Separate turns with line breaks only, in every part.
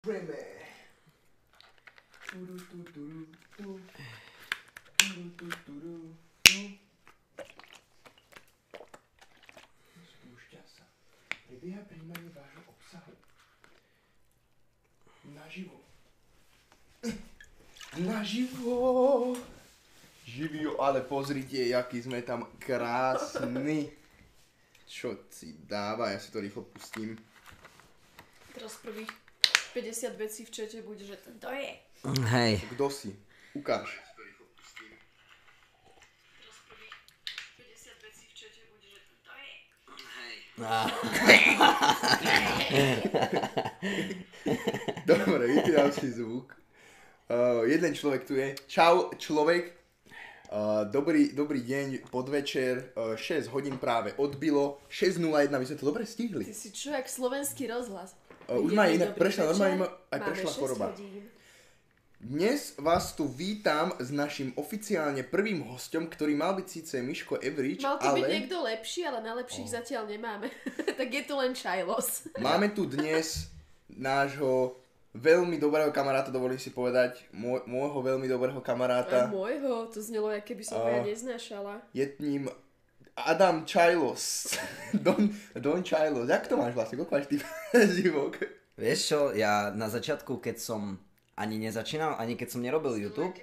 Preme. Turu, tu, turu, tu. Turu, tu, turu, tu. Spúšťa sa. Prebieha príjmanie vášho obsahu. Naživo. Naživo. Živio, ale pozrite, jaký sme tam krásny. Čo si dáva, ja si to rýchlo pustím.
Teraz prvých 50 vecí v čete bude, že to je.
Hej.
Kto si? Ukáž.
Teraz prvých 50 vecí v čete bude, že to je.
Dobre, vypínam si zvuk. Uh, jeden človek tu je. Čau, človek. Uh, dobrý, dobrý deň, podvečer, uh, 6 hodín práve odbilo, 6.01, my sme to dobre
Ty
stihli.
si čo, jak slovenský rozhlas.
Uh, už ma
Príjemný
inak
dobrý
prešla,
večer.
normálne ma aj
Máme
prešla
6
choroba.
hodín.
Dnes vás tu vítam s našim oficiálne prvým hostom, ktorý mal byť síce Miško Evrič,
Mal to byť
ale
niekto lepší, ale na lepších zatiaľ nemáme. tak je tu len Čajlos.
máme tu dnes nášho veľmi dobrého kamaráta, dovolím si povedať, môj, môjho veľmi dobrého
A
kamaráta.
môjho, to znelo, aké by som ho
A-
ja neznášala.
je ním Adam Chailos. Don, Don Chailos. Jak to máš vlastne? Koľko máš ty prezivok?
Vieš čo, ja na začiatku, keď som ani nezačínal, ani keď som nerobil YouTube,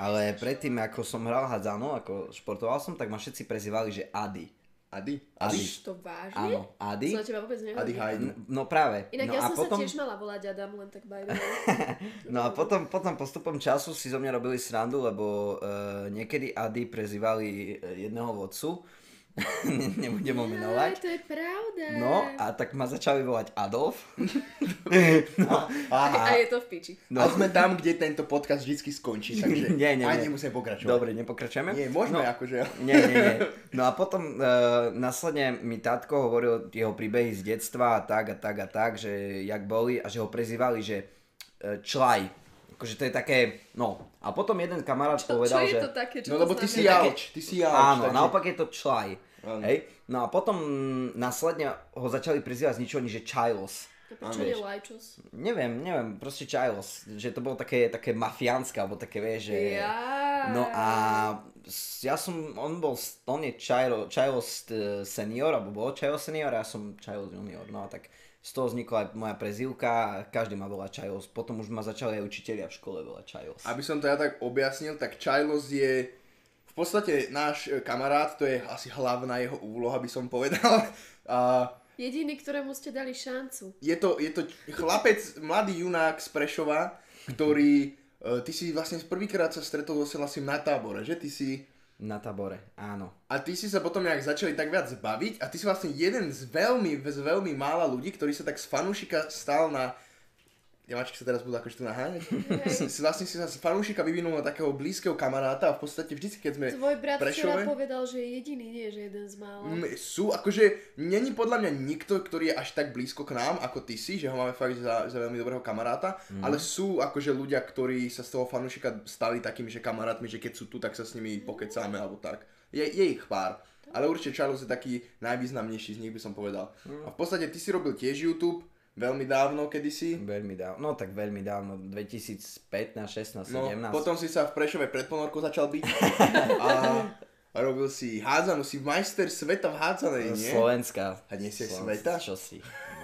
ale predtým, ako som hral hádzano, ako športoval som, tak ma všetci prezývali, že Adi.
Adi.
Adi.
Už to vážne?
Áno, Adi.
Som na teba vôbec
Adi
nehodí.
Hajdu.
N- No práve.
Inak
no
ja
a
som
potom,
sa tiež mala volať Adam, len tak by the way.
No a potom, potom postupom času si zo mňa robili srandu, lebo uh, niekedy Adi prezývali eh, jedného vodcu, Ne- nebudem ho menovať.
Aj, to je pravda.
No a tak ma začali volať Adolf.
a... a
Aha.
je to v piči.
No. A sme tam, kde tento podcast vždy skončí, takže
Nie, nie,
aj
nie.
nemusíme pokračovať.
Dobre, nepokračujeme?
Nie, môžeme
No,
akože.
nie, nie, nie. No a potom uh, následne mi tátko hovoril jeho príbehy z detstva a tak a tak a tak, že jak boli a že ho prezývali, že uh, člaj. Akože to je také, no. A potom jeden kamarát
Čo, čo
povedal,
je
že...
to také? Čo
No
to
lebo ty si
znamená?
jauč, ty si jauč.
Áno,
takže-
naopak je to člaj.
Áno.
Hej? No a potom mm, následne ho začali prizývať z ničoho, nič, že Čajlos.
To Prečo je lajčos?
Neviem, neviem, proste Čajlos. Že to bolo také, také mafiánske, alebo také, vieš, že...
Jaj.
No a s- ja som, on bol, s- on je Čajlo, Čajlos e, senior, alebo bol Čajlos senior, a ja som Čajlos junior, no a tak z toho vznikla aj moja prezývka, každý ma volá Čajlos, potom už ma začali aj učiteľia v škole volať Čajlos.
Aby som to ja tak objasnil, tak Chailos je v podstate náš e, kamarát, to je asi hlavná jeho úloha, by som povedal. A
Jediný, ktorému ste dali šancu.
je to, je to č- chlapec, mladý junák z Prešova, ktorý, e, ty si vlastne prvýkrát sa stretol so Selasím na tábore, že ty si,
Na tabore, áno.
a ty si sa potom nejak začali tak viac baviť a ty si vlastne jeden z veľmi, z veľmi mála ľudí, ktorý sa tak z fanúšika stal na, Jamačky sa teraz budú akože tu naháňať. S- s- Vlastne si sa z fanúšika vyvinul na takého blízkeho kamaráta a v podstate vždy, keď sme
Tvoj brat
Prešove?
včera povedal, že je jediný, nie že jeden z mála.
No.
M- Mm, sú, akože, není podľa mňa nikto, ktorý je až tak blízko k nám, ako ty si, že ho máme fakt za, za veľmi dobrého kamaráta, mm. ale sú akože ľudia, ktorí sa z toho fanúšika stali takými, že kamarátmi, že keď sú tu, tak sa s nimi pokecáme, alebo tak. Je, je ich pár. Ale určite Charles je taký najvýznamnejší z nich, by som povedal. A v podstate ty si robil tiež YouTube, veľmi dávno kedysi.
Veľmi dávno, no tak veľmi dávno, 2015, 16, 17.
No, potom si sa v Prešove pred ponorkou začal byť. a, a robil si hádzanú, si majster sveta v hádzanej,
Z
nie?
Slovenska.
A nie si
Slovensk-
sveta?
Čo si?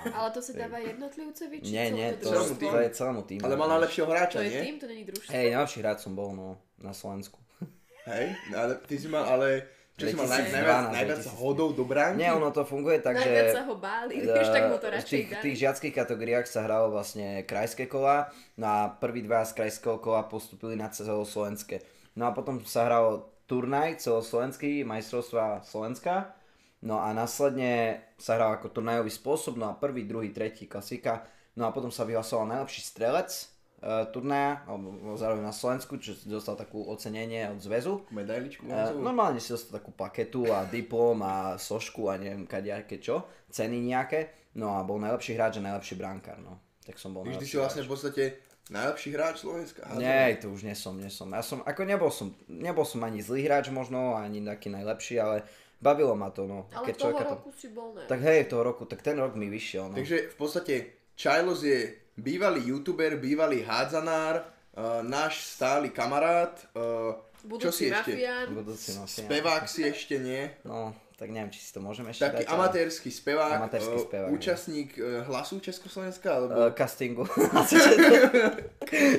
Ale to sa dáva jednotlivcovi, či
Nie, nie, to,
Celému
to,
týmu.
je celému týmu.
Ale mal najlepšieho hráča,
to je
nie?
tým, to není družstvo.
Hej, najlepší hráč som bol, no, na Slovensku.
Hej, no ale ty si mal ale... Čo si mal naj,
2012,
najviac, najviac
2013.
hodov do bránky?
Nie, ono to funguje tak, že...
Najviac sa ho báli, vieš, tak mu to
v
radšej
tých, v
dali.
tých žiackých kategóriách sa hralo vlastne krajské kola, no a prví dva z krajského kola postupili na celoslovenské. No a potom sa hral turnaj celoslovenský, majstrovstva Slovenska, no a následne sa hral ako turnajový spôsob, no a prvý, druhý, tretí, klasika, no a potom sa vyhlasoval najlepší strelec e, turnaja, alebo zároveň na Slovensku, čo dostal takú ocenenie od zväzu.
Medailičku
Eh,
bronzovú?
normálne si dostal takú plaketu a diplom a sošku a neviem kaďaké čo, ceny nejaké. No a bol najlepší hráč a najlepší brankár, no. Tak som bol
Vždy
najlepší
si vlastne v
hráč.
podstate najlepší hráč Slovenska.
Nie, to už nie som, nie som. Ja som, ako nebol som, nebol som ani zlý hráč možno, ani taký najlepší, ale bavilo ma to, no.
Ale
Keď
toho
človeka to...
roku si bol, ne?
Tak hej, toho roku, tak ten rok mi vyšiel, no.
Takže v podstate Chailos je bývalý youtuber, bývalý hádzanár, uh, náš stály kamarát, uh, čo si
Budúci
ešte?
mafián.
Budúci mafia.
Spevák si ešte nie.
No, tak neviem, či si to môžeme ešte
Taký
dať, ale-
amatérsky spevák,
Amatérsky
amatérsky
spevák,
spevák
hej.
účastník eh, hlasu Československa, alebo
Eh, castingu.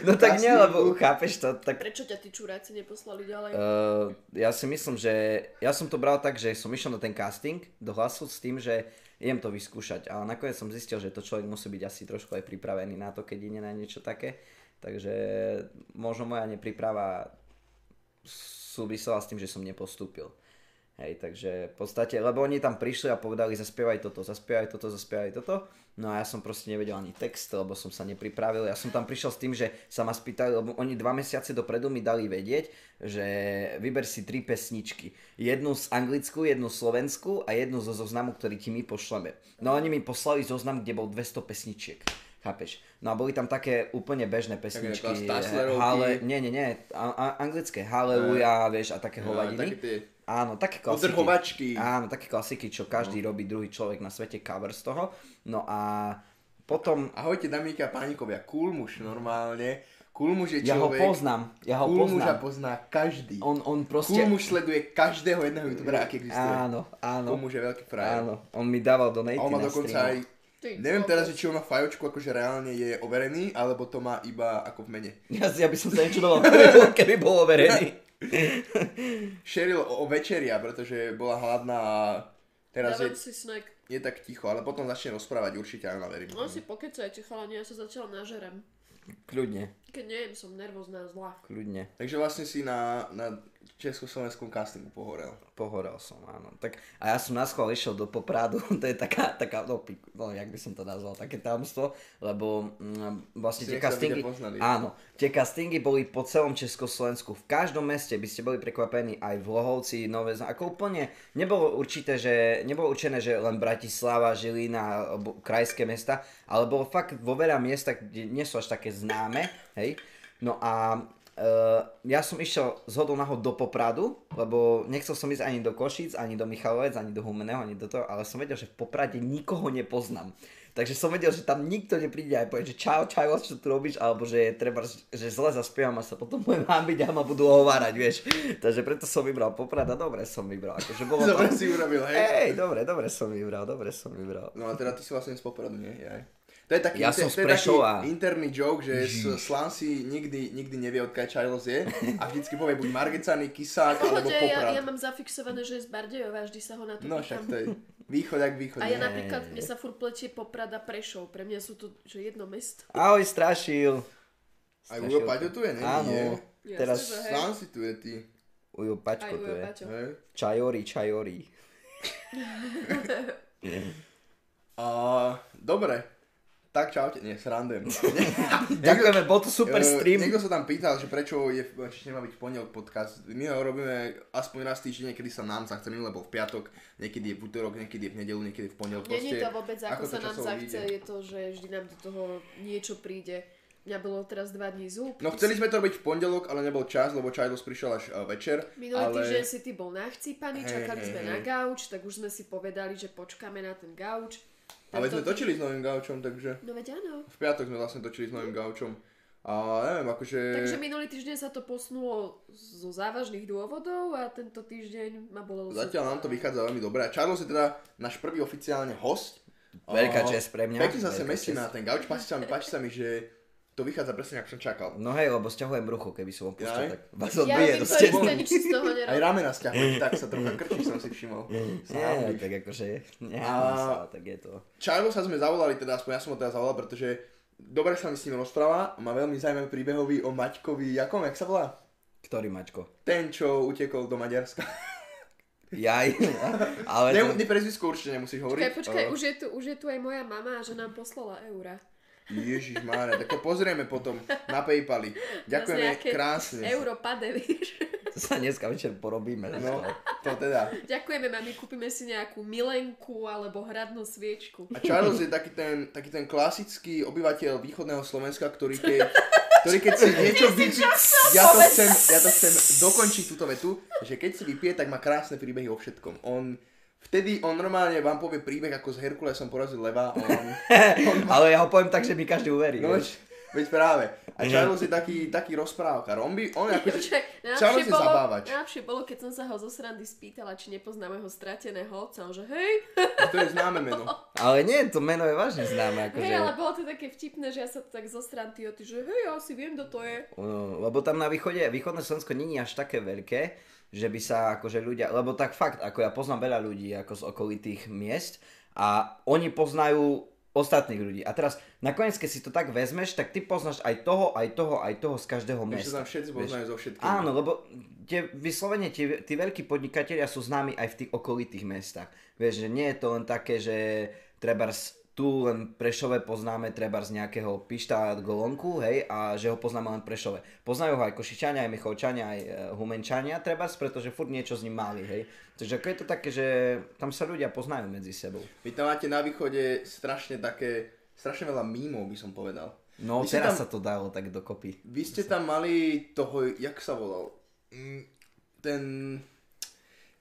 no tak nie, lebo chápeš to, tak
Prečo ťa tí čuráci neposlali ďalej?
Uh, ja si myslím, že ja som to bral tak, že som išiel na ten casting do hlasu s tým, že idem to vyskúšať, ale nakoniec som zistil, že to človek musí byť asi trošku aj pripravený na to, keď ide na niečo také. Takže možno moja nepriprava súvisela s tým, že som nepostúpil. Hej, takže v podstate, lebo oni tam prišli a povedali, zaspievaj toto, zaspievaj toto, zaspievaj toto. No a ja som proste nevedel ani text, lebo som sa nepripravil. Ja som tam prišiel s tým, že sa ma spýtali, lebo oni dva mesiace dopredu mi dali vedieť, že vyber si tri pesničky. Jednu z anglickú, jednu slovenskú a jednu zo zoznamu, ktorý ti my pošleme. No oni mi poslali zoznam, kde bol 200 pesničiek. Chápeš? No a boli tam také úplne bežné pesničky.
ako Staslerovky.
Hale, nie, nie, nie, a, a, anglické. Hallelujah, vieš, a také
eh,
hovadiny.
také tie
Áno, také klasiky.
odrhovačky.
Áno, také klasiky, čo každý
No.
robí druhý človek na svete, cover z toho. No a potom,
Ahojte Damíky a pánikovia, cool muž normálne. Cool muž je
ja ho
človek.
poznám, ja ho
cool muža
poznám.
pozná každý.
On, on proste...
Cool muž sleduje každého jedného youtubera, aký existuje.
Áno, áno,
Cool muž je veľký frajer.
áno. On mi dával do
A on má dokonca aj...
Ty
Neviem
kokos.
teraz, že či on má fajočku, akože reálne je overený, alebo to má iba ako v mene.
Ja, si- ja by som sa nečudoval, keby bol- keby bol overený.
Šeril o, o večeria, pretože bola hladná a teraz
Dávam
je,
si snack.
je tak ticho, ale potom začne rozprávať určite, áno, verím.
No si pokecajte, chalani, ja sa začala nažerem.
Kľudne,
Keď nejem, som nervózna a zlá.
kľudne.
Takže vlastne si na, na československom castingu pohorel.
Pohorel som, áno. Tak, a ja som na schvál išiel do Popradu, to je taká, taká no, pik- no, jak by som to nazval, také tajomstvo, lebo mm, vlastne
Si
tie
nechcel, aby
castingy,
ťa poznali.
áno, tie castingy boli po celom Československu. V každom meste by ste boli prekvapení aj v Lohovci, Nové Zá- ako úplne nebolo určité, že, nebolo určené, že len Bratislava, Žilina, alebo krajské mesta, ale bolo fakt vo veľa miestach, kde nie sú až také známe, hej. No a Uh, ja som išiel z hodou nahod do Popradu, lebo nechcel som ísť ani do Košíc, ani do Michalovec, ani do Humeného, ani do toho, ale som vedel, že v Poprade nikoho nepoznám. Takže som vedel, že tam nikto nepríde aj povie, že čau, čau, čo tu robíš, alebo že je treba, že zle zaspievam a sa potom budem hábiť a ma budú hovárať, vieš. Takže preto som vybral Poprad a dobre som vybral. Akože bolo to...
Dobre si urobil, hej?
Hej, dobre, dobre som vybral, dobre som vybral.
No a teda ty si vlastne z Popradu, nie? Jaj. To je taký,
Ja
inter,
som z
to je taký
Prešova.
interný joke, že s- Slán si nikdy, nikdy nevie, odkiaľ Charles je a vždycky povie buď Margecany, Kisák alebo
Pohode, ja,
Poprad.
ja mám zafixované, že je z Bardejova, vždy sa ho na to
No však to je východ jak východ.
A
nie?
ja napríklad, mne sa furt plečie Poprad a Prešov. Pre mňa sú to, že jedno mesto.
Ahoj, strašil.
Aj Ujo Paťo tu je, nie? Nie.
Áno,
Jasne,
teraz
že hej.
Slán si tu je, ty.
Ujo
Aj Ujo
Paťko tu je.
Paťo.
Hej.
Čajori, čajori.
A dobre. Tak čaute. Nie, srandujem.
Ďakujeme, bol to super
Eh,
stream.
Niekto sa tam pýtal, že prečo je, ešte nemá byť v pondelok podcast. My ho robíme aspoň raz týždenne, kedy sa nám zachce, minule bol v piatok, niekedy je v útorok, niekedy je v nedelu, niekedy v pondelok.
Není
Proste,
to vôbec, ako,
to
sa nám
časovo
zachce,
vyjde.
je to, že vždy nám do toho niečo príde. Mňa bolo teraz dva dní zúb.
No chceli sme to robiť v pondelok, ale nebol čas, lebo Čajlos prišiel až eh, večer.
Minulý
ale...
týždeň si ty bol nachcípaný,
Hej,
čakali
hej,
sme
hej.
na gauč, tak už sme si povedali, že počkáme na ten gauč. Tak
Ale sme točili s novým gaučom, takže
No veď áno.
v piatok sme vlastne točili s novým gaučom. A neviem, akože...
Takže minulý týždeň sa to posunulo zo závažných dôvodov a tento týždeň ma bolo...
Zatiaľ nám to vychádza veľmi dobre. A Charles je teda náš prvý oficiálne host.
Veľká
A
čest pre mňa.
Pekne sa sem
Veľká
mestí
čest.
na ten gauč. Páči sa mi, páči sa mi, že to vychádza presne, ako som čakal.
No hej, lebo sťahujem ruchu, keby som ho pustil,
Jaj.
tak vás
Ja
odbije
viem,
do
to
ste-
isté, nič si z toho
Aj
nerobím.
ramena stiahujem, tak sa trocha krčí, som si všimol.
Nie, tak akože, nehám
A-
sa, tak je to.
Charles sa sme zavolali, teda aspoň ja som ho teda zavolal, pretože dobre sa mi s ním rozpráva. Má veľmi zaujímavý príbehový o Maťkovi, jakom, jak sa volá?
Ktorý mačko?
Ten, čo utekol do Maďarska.
Jaj, ale
Ne,
to...
ne prezvisko určite nemusíš hovoriť.
Počkaj, počkaj,
Eh,
už je, tu, už je tu aj moja mama, že nám poslala eura.
Ježiš Mária, tak to pozrieme potom na Paypali. Ďakujeme
Nás nejaké
krásne.
Euro pade, vieš.
to sa dneska večer porobíme.
No, to teda.
Ďakujeme, mami, kúpime si nejakú milenku alebo hradnú sviečku.
A Charles je taký ten, taký ten klasický obyvateľ východného Slovenska, ktorý keď, ktorý keď si niečo vypije... Ja to,
povedať.
chcem, ja to chcem dokončiť túto vetu, že keď si vypije, tak má krásne príbehy o všetkom. On v Vtedy on normálne vám povie príbeh, ako s Herkulesom porazil leva a on...
Ale ja ho poviem tak, že mi každý uverí.
No veď,
vieš.
veď práve. A
Mhm.
Charles je taký, taký rozprávkar. On by, on je akože... Charles je
bolo,
zabávač.
najlepšie bolo, keď som sa ho zo srandy spýtala, či nepoznáme ho strateného otca, on že hej,
To je známe meno.
Ale nie, to meno je vážne známe. Akože...
hej, ale bolo to také vtipné, že ja sa tak zo srandy o že hej, ja si viem, kto to je.
No, lebo tam na východe, východné Slovensko není až také veľké, že by sa akože ľudia, lebo tak fakt, ako ja poznám veľa ľudí ako z okolitých miest a oni poznajú ostatných ľudí. A teraz nakoniec, keď si to tak vezmeš, tak ty poznáš aj toho, aj toho, aj toho z každého
Ešte
mesta.
tam všetci poznajú so všetkými.
Áno, lebo tie, vyslovene tie, tí veľkí podnikatelia sú známi aj v tých okolitých mestách. Vieš, že nie je to len také, že treba tu len Prešove poznáme treba z nejakého Pišta Golonku, hej, a že ho poznáme len Prešove. Poznajú ho aj Košičania, aj Michovčania, aj e, Humenčania treba, pretože furt niečo z ním mali, hej. Takže ako je to také, že tam sa ľudia poznajú medzi sebou.
Vy tam máte na východe strašne také, strašne veľa mímov by som povedal.
No
Vy ste
teraz
tam-
sa to dalo tak dokopy.
Vy ste tam mali toho, jak sa volal? Mm, Ten...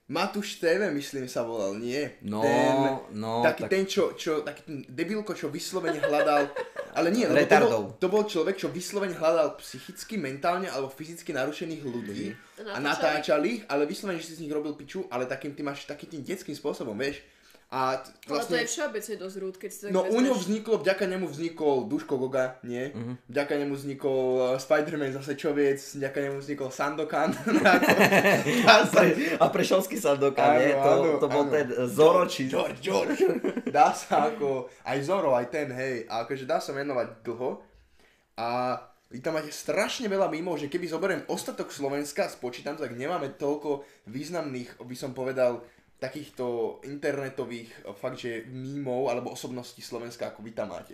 Matuš TV, myslím, sa volal, nie?
No,
ten,
no,
Taký
tak-
ten, čo, čo, taký ten debilko, čo vyslovene hľadal, ale nie, lebo to bol,
Retardov.
to bol človek, čo vyslovene hľadal psychicky, mentálne alebo fyzicky narušených
Mhm.
ľudí a natáčal ich, ale vyslovene, že si z nich robil piču, ale takým ty máš takým tým detským spôsobom, vieš. A t-
Ale to
vlastne,
je všeobecne dosť rúd, keď si to tak
No u
vezmeš.
ňo vzniklo, vďaka nemu vznikol Duško Goga, nie? Vďaka nemu vznikol uh, Spider-Man zase čoviec, vďaka nemu vznikol Sandokan. ako- dá
A,
sa,
pre, a Prešovský sa
Áno,
dokáže, to,
áno,
to bol
áno.
ten Zoročí.
George, George. Dá sa ako, aj Zoro, aj ten, hej. A akože dá sa menovať dlho. A vy tam máte strašne veľa mimo, že keby zoberiem ostatok Slovenska a spočítam, to, tak nemáme toľko významných, by som povedal, takýchto internetových e, fakt, že mímov alebo osobností Slovenska, ako vy tam máte.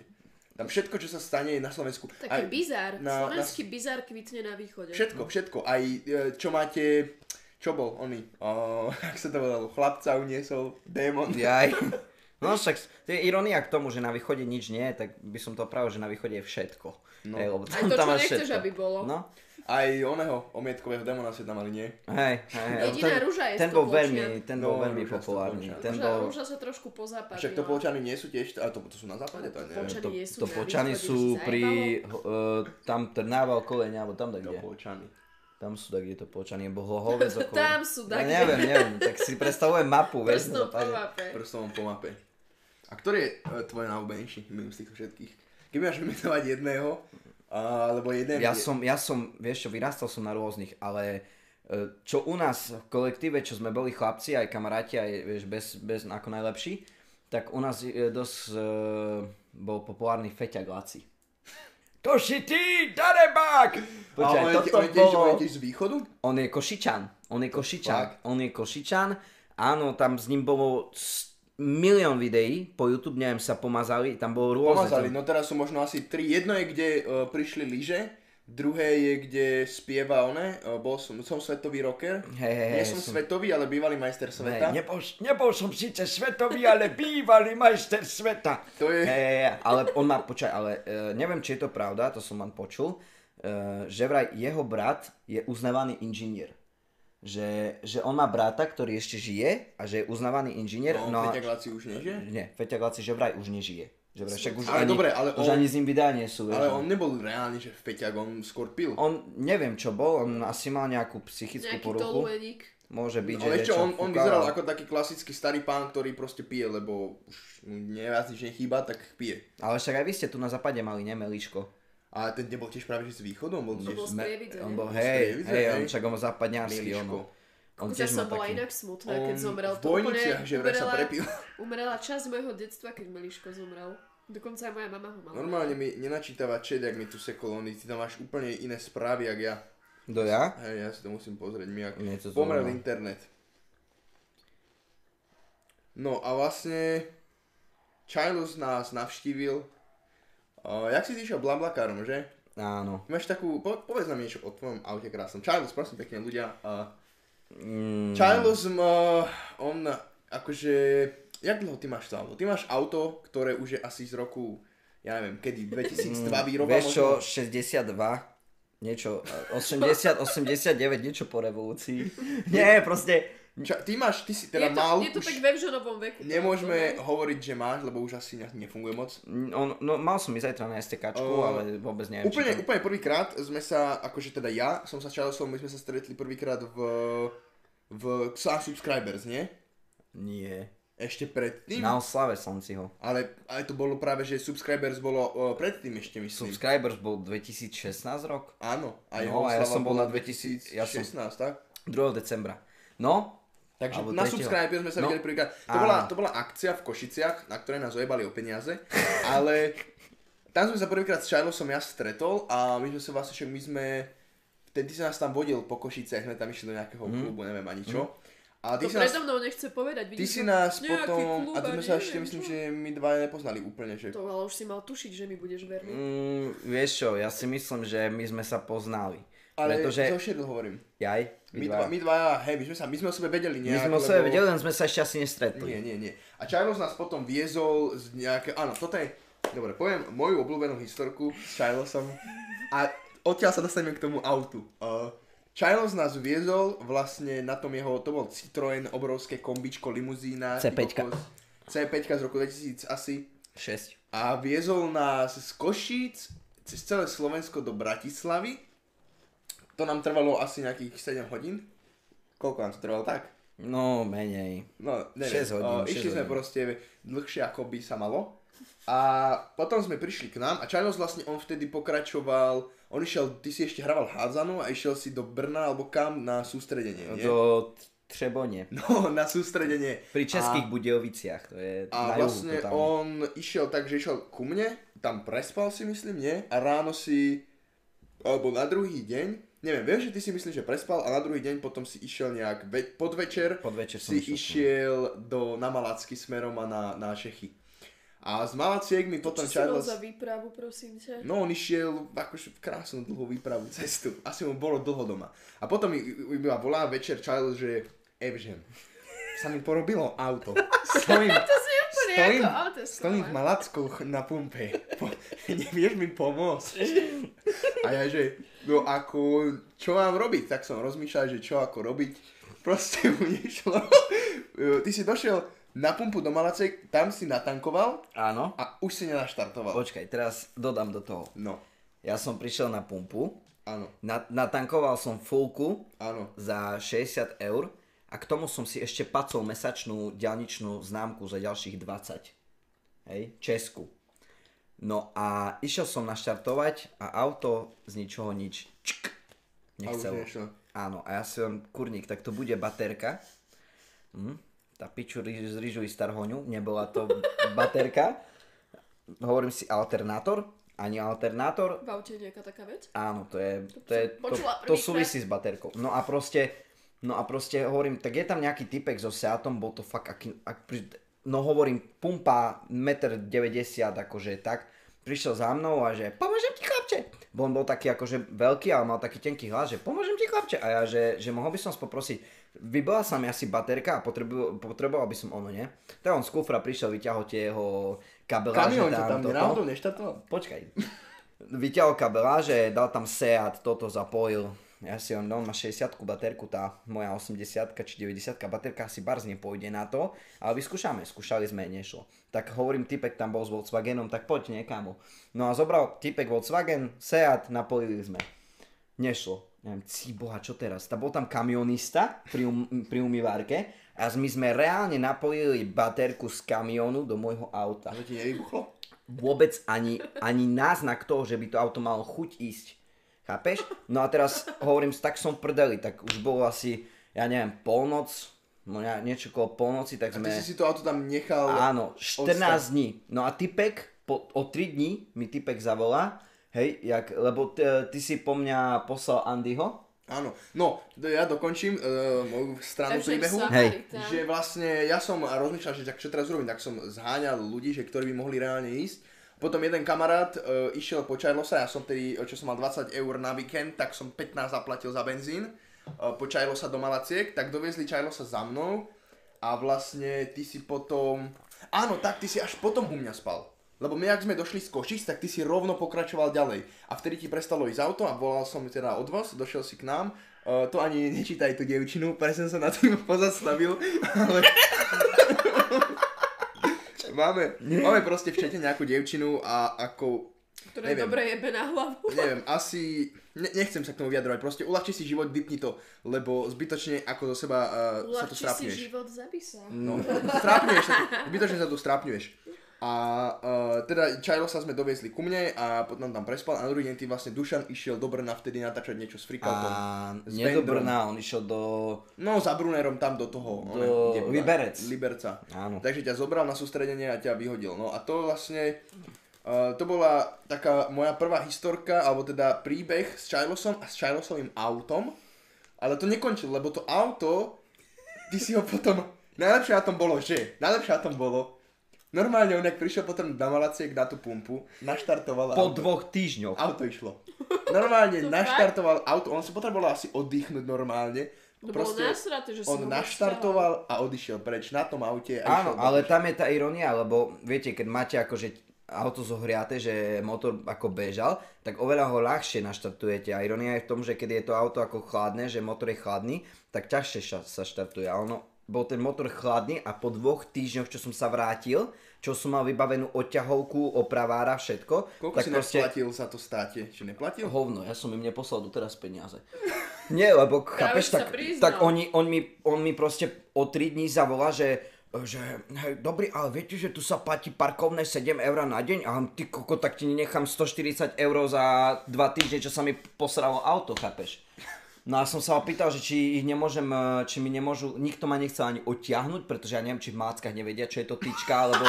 Tam všetko, čo sa stane, je na Slovensku.
Taký bizár,
na-
slovenský bizár kvitne na východe.
Všetko, všetko. Aj e, čo máte, čo bol oný, uh, ak sa to volalo, chlapca uniesol, démon.
Jaj. No však, to je ironia k tomu, že na východe nič nie, je, tak by som to pravil, že na východe je všetko. No. Hej, lebo
Aj
tam,
to,
tam
čo
máš
nechceš,
všetko.
aby bolo.
No,
Aj oného omietkového démona ste tam mali, nie?
hej, hej. hej.
Jediná rúža je
ten bol
stopolčiar.
veľmi, ten bol
No,
veľmi
rúža
populárny.
stopolčiar.
Ten
Rúža,
bol,
rúža sa trošku no. pozapadila.
Však to polčany nie sú tiež, ale to, to sú na západe, to ja neviem.
Polčany
to,
nie sú
to
na
počany
východe,
sú
že sa
pri, uh, tam Trnava okolenia, alebo tam
To
kde.
polčany.
Tam sú tak, kde to počanie, bo hovec okolo.
Tam sú tak,
Ja
kde.
neviem, neviem, tak si predstavujem mapu, vieš.
Prstom
no,
po
tak-
mape.
Prstovom po mape. A ktorý je e, tvoj najobľúbenejší mimo z týchto všetkých? Keby máš vymenovať jedného, a, alebo jeden...
Ja
je-
som, ja som, vieš čo, vyrastal som na rôznych, ale e, čo u nás v kolektíve, čo sme boli chlapci, aj kamaráti, aj vieš, bez, bez ako najlepší, tak u nás e, dosť e, bol populárny Feťa Glaci. To si ty, darebák!
A
Počkaj,
on je-
toto
on je tiež, on
bolo...
je tiež z východu?
On je Košičan. On je Košičan.
Fakt?
On je Košičan. Áno, tam s ním bolo s- milión videí po YouTube, neviem, sa pomazali, tam bolo rôzne.
Pomazali, no teraz sú možno asi tri. Jedno je, kde uh, prišli lyže, druhé je, kde spieva one, uh, bol som, som svetový rocker.
Hej, hej,
Nie
hej,
som,
som-
svetový, ale bývalý majster sveta.
nebol, nebol som síce svetový, ale bývalý majster sveta.
To je-
E, ale on má, počkaj, ale e, neviem, či je to pravda, to som len počul, e, že vraj jeho brat je uznávaný inžinier. Že, že on má brata, ktorý ešte žije a že je uznávaný inžinier.
no,
No,
Peťa Glaci už nie, že?
nie, Peťa Glaci, že vraj už nežije. Že vraj, však už
Ale
ani,
dobre, ale
už
on-
ani z ním videá nie sú. vieš,
Ale on
no.
nebol reálne, že feťak, on skôr pil.
on, neviem čo bol, on asi mal nejakú psychickú
Nejaký
poruchu.
tolueník.
Môže byť, že
No, Ale ešte
niečo
on, on
fúkal, no.
vyzeral
ale-
ako taký klasický starý pán, ktorý proste pije, lebo už mu neviac nič nechýba, tak pije.
Ale však aj vy ste tu na západe mali nemeličko.
A ten nebol tiež práve že z východu, on bol
To
No,
tiež
bol
z...
z Prievidze,
on
ne?
bol, hej,
Prievidze,
hej,
hej.
on však on bol západňarský,
Miliško.
on, on
Kúsa
tiež
som
mal
bola
taký.
inak smutná, keď
On
zomrel.
v Bojniciach, že vraj sa prepil.
umrela časť mojho detstva, keď Meliško zomrel. Dokonca aj moja mama ho mala.
Normálne mi nenačítava čet, jak mi tu se kolóny, ty tam máš úplne iné správy, jak ja.
Do ja?
Hej, ja si to musím pozrieť, mi jak
Mne to
pomrel
zaujíma.
internet. No a vlastne Chilus nás navštívil. Uh, jak si ty išiel blablakárom, že?
Áno.
Máš takú, po, povedz nám niečo o tvojom aute krásnom. Chilus, prosím pekne ľudia. Uh,
Mm,
Chilus, m, uh, on akože, jak dlho ty máš to auto? Ty máš auto, ktoré už je asi z roku, ja neviem, kedy, 2002 výroba
Mm, vieš čo, eh, 62, niečo, 80, 89, niečo po revolúcii. Nie, proste,
Čo, ty máš, ty si teda
je to,
mal
je to
už...
tak ve vženovom veku.
Nemôžeme hovoriť, že máš, lebo už asi ne- nefunguje moc.
On, no, mal som ísť zajtra na STKčku,
O,
ale vôbec neviem, či
Úplne,
to-
úplne prvýkrát sme sa, akože teda ja, som sa s Charlesom, my sme sa stretli prvýkrát v, v Xa Subscribers, nie?
Nie.
Ešte predtým.
Na oslave som si ho.
Ale, ale to bolo práve, že Subscribers bolo o, predtým ešte, myslím.
Subscribers bol 2016 rok?
Áno, a jeho
No, a ja
oslava
som bol
bola
na
2016,
2000, ja som-
tak?
2. decembra. No,
Takže
Alebo
na
tretieho.
subscribe sme sa
No.
videli prvýkrát. To
Áno.
bola, to bola akcia v Košiciach, na ktorej nás ojebali o peniaze, ale tam sme sa prvýkrát s Charlesom som ja stretol a my sme sa vlastne, však my sme, vtedy sa nás tam vodil po Košiciach, sme tam išli do nejakého
Mhm.
klubu, neviem ani čo. A ty si
To
nás,
predo mnou nechce povedať.
ty
vidíš,
si
no,
nás
nejaký
potom,
klub
a ty sme
neviem
sa ešte
čo.
myslím, že my dva nepoznali úplne, že...
To ale už si mal tušiť, že mi budeš verný.
mm, vieš čo, ja si myslím, že my sme sa poznali.
Ale
pretože...
zo Shadle hovorím.
Jaj,
My dva, my dva, hej, my sme, sa, my sme o sebe vedeli
my
nejak,
sme o sebe vedeli, len sme sa ešte asi nestretli.
Nie, nie, nie. A Charles nás potom viezol z nejaké... Áno, toto je... Dobre, poviem moju obľúbenú historku s Charlesom. A odtiaľ sa dostaneme k tomu autu. Uh, Charles nás viezol vlastne na tom jeho... To bol Citroen, obrovské kombičko, limuzína. ty
C5.
kokos. C5 z roku 2000 asi.
6.
A viezol nás z Košíc cez celé Slovensko do Bratislavy. To nám trvalo asi nejakých 7 hodín. Koľko nám to trvalo? Tak?
No, menej.
No, neviem.
Šesť hodín,
o, išli
šesť
sme
hodín.
proste dlhšie, ako by sa malo. A potom sme prišli k nám a Charles vlastne on vtedy pokračoval, on išiel, ty si ešte hraval hádzanu a išiel si do Brna alebo kam na sústredenie, nie?
Do t- Třebone.
No, na sústredenie.
Pri Českých Budějoviciach, to je
A
na
vlastne
juhu to tam.
on išiel tak, že išiel ku mne, tam prespal si myslím, nie? A ráno si, alebo na druhý deň, neviem, viem, že ty si myslíš, že prespal a na druhý deň potom si išiel nejak ve- podvečer,
Podvečer som
si
išiel.
išiel do, na Malacky smerom a na, na Čechy. A z Malaciek mi potom
Čo si mal
No, Charles...
za výpravu, prosím ťa?
No on išiel akože v krásnu dlhú výpravu cestu. Asi mu bolo dlho doma. A potom mi mi iba volá večer Charles, že Evžen, sa mi porobilo auto. Stojím,
To si úplne
stojím,
ako auto
stojím v Malacku na pumpe. Po, nevieš mi pomôcť. A ja že, no ako, čo mám robiť? Tak som rozmýšľal, že čo ako robiť. Proste mu nešlo. E, Ty si došiel na pumpu do Malacek, tam si natankoval
Áno.
a už si nenaštartoval.
Počkaj, teraz dodám do toho.
No,
Ja som prišiel na pumpu,
áno,
na, natankoval som fulku
áno.
za 60 eur a k tomu som si ešte pacol mesačnú diálničnú známku za ďalších 20. Hej, Česku. No a išiel som naštartovať a auto z ničoho nič. Čk, nechcelo.
nešlo.
Áno, a ja si len, kurník, tak to bude baterka. Hm? Tá piču ri- z rýžu i starhoňu, nebola to baterka. Hovorím si alternátor, ani alternátor,
V aute je nejaká taká vec?
Áno, to je, to, je, to,
Počula
to
prvýkrát.
súvisí s baterkou. No a proste, no a proste hovorím, tak je tam nejaký typek so Seatom, bol to fakt aký, ak, pri- no hovorím, pumpa 1,90 m, akože tak, prišiel za mnou a že pomôžem ti chlapče. Bo on bol taký akože veľký, ale mal taký tenký hlas, že pomôžem ti chlapče. A ja, že, že mohol by som poprosiť, vybila sa mi asi baterka a potrebu, potreboval by som ono, nie? Tak on z kufra prišiel, vyťahol tie jeho kabeláže.
Kamión to tam
toto.
náhodou neštartoval?
Počkaj. Vyťahol kabeláže, dal tam Seat, toto zapojil. Ja si on, on má 60 baterku, tá moja 80 či 90 baterka asi barz nepôjde na to, ale vyskúšame, skúšali sme, nešlo. Tak hovorím, typek tam bol s Volkswagenom, tak poď niekamo. No a zobral typek Volkswagen, Seat, napojili sme. Nešlo. Neviem, cí boha, čo teraz? Tá bol tam kamionista pri, um, pri umývárke a my sme reálne napojili baterku z kamionu do môjho
A
auta
to ti nevybuchlo?
vôbec ani, ani náznak toho, že by to auto malo chuť ísť. Chápeš? No a teraz hovorím, tak som v prdeli, tak už bolo asi, ja neviem, polnoc, no ne- niečo okolo polnoci, tak
A ty
sme...
si si to auto tam nechal...
Áno,
odstav-
14 dní. No a typek, po, o 3 dní mi typek zavolá, hej, jak, lebo t, e, ty si po mňa poslal Andyho,
Áno, no, d- ja dokončím uh, moju stranu
Takže
príbehu.
sa-
Hej.
tam.
Že vlastne ja som rozmýšľal, že tak čo teraz urobím, tak som zháňal ľudí, že ktorí by mohli reálne ísť. Potom jeden kamarát uh, išiel po Čajlosa, ja som tedy, čo som mal 20 eur na víkend, tak som 15 zaplatil za benzín. Uh, po Čajlosa do Malaciek, tak doviezli Čajlosa za mnou a vlastne ty si potom... Áno, tak ty si až potom u mňa spal. Lebo my, ak sme došli z Košic, tak ty si rovno pokračoval ďalej. A vtedy ti prestalo ísť auto a volal som teda od vás, došiel si k nám. Uh, to ani nečítaj tú dievčinu, presne som sa na tým pozastavil, ale... máme, máme proste v čete nejakú dievčinu a ako
ktoré
Neviem.
dobre jebe na hlavu.
neviem, asi ne, nechcem sa k tomu vyjadrovať, proste uľahči si život, vypni to, lebo zbytočne ako do seba uh, sa tu
Uľahčí si
strápneš.
život, zabij sa.
No, strápneš sa tu, zbytočne sa tu strápneš. A uh, teda Čajlo sa sme doviezli ku mne a potom tam prespal a na druhý deň tým vlastne Dušan išiel do Brna vtedy natáčať niečo s Frikaltom.
A
S
nie do
Vendrom.
Brna, on išiel do...
No za Brunerom tam do toho.
Do
one, kde bola-
Liberec.
Liberca.
Áno.
Takže ťa zobral na sústredenie a ťa vyhodil. No a to vlastne, uh, to bola taká moja prvá historka, alebo teda príbeh s Čajlosom a s Čajlosovým autom. Ale to nekončil, lebo to auto, ty si ho potom... Najlepšie na tom bolo, že? Najlepšie na tom bolo, normálne on ak prišiel potom na Malaciek na tú pumpu, naštartoval
Po
auto.
dvoch týždňoch.
Auto išlo. Normálne
To
naštartoval auto, on si potreboval asi oddychnúť normálne.
To bolo nasraté, že si
on
ho
naštartoval a odišiel preč na tom aute. A išiel
Áno,
do
ale tam je tá ironia, lebo viete, keď máte akože auto zohriate, že motor ako bežal, tak oveľa ho ľahšie naštartujete. A ironia je v tom, že keď je to auto ako chladné, že motor je chladný, tak ťažšie ša- sa štartuje. A ono, bol ten motor chladný a po dvoch týždňoch, čo som sa vrátil, čo som mal vybavenú oťahovku, opravára, všetko,
Koľko
tak
si proste... neplatil za to státe? Či neplatil?
Hovno, ja som im neposlal doteraz peniaze. Nie, lebo chápeš,
sa
tak,
priznal.
tak oni, on, mi, on mi proste o 3 dní zavolá, že že hej, dobrý, ale viete, že tu sa platí parkovné 7 eur na deň a on, ty koko, tak ti nechám 140 eur za 2 týždne, čo sa mi posralo auto, chápeš? No a som sa opýtal, že či ich nemôžem, eh, či mi nemôžu, nikto ma nechcel ani odtiahnuť, pretože ja neviem, či v Máckach nevedia, čo je to tyčka, alebo,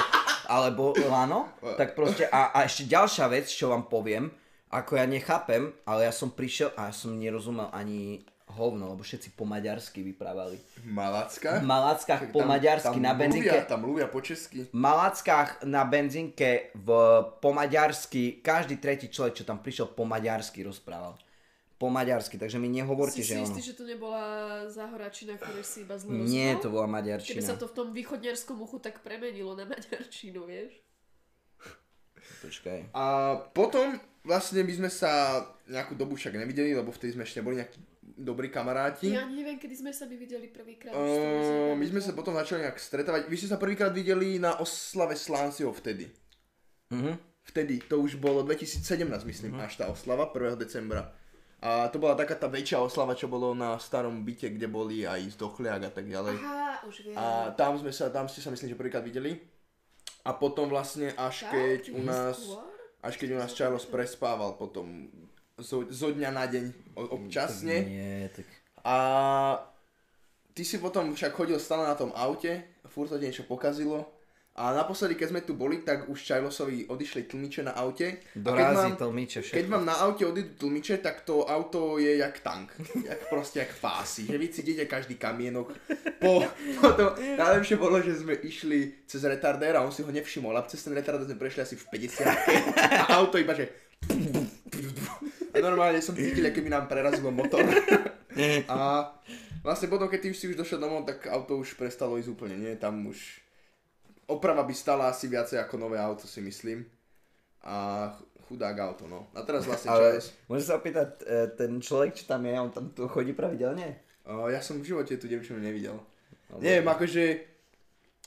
alebo lano. Tak proste, a, a ešte ďalšia vec, čo vám poviem, ako ja nechápem, ale ja som prišiel a ja som nerozumel ani hovno, lebo všetci po maďarsky vyprávali.
Malacka?
V Malackách po maďarsky na
Mluvia,
benzínke.
tam mluvia po česky.
V Malackách na benzínke v po maďarsky, každý tretí človek, čo tam prišiel po maďarsky rozprával. Po maďarsky, takže mi nehovorte,
Si si
že ono.
istý, že to nebola zahoračina, ktorú si iba zle
Nie,
rozprával?
to bola
Keby
maďarčina.
sa to v tom východňarskom uchu tak premenilo na maďarčinu, vieš?
Počkaj.
A potom vlastne my sme sa nejakú dobu však nevideli, lebo vtedy sme ešte neboli nejakí dobrí kamaráti.
Ja ani neviem, kedy sme sa my videli prvýkrát. už to
Uh,
nezapamätám.
Hm. my sme sa potom začali nejak stretávať. Vy ste sa prvýkrát videli na oslave Slánciho vtedy.
Mhm.
Vtedy, to už bolo 2017, myslím, až tá oslava 1. decembra. A to bola taká tá väčšia oslava, čo bolo na starom byte, kde boli aj z Dochliak a tak ďalej.
Aha, už viem.
A tam sme sa, tam ste sa myslím, že prvýkrát videli. A potom vlastne až
Tak,
keď u nás,
neskôr?
až keď u nás Charles prespával potom zo, zo dňa na deň o- občasne.
Nie, tak...
A ty si potom však chodil stále na tom aute, furt sa ti niečo pokazilo. A naposledy, keď sme tu boli, tak už Charlesovi odišli tlmiče na aute. A keď
Dorazí
mám-
tlmiče
keď
všetko.
vám na aute odídu tlmiče, tak to auto je jak tank. Jak proste jak pásy. Že vy cítite každý kamienok. Po, po tom, najlepšie bolo, že sme išli cez retardér a on si ho nevšimol. A cez ten retardér sme prešli asi v 50 a auto iba, že... A normálne som cítil, keby nám prerazilo motor. A vlastne potom, keď ty už si už došiel domov, tak auto už prestalo ísť úplne, nie? Tam už... Oprava by stala asi viacej ako nové auto, si myslím. A ch- chudák auto, no. A teraz vlastne
Ale
Charles...
môžem sa opýtať, e, ten človek, čo tam je, on tam tu chodí pravidelne?
O, ja som v živote tú devčinu nevidel.
Alebo-
Neviem, akože...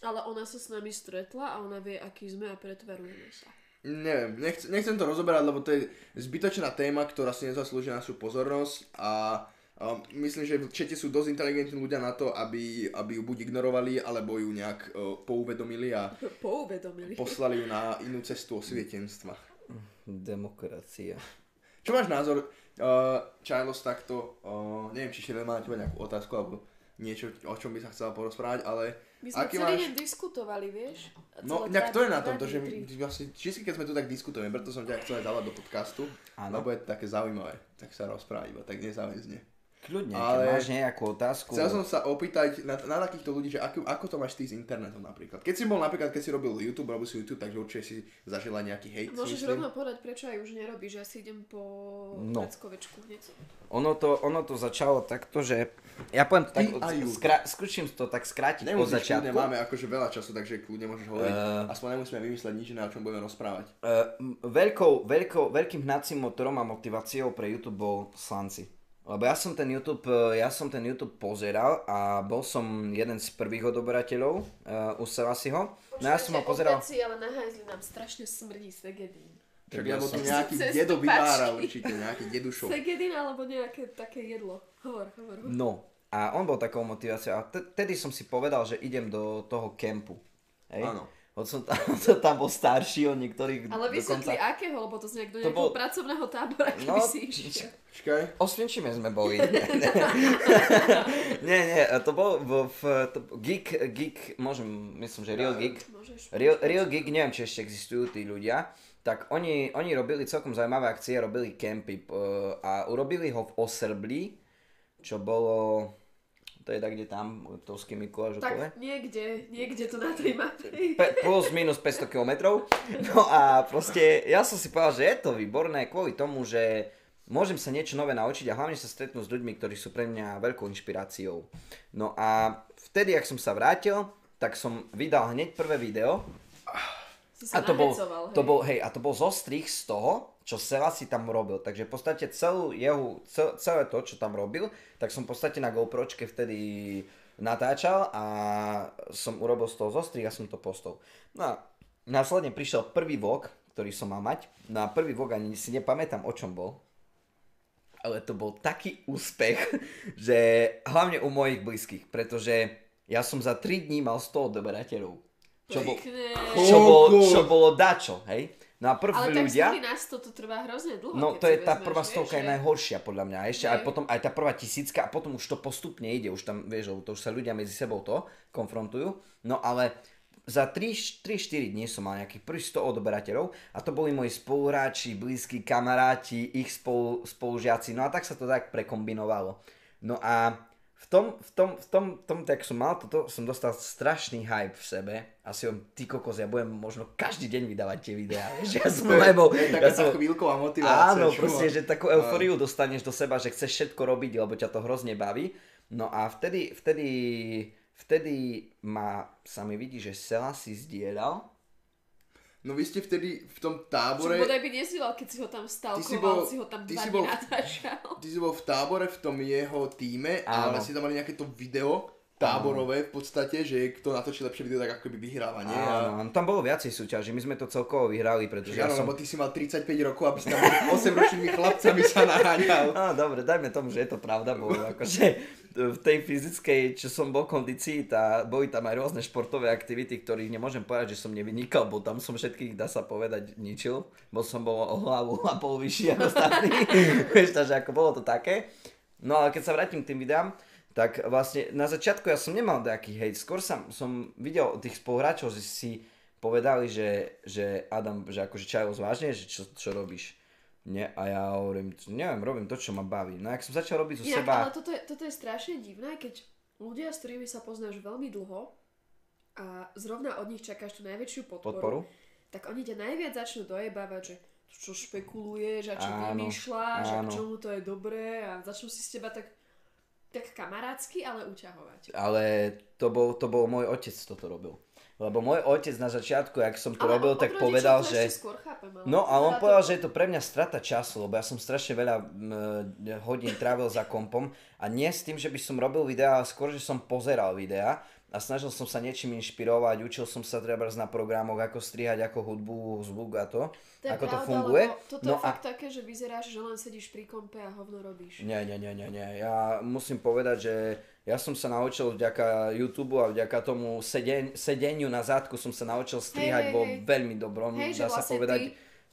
Ale ona sa s nami stretla a ona vie, aký sme a pretvarujeme sa.
Neviem, nechcem, nechcem to rozoberať, lebo to je zbytočná téma, ktorá si nezaslúži našu pozornosť a, a myslím, že v čete sú dosť inteligentní ľudia na to, aby, aby ju buď ignorovali, alebo ju nejak o, pouvedomili a
Pouvedomili.
poslali ju na inú cestu osvietenstva.
Demokracia.
Čo máš názor, uh, Charles, takto, uh, neviem, či Širel má na teba nejakú otázku, alebo niečo, o čom by sa chcela porozprávať, ale
My sme celý deň diskutovali, vieš?
No,
Celé
nejak
dva-
to je na
dva
tomto,
dní,
že
tri.
my- vlastne vždy, keď sme tu tak diskutujeme, preto som ťa chcel aj dávať do podcastu,
Áno.
lebo je to také zaujímavé, tak sa rozpráva iba, tak nezáväzne.
Kľudne,
Ale-
keď máš nejakú otázku.
Chcel som sa opýtať na, na takýchto ľudí, že ako, ako to máš ty s internetom napríklad. Keď si bol napríklad, keď si robil YouTube, robil si YouTube, takže určite si zažila nejaký hate. si
Môžeš
myslím.
rovno povedať, prečo aj už nerobíš, ja si idem po no.
No.
večku hneď.
Ono to, ono to začalo takto, že... Ja poviem to tak,
Ty a ju.
skra- skúsim to tak skrátiť od
Nemusíš,
začiatku.
kľudne máme akože veľa času, takže kľudne môžeš hovoriť.
Eh.
Aspoň nemusíme vymysleť nič, na čom budeme rozprávať.
Eh, m- veľkou, veľkou, veľkým hnacím motorom a motiváciou pre YouTube bol slanci. Lebo ja som ten YouTube, eh, ja som ten YouTube pozeral a bol som jeden z prvých odoberateľov uh, u Sevasiho. No ja som ho pozeral...
Opäť si, ale nahajzli nám strašne smrdí segedín.
Však
ja
lebo
som-
tu nejaký
Cez
dedo
tupačky.
vyvára určite, nejaký dedušov.
Segedín alebo nejaké také jedlo. Hovor, hovor. hovor.
No a on bol takou motiváciou a te- tedy som si povedal, že idem do toho kempu. Hej?
Áno.
On som tam, on som tam bol starší od niektorých
Ale vysvetli
dokonca.
akého, lebo to znie ako do
To
nejakého
bol-
pracovného tábora, keby
No,
si išiel.
Počkaj.
Osvienčime sme boli. nie, nie, to bol v, v to, geek, geek, môžem, myslím, že real geek.
Môžeš.
Real, real Geek, neviem, či ešte existujú tí ľudia, tak oni, oni robili celkom zaujímavé akcie, robili kempy p- a urobili ho v Osrbli, čo bolo, to je tak, kde tam, Liptovský Mikuláš, okolo.
Tak niekde, niekde to na tej mape.
Pe- plus minus 500 km. No a proste ja som si povedal, že je to výborné kvôli tomu, že môžem sa niečo nové naučiť a hlavne sa stretnúť s ľuďmi, ktorí sú pre mňa veľkou inšpiráciou. No a vtedy, ak som sa vrátil, tak som vydal hneď prvé video,
Si sa
a to bol,
nahecoval,
to bol, hej, a to bol zostrih z toho, čo Sela si tam robil. Takže v podstate celú jeho, cel, celé to, čo tam robil, tak som v podstate na GoPročke vtedy natáčal a som urobil z toho zostrih a som to postol. No a následne prišiel prvý vlog, ktorý som mal mať. Na prvý vlog ani si nepamätám, o čom bol. Ale to bol taký úspech, že hlavne u mojich blízkych, pretože ja som za 3 dní mal 100 odberateľov. Čo bol,
Pekné.
čo bolo,
Koľko?
čo bolo dačo, hej? No a
Ale
prví
tak ľudia?
ľudia,
na 100 to trvá hrozne dlho.
no
keď
to
si
je tá
vezmeš,
prvá
vieš,
stovka je
že-
najhoršia podľa mňa, a ešte aj
Hej.
potom aj tá prvá tisícka a potom už to postupne ide, už tam vieš, lebo to už sa ľudia medzi sebou to konfrontujú, no ale za 3-4 dní som mal nejakých prvých 100 odberateľov a to boli moji spoluhráči, blízki kamaráti, ich spolu, spolužiaci, no a tak sa to tak prekombinovalo. No a v tom, v tom, v tom, v tom tak som mal toto, som dostal strašný hype v sebe. A si on, ty kokos, ja budem možno každý deň vydávať tie videá. vieš, ja som aj bol,
Je
ja
taká tá
som,
chvíľková motivácia.
áno,
čo?
proste, že takú euforiu dostaneš do seba, že chceš všetko robiť, lebo ťa to hrozne baví. No a vtedy, vtedy, vtedy ma, sa mi vidí, že Sela si zdieľal.
No vy ste vedy v tom
Čo
tábore,
bodaj by nezdieľal, keď si ho tam
Ty si
stalkoval,
bol-
si ho tam
ty
dva
si
dní
bol-
natáčal.
ty si bol v tábore v tom jeho týme,
Áno.
ale si tam mali nejaké to video táborové v podstate, že kto natočí lepšie video, tak akoby vyhráva, nie? A-
Áno, tam bolo viacej súťaží, my sme to celkovo vyhrali, pretože ja
Áno,
som
lebo ty si mal 35 rokov, aby si tam 8 ročnými chlapcami sa naháňal.
Á, dobre, dajme tomu, že je to pravda, bolo akože v tej fyzickej, čo som bol kondícii, tá, boli tam aj rôzne športové aktivity, ktorých nemôžem povedať, že som nevynikal, bo tam som všetkých, dá sa povedať, ničil, bo som bol o hlavu a pol vyšší ako ostatní, vieš, takže ako bolo to také. No ale keď sa vrátim k tým videám, tak vlastne na začiatku ja som nemal nejaký hejt, skôr som, som videl od tých spoluhráčov, že si povedali, že, že Adam, že akože čajú zvážne, že čo, čo robíš. Nie, a ja hovorím, "T- neviem, robím to, čo ma baví. No ak som začal robiť zo
Inak,
seba...
ale toto je, toto je strašne divné, keď ľudia, s ktorými sa poznáš veľmi dlho a zrovna od nich čakáš tú najväčšiu podporu,
Podporu?
tak oni ťa najviac začnú dojebávať, že čo špekuluješ a čo
Áno,
vymýšľaš a
áno.
k čomu to je dobré a začnú si z teba tak, tak kamarátsky, ale uťahovať.
Ale to bol, to bol môj otec, toto robil. Lebo môj otec na začiatku, ak som to
Ale
robil,
od
tak
rodičov
povedal,
to
že...
Ešte skôr chápem, ale
No a
vyzerá
on
to-
povedal, že je to pre mňa strata času, lebo ja som strašne veľa m, e, hodín trávil za kompom a nie s tým, že by som robil videá, ale skôr, že som pozeral videá a snažil som sa niečím inšpirovať, učil som sa treba na programoch, ako strihať, ako hudbu, zvuk a to,
To je
ako to
pravda,
funguje.
lebo Toto
no
je
a
fakt také, že vyzeráš, že len sedíš pri kompe a hovno robíš.
Nie, nie, nie, nie, nie. Ja musím povedať, že ja som sa naučil vďaka YouTube a vďaka tomu seden- sedeniu na zadku som sa naučil strihať
hej,
vo
hej.
veľmi dobrom,
Hej, že
dá sa
vlastne
povedať,
ty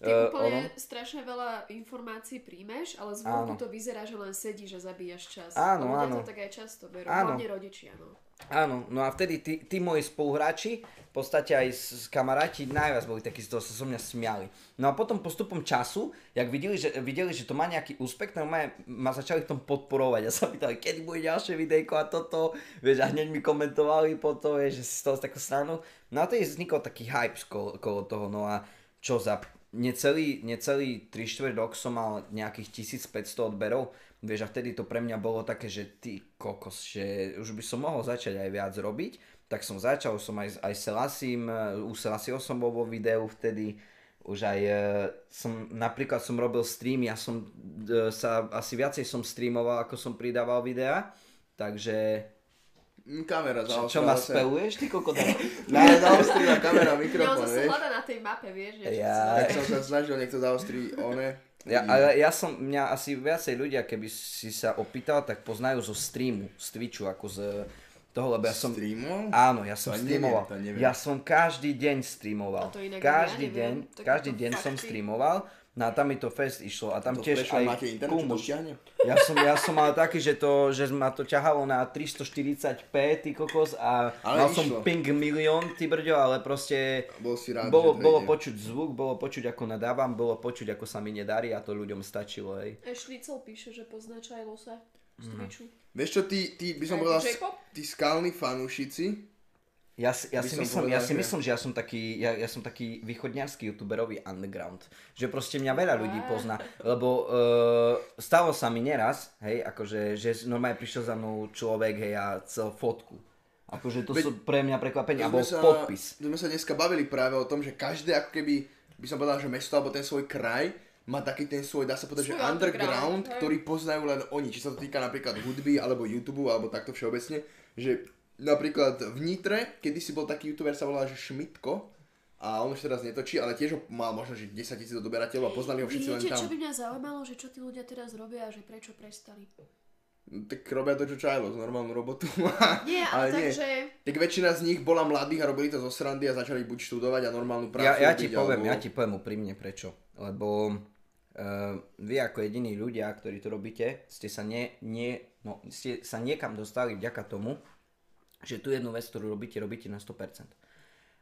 Ty
eh,
úplne
onom.
strašne veľa informácií príjmeš, ale
Áno.
zvonku to vyzerá, že len sedíš a zabíjaš čas.
Áno,
Ľudia
áno.
to tak aj často berú,
Áno.
hlavne rodičia, no.
Áno, no a vtedy tí, tí moji spoluhráči, v podstate aj s, s kamaráti, najviac boli takí, z toho sa so mňa smiali. No a potom postupom času, jak videli, že, videli, že to má nejaký úspech, tak ma, ma začali v tom podporovať. Ja sa pýtali, kedy bude ďalšie videjko a toto, vieš, a hneď mi komentovali potom, vieš, že si z toho takú stranu. No a tedy vznikol taký hype kolo, kolo toho, no a čo za necelý, necelý 3 čtvrt rok som mal nejakých 1500 odberov, vieš, a vtedy to pre mňa bolo také, že ty kokos, že už by som mohol začať aj viac robiť, tak som začal, som aj, s- aj Selasím, u Selasieho som bol vo videu vtedy, už aj e, som, napríklad som robil stream, ja som e, sa, asi viacej som streamoval, ako som pridával videa, takže,
Mm, Kamera
čo,
zaostrá.
čo ma
zase.
speluješ, ty kokoda?
Ne, zaostrila kamera,
Ja
mikrofón,
sa
vieš.
hľada na tej mape, vieš, že čo
Ja.
si-
Tak som sa snažil niekto zaostriť one.
Ja, ale ja som, mňa asi viacej ľudia, keby si sa opýtal, tak poznajú zo streamu, z Twitchu, ako z toho, lebo ja som...
Streamom?
Áno, ja som
To neviem,
streamoval.
to neviem.
ja som každý deň streamoval.
A to inak
každý
ja neviem. Takéto
deň, každý deň som
fakty.
streamoval. No a tam mi to fest išlo a
To
tam tiež
prešlo,
aj
máte internet, čo to
kumuš.
stiahne?
Ja som, ja som mal taký, že, to, že ma to ťahalo na 340p, ty kokos, a
Ale
mal som
išlo.
ping milión, ty brďo, ale proste
Bol si rád,
bolo,
že to
bolo
ide.
počuť zvuk, bolo počuť, ako nadávam, bolo počuť, ako sa mi nedarí a to ľuďom stačilo, hej.
Šlicel píše, že pozná Čajlosa z
Mhm.
Twitchu.
Vieš čo, ty, ty by som
Aj
povedal,
J-pop?
tí skalní fanúšici,
Ja, si- ja,
By som
si myslím, ja
povedal,
si
že-
myslím, že ja som taký, ja, ja som taký východňarský youtuberový underground. Že proste mňa veľa ľudí pozná, lebo uh, stalo sa mi neraz, hej, akože, že normálne prišiel za mnou človek, hej, a cel fotku. Akože to
Veď-
sú pre mňa prekvapenia, a
My
bol
sme sa-
podpis.
My sme sa dneska bavili práve o tom, že každé ako keby, by som povedal, že mesto alebo ten svoj kraj má taký ten svoj, dá sa povedať, že
Svoj
underground,
underground, hej.
ktorý poznajú len oni. Či sa to týka napríklad hudby, alebo YouTube, alebo takto všeobecne, že napríklad v Nitre, kedy si bol taký youtuber, sa volá, že Šmitko, a on už teraz netočí, ale tiež ho mal možno, že 10 tisíc odoberateľov a poznali ho všetci len
Viete,
tam.
čo by mňa zaujímalo, že čo tí ľudia teraz robia a že prečo prestali?
No, Tak robia to, čo Čajlo, normálnu robotu.
Nie, ale, takže...
Tak väčšina z nich bola mladých a robili to zo srandy a začali buď študovať a normálnu prácu
Ja, ja ti
robiť,
poviem,
alebo...
ja ti poviem úprimne prečo. Lebo uh, vy ako jediní ľudia, ktorí to robíte, ste sa, nie, nie, no, ste sa niekam dostali vďaka tomu, že tú jednu vec, ktorú robíte, robíte na 100%.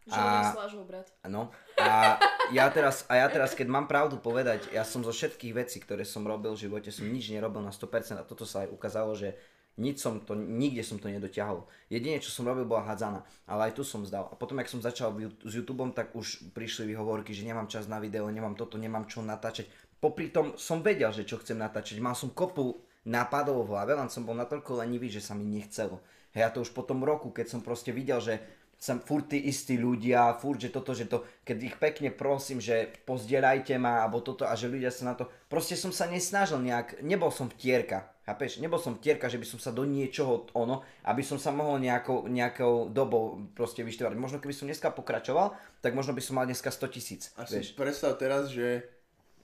Že a...
A-
slážou, brat.
Áno. A ja, teraz, a ja teraz, keď mám pravdu povedať, ja som zo všetkých vecí, ktoré som robil v živote, som nič nerobil na 100% a toto sa aj ukázalo, že nič som to, nikde som to nedotiahol. Jedine, čo som robil, bola hádzana, ale aj tu som zdal. A potom, ak som začal v Yout- s YouTubeom, tak už prišli výhovorky, že nemám čas na video, nemám toto, nemám čo natáčať. Popri tom som vedel, že čo chcem natáčať. Mal som kopu nápadov v hlave, len som bol natoľko lenivý, že sa mi nechcelo. Hej, ja to už po tom roku, keď som proste videl, že sem furt tí istí ľudia, furt, že toto, že to, keď ich pekne prosím, že pozdieľajte ma, alebo toto, a že ľudia sa na to, proste som sa nesnažil nejak, nebol som vtierka, chápeš, nebol som vtierka, že by som sa do niečoho, ono, aby som sa mohol nejakou, nejakou dobou proste vyštvárať. Možno keby som dneska pokračoval, tak možno by som mal dneska 100 tisíc,
A si
vieš.
predstav teraz, že,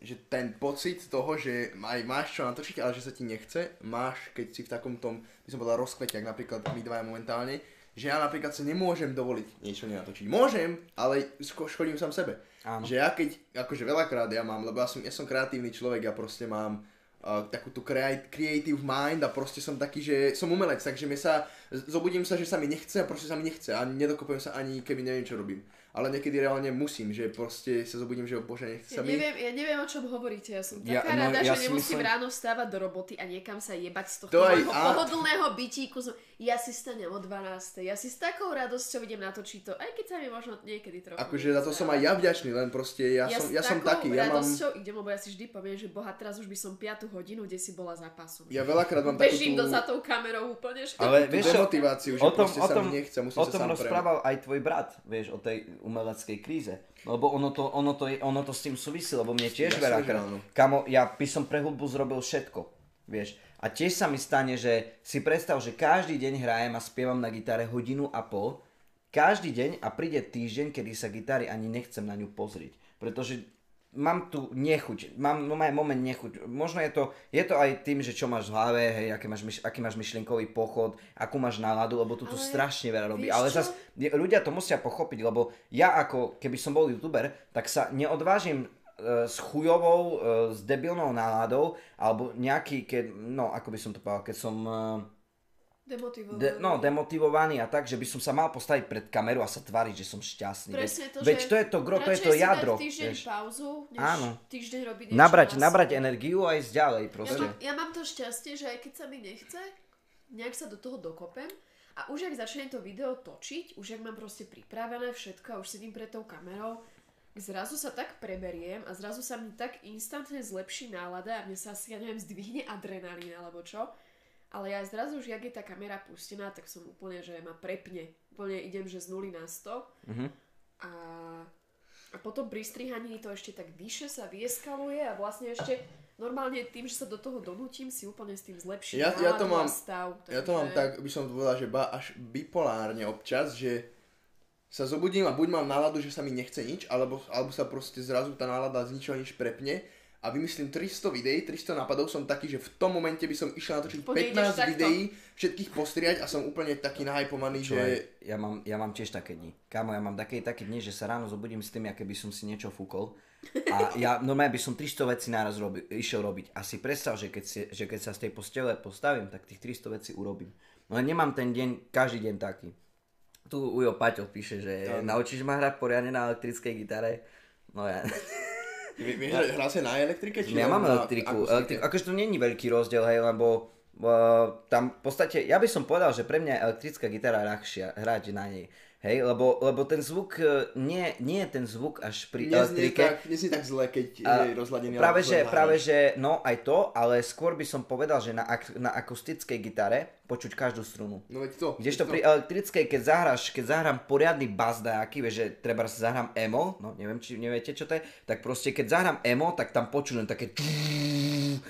že ten pocit toho, že aj máš čo natočiť, ale že sa ti nechce, máš, keď si v takom tom, by som povedal, rozkvete, ak napríklad my dvaja momentálne, že ja napríklad sa nemôžem dovoliť niečo nenatočiť. Môžem, ale ško- škodím sám sebe.
Áno.
Že ja keď, akože veľakrát ja mám, lebo ja som, ja som kreatívny človek, ja proste mám uh, takú tú creat- creative mind a proste som taký, že som umelec, takže mi sa, z- zobudím sa, že sa mi nechce a proste sa mi nechce a nedokopujem sa ani keby neviem, čo robím. Ale niekedy reálne musím, že proste sa zobudím, že o bože, nechce sa
Ja
mi.
neviem, ja neviem, o čom hovoríte. Ja som
Ja-
taká
no,
rada,
ja
že
si
nemusím
myslím-
ráno stávať do roboty a niekam sa jebať z tohto
To aj-
môjho
a-
pohodlného bytíku. z- Ja si stanem o 12. Ja si s takou radosťou idem natočiť to, aj keď sa mi možno niekedy trochu...
Akože za to
nechce,
som
ale-
aj ja vďačný, len proste ja, som,
s
ja som
takou
taký, ja mám,
radosťou idem, lebo ja si vždy poviem, že boha, teraz už by som 5 hodinu, kde si bola za pasom.
ja veľakrát mám takú
Bežím
tú,
do za tou kamerou úplne, že...
Ale
tú
vieš čo,
demotiváciu, že
o tom,
proste
o
sa
tom,
mi nechce, musím
o
sa
tom
sám prejaviť.
rozprával aj tvoj brat, vieš, o tej umeleckej kríze. Lebo ono to, ono to, je, ono to s tým súvisí, lebo mne tiež
Jasné,
veľakrát.
že áno.
Kamo, ja by som pre hudbu zrobil všetko, vieš. A tiež sa mi stane, že si predstav, že každý deň hrajem a spievam na gitare hodinu a pol, každý deň a príde týždeň, kedy sa gitary ani nechcem na ňu pozrieť. Pretože mám tu nechuť, mám, no aj moment nechuť. Možno je to, je to aj tým, že čo máš v hlave, hej, aký máš, myš, aký máš myšlienkový pochod, akú máš náladu, lebo tu to
Ale
strašne veľa robí.
vieš
Ale
čo?
zas ľudia to musia pochopiť, lebo ja ako, keby som bol youtuber, tak sa neodvážim e, s chujovou, e, s debilnou náladou, alebo nejaký, keď, no ako by som to povedal, keď som... e,
Demotivovaný.
De, no, demotivovaný a tak, že by som sa mal postaviť pred kameru a sa tváriť, že som šťastný. Veď-
Presne to,
veď
že
to je to gro, to je
radšej
to
si dať
jadro.
týždeň
vieš.
pauzu, než
Áno.
týždeň robiť niečo
Nabrať,
na
nabrať energiu a ísť ďalej
Ja
proste.
mám, ja mám to šťastie, že aj keď sa mi nechce, nejak sa do toho dokopem a už ak začne to video točiť, už ak mám proste pripravené všetko a už sedím pred tou kamerou, zrazu sa tak preberiem a zrazu sa mi tak instantne zlepší nálada a mne sa asi, ja neviem, zdvihne adrenalín alebo čo. Ale ja zrazu už, jak je tá kamera pustená, tak som úplne, že ma prepne. Úplne idem, že z 0 na 100
Mhm.
a, a potom pri strihaní to ešte tak vyššie sa vieskaluje a vlastne ešte normálne tým, že sa do toho donútim, si úplne s tým zlepším
Ja- ja to
náladu a
mám-
stav.
Ja to mám tak, by som to povedal, že ba až bipolárne občas, že sa zobudím a buď mám náladu, že sa mi nechce nič, alebo, alebo sa proste zrazu tá nálada z ničoho nič prepne a vymyslím 300 videí, 300 nápadov, som taký, že v tom momente by som išiel natočiť
Úplne
15
ideš takto.
videí, všetkých postriať a som úplne taký nahypovaný,
Čo
že...
aj, ja, mám, ja mám tiež také dni. Kámo, ja mám také, také dni, že sa ráno zobudím s tým, aké by som si niečo fúkol. A ja normálne by som 300 vecí naraz robi, išiel robiť. A si predstav, že keď, si, že keď sa z tej postele postavím, tak tých 300 vecí urobím. No len nemám ten deň, každý deň taký. Tu Ujo Paťo píše, že naučíš ma hrať poriadne na elektrickej gitare. No ja,
Vy- Vieš, že hrá sa na elektrike? či
No ja
len
mám
na
elektriku.
akustike?
elektriku. Akože to není veľký rozdiel, hej, lebo uh, tam v podstate, ja by som povedal, že pre mňa je elektrická gitara ľahšia hrať na nej. Hej, lebo, lebo ten zvuk, eh, nie, nie je ten zvuk až pri
Neznie
elektrike.
tak, neznie tak zle, keď je rozladený.
Práve
alebo
že,
zle
práve
hráš.
že, no aj to, ale skôr by som povedal, že na, ak, na akustickej gitare počuť každú strunu.
No veď to. veď
Kdežto pri elektrickej, keď zahráš, keď zahrám poriadny bas dajaký, vieš, že treba si zahrám emo, no neviem, či neviete, čo to je, tak proste keď zahrám emo, tak tam počujem také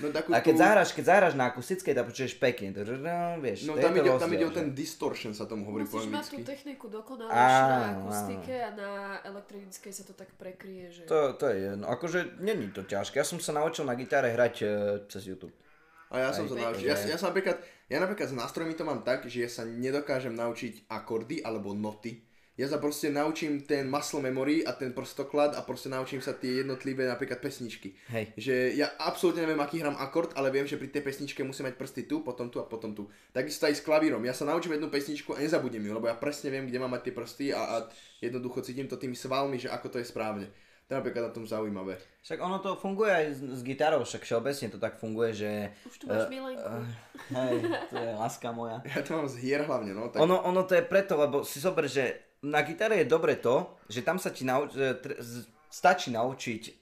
No takú
a keď
tú-
zahráš, keď zahráš na akustickej, tak počuješ pekne, drrrrrrr, vieš,
No
to je
tam
to
ide, tam
rozdiel,
ide o
že?
ten distortion, sa tomu hovorí po
No, Musíš mať tú
anglicky.
techniku dokonalejšiu na
Áno,
akustike a na elektronickej sa to tak prekrie, že...
To, to je jedno, akože není to ťažké, ja som sa naučil na gitare hrať e, cez YouTube.
A ja som
Aj
sa
pekne,
naučil. Ja,
že?
ja, sa napríklad, ja napríklad s nástrojmi to mám tak, že ja sa nedokážem naučiť akordy alebo noty. Ja sa proste naučím ten muscle memory a ten prstoklad a proste naučím sa tie jednotlivé napríklad pesničky.
Hej.
Že ja absolútne neviem, aký hram akord, ale viem, že pri tej pesničke musím mať prsty tu, potom tu a potom tu. Takisto aj s klavírom. Ja sa naučím jednu pesničku a nezabudnem ju, lebo ja presne viem, kde mám mať tie prsty a, a jednoducho cítim to tými svalmi, že ako to je správne. To je napríklad na tom zaujímavé.
Však ono to funguje aj s, s gitarou, však všeobecne to tak funguje, že...
Už tu
Eh,
máš
e,
milenku.
e, hej, to je láska moja.
Ja to mám z hier hlavne, no. Tak...
Ono, ono to je preto, lebo si zober, že na gitare je dobre to, že tam sa ti nauč, e, tr- z- stačí naučiť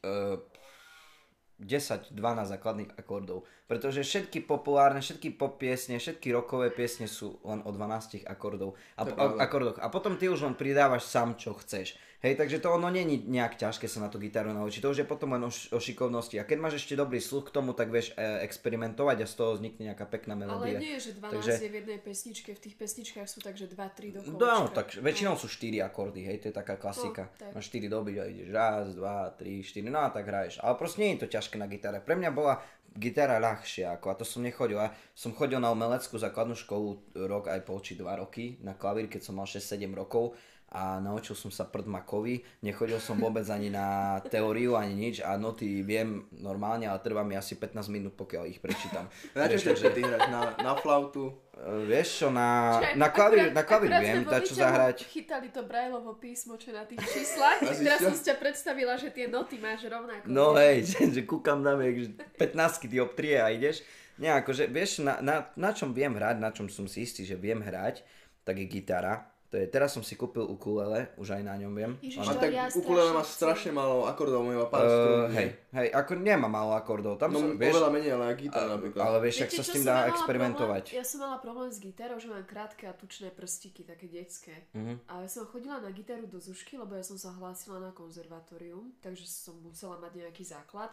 e, 10-12 základných akordov. Pretože všetky populárne, všetky pop piesne, všetky rokové piesne sú len o 12 akordov. A,
To je
po- a,
pravda.
akordoch. a potom ty už len pridávaš sám, čo chceš. Hej, takže to ono není nejak ťažké sa na tú gitaru naučiť. To už je potom len o, š- o šikovnosti. A keď máš ešte dobrý sluch k tomu, tak vieš e, experimentovať a z toho vznikne nejaká pekná
Ale
melódia.
nie je, že 12
Takže-
je v jednej pesničke, v tých pesničkách sú takže 2-3 do
No, tak väčšinou sú 4 akordy, hej, to je taká klasika.
No, tak.
Máš 4 doby a ideš raz, dva, tri, štyri, no a tak hraješ. Ale proste nie je to ťažké na gitare. Pre mňa bola gitara ľahšia, ako a to som nechodil. Ja som chodil na umeleckú základnú školu rok aj pol či dva roky na klavír, keď som mal 6-7 rokov a naučil som sa prd makovi, nechodil som vôbec ani na teóriu, ani nič a noty viem normálne, ale trvá mi asi 15 minút, pokiaľ ich prečítam.
Na čo
Vieš, takže-
ešte ty hráš? Na, na flautu?
Eh, Vieš čo, na, na klavír, na klavír viem, dá čo zahrať.
Chytali to Brajlovo písmo, čo je na tých číslach.
A
Teraz
zistil?
som si ťa predstavila, že tie noty máš rovnako.
No hej, že, že kúkam na viek, že 15 dioptrie a ideš. Nie, akože vieš, na, na, na čom viem hrať, na čom som si istý, že viem hrať, tak je gitara. To je, teraz som si kúpil ukulele, už aj na ňom viem. eh,
Ježiš,
A
To
tak
ja
ukulele má
strašne
strašne málo akordov, moja pár
Uh,
strún.
hej, hej, ako nemá málo akordov, tam
No,
som, vieš, Eh,
oveľa menej, ale aj gitara napríklad.
ale vieš, ak sa s
čo
tým
som
dá
mala
experimentovať.
Problém, ja som mala problém s gitarou, že mám krátke a tučné prstiky, také detské.
Mhm,
A ja som chodila na gitaru do Zušky, lebo ja som sa hlásila na konzervatórium, takže som musela mať nejaký základ,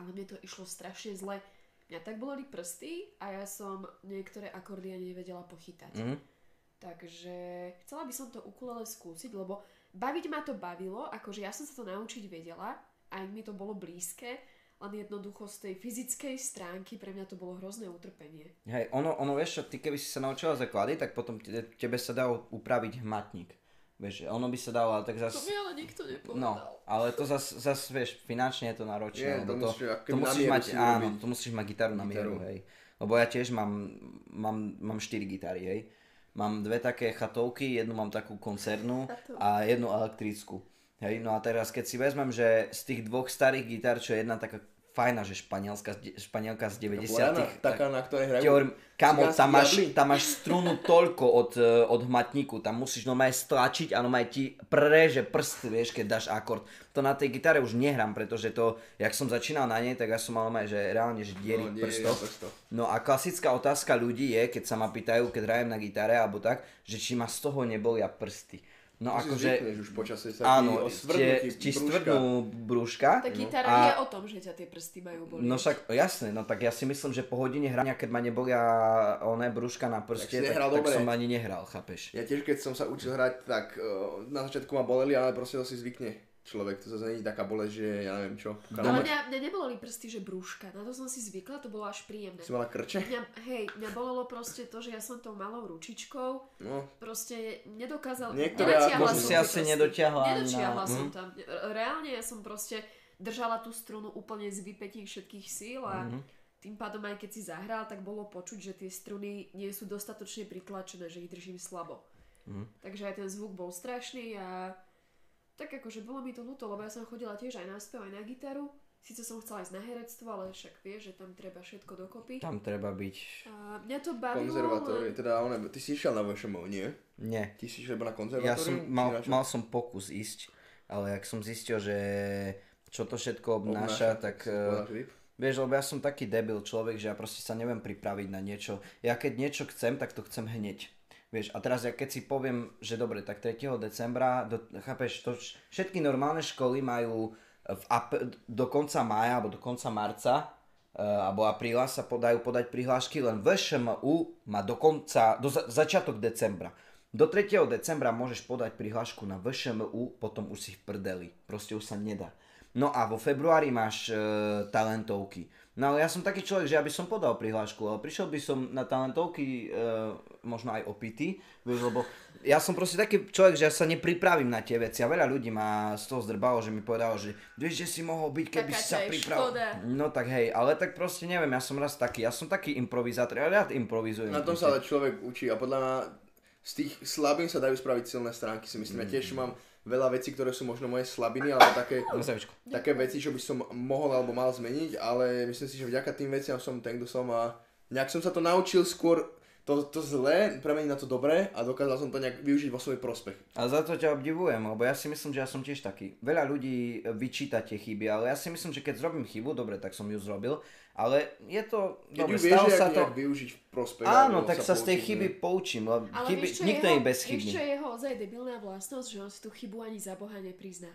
ale mne to išlo strašne zle. Mňa tak boleli prsty a ja som niektoré akordy ani nevedela pochytať.
Mhm.
Takže chcela by som to ukulele skúsiť, lebo baviť ma to bavilo, akože ja som sa to naučiť vedela, aj mi to bolo blízke, len jednoducho z tej fyzickej stránky pre mňa to bolo hrozné utrpenie.
Hej, ono, ono vieš čo, ty keby si sa naučila zaklady, tak potom te- tebe sa dá upraviť hmatník. Vieš, ono by sa dalo, ale tak
To
zase...
mi ale nikto nepovedal.
No, ale to zas, zas vieš, finančne je to
Je,
náročné.
to
lebo to,
musíš- ak
to,
na
musíš
mieru
mať,
si
áno,
urobiť.
to musíš mať gitaru na
Gitaru.
mieru, hej. Lebo ja tiež mám, mám, mám 4 gitary, hej. Mám dve také chatovky, jednu mám takú koncernú a jednu elektrickú. Hej, no a teraz keď si vezmem, že z tých dvoch starých gitar, čo je jedna taká fajná, že španielska, z de- španielka z 90
taká, na ktorej hrajú.
ti hovorím, kamo,
Cigánsky
tam máš,
diabli.
tam máš strunu toľko od, eh, od hmatníku, tam musíš normálne stlačiť a normálne ti prereže prst, vieš, keď dáš akord. To na tej gitare už nehrám, pretože to, jak som začínal na nej, tak ja som mal normálne, že reálne, že diery
No,
no,
diery
prstov.
prstov.
No a klasická otázka ľudí je, keď sa ma pýtajú, keď hrajem na gitare alebo tak, že či ma z toho nebolia prsty. No
Ako si
akože,
zvykneš už počasie sa ti
áno, tie-
osvrdnú ti
ti
brúška.
stvrdnú brúška.
Tá gitara
No. A-
je o tom, že ťa tie prsty majú boliť.
No však, jasné, no tak ja si myslím, že po hodine hrania, keď ma nebolia oné brúška na
si
prste, tak,
nehral
tak,
dobre.
som ani nehral, chápeš?
Ja tiež, keď som sa učil hrať, tak eh, na začiatku ma boleli, ale proste to si zvykne človek. To sa není taká bolesť, že ja neviem čo.
no,
Ale
Doma...
mňa, mňa neboli prsty, že brúška. Na to som si zvykla, to bolo až príjemné.
Si mala krče?
Mňa, hej, mňa bolelo proste to, že ja som tou malou ručičkou
No,
proste nedokázala,
Niektoré
nedotiahla
možno
som
si
tie
asi
prsty.
nedotiahla ani na-
Nedotiahla som
Mhm.
tam. Reálne ja som proste držala tú strunu úplne z vypetí všetkých síl a
Mhm.
tým pádom aj keď si zahral, tak bolo počuť, že tie struny nie sú dostatočne pritlačené, že ich držím slabo.
Mhm.
Takže aj ten zvuk bol strašný a tak akože bolo mi to ľúto, lebo ja som chodila tiež aj na spev, aj na gitaru. Síce som chcela ísť na herectvo, ale však vieš, že tam treba všetko dokopy.
Tam treba byť...
A mňa to bavilo,
konzervatórie,
len-
teda one, ty si išiel na VŠMO, nie?
Nie.
Ty si išiel iba na
Ja
konzervatórium?
som,
Či na
mal,
čo?
mal som pokus ísť, ale jak som zistil, že čo to všetko obnáša, tak...
si
eh,
povedal, že vyp.
Vieš, lebo ja som taký debil človek, že ja proste sa neviem pripraviť na niečo. Ja keď niečo chcem, tak to chcem hneď. Vieš, a teraz ja keď si poviem, že dobre, tak 3. decembra, do, chápeš, to, vš- všetky normálne školy majú e, v ap- do konca mája alebo do konca marca e, alebo apríla sa podajú podať prihlášky, len VŠMU má do konca, do za- začiatok decembra. Do 3. decembra môžeš podať prihlášku na VŠMU, potom už si v prdeli. Proste už sa nedá. No a vo februári máš e, talentovky. No ale ja som taký človek, že ja by som podal prihlášku, ale prišiel by som na talentovky e, možno aj opity, vieš, lebo ja som proste taký človek, že ja sa nepripravím na tie veci a veľa ľudí ma z toho zdrbalo, že mi povedalo, že vieš, že si mohol byť, keby
Taká
si sa
to je
pripravil.
škoda.
No tak hej, ale tak proste neviem, ja som raz taký, ja som taký improvizátor, ja rád improvizujem.
Na tom sa ale človek učí a podľa mňa z tých slabín sa dajú spraviť silné stránky, si myslím. Ja
Mm.
tiež mám veľa vecí, ktoré sú možno moje slabiny, alebo také,
No, Zavičko.
také veci, čo by som mohol alebo mal zmeniť, ale myslím si, že vďaka tým veciam som ten, kto som a nejak som sa to naučil skôr to, to zlé premeniť na to dobré a dokázal som to nejak využiť vo svoj prospech.
A za to ťa obdivujem, lebo ja si myslím, že ja som tiež taký. Veľa ľudí vyčíta tie chyby, ale ja si myslím, že keď zrobím chybu, dobre, tak som ju zrobil, ale je to...
Keď
dobre,
ju vieš,
stalo
že
sa
ak
to...
nejak využiť v prospech.
Áno,
alebo
tak sa z tej
poučiť,
chyby
ne?
poučím, lebo
Ale
chyby,
vieš, čo je
nikto
jeho,
nie je bezchybný.
Vieš, čo je jeho ozaj debilná vlastnosť, že on si tú chybu ani za Boha neprizná.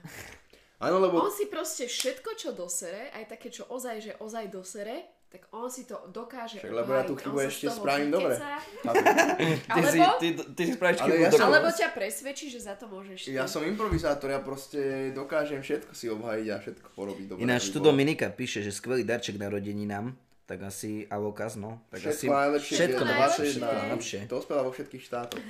Áno, lebo
On si proste všetko, čo dosere, aj také, čo ozaj, že ozaj dosere, tak on si to dokáže
Však, lebo ja tú
obhájiť,
chybu
on sa z
ešte
toho
spravím dobre.
vykeca,
Ty, si,
Alebo-
ty, ty si spravíš
Ale
chybu
ja
do
som-
konca.
Alebo ťa presvedčí, že za to môžeš
ja
ty.
som improvizátor, ja proste dokážem všetko si obhajiť a všetko porobiť dobre.
Ináč
aby
tu
bolo.
Dominika píše, že skvelý darček narodeninám, tak asi avokaz, no. Tak
Všetko
asi
najlepšie,
všetko
je to
najlepšie,
21.
všetko najlepšie.
To spela vo všetkých štátoch.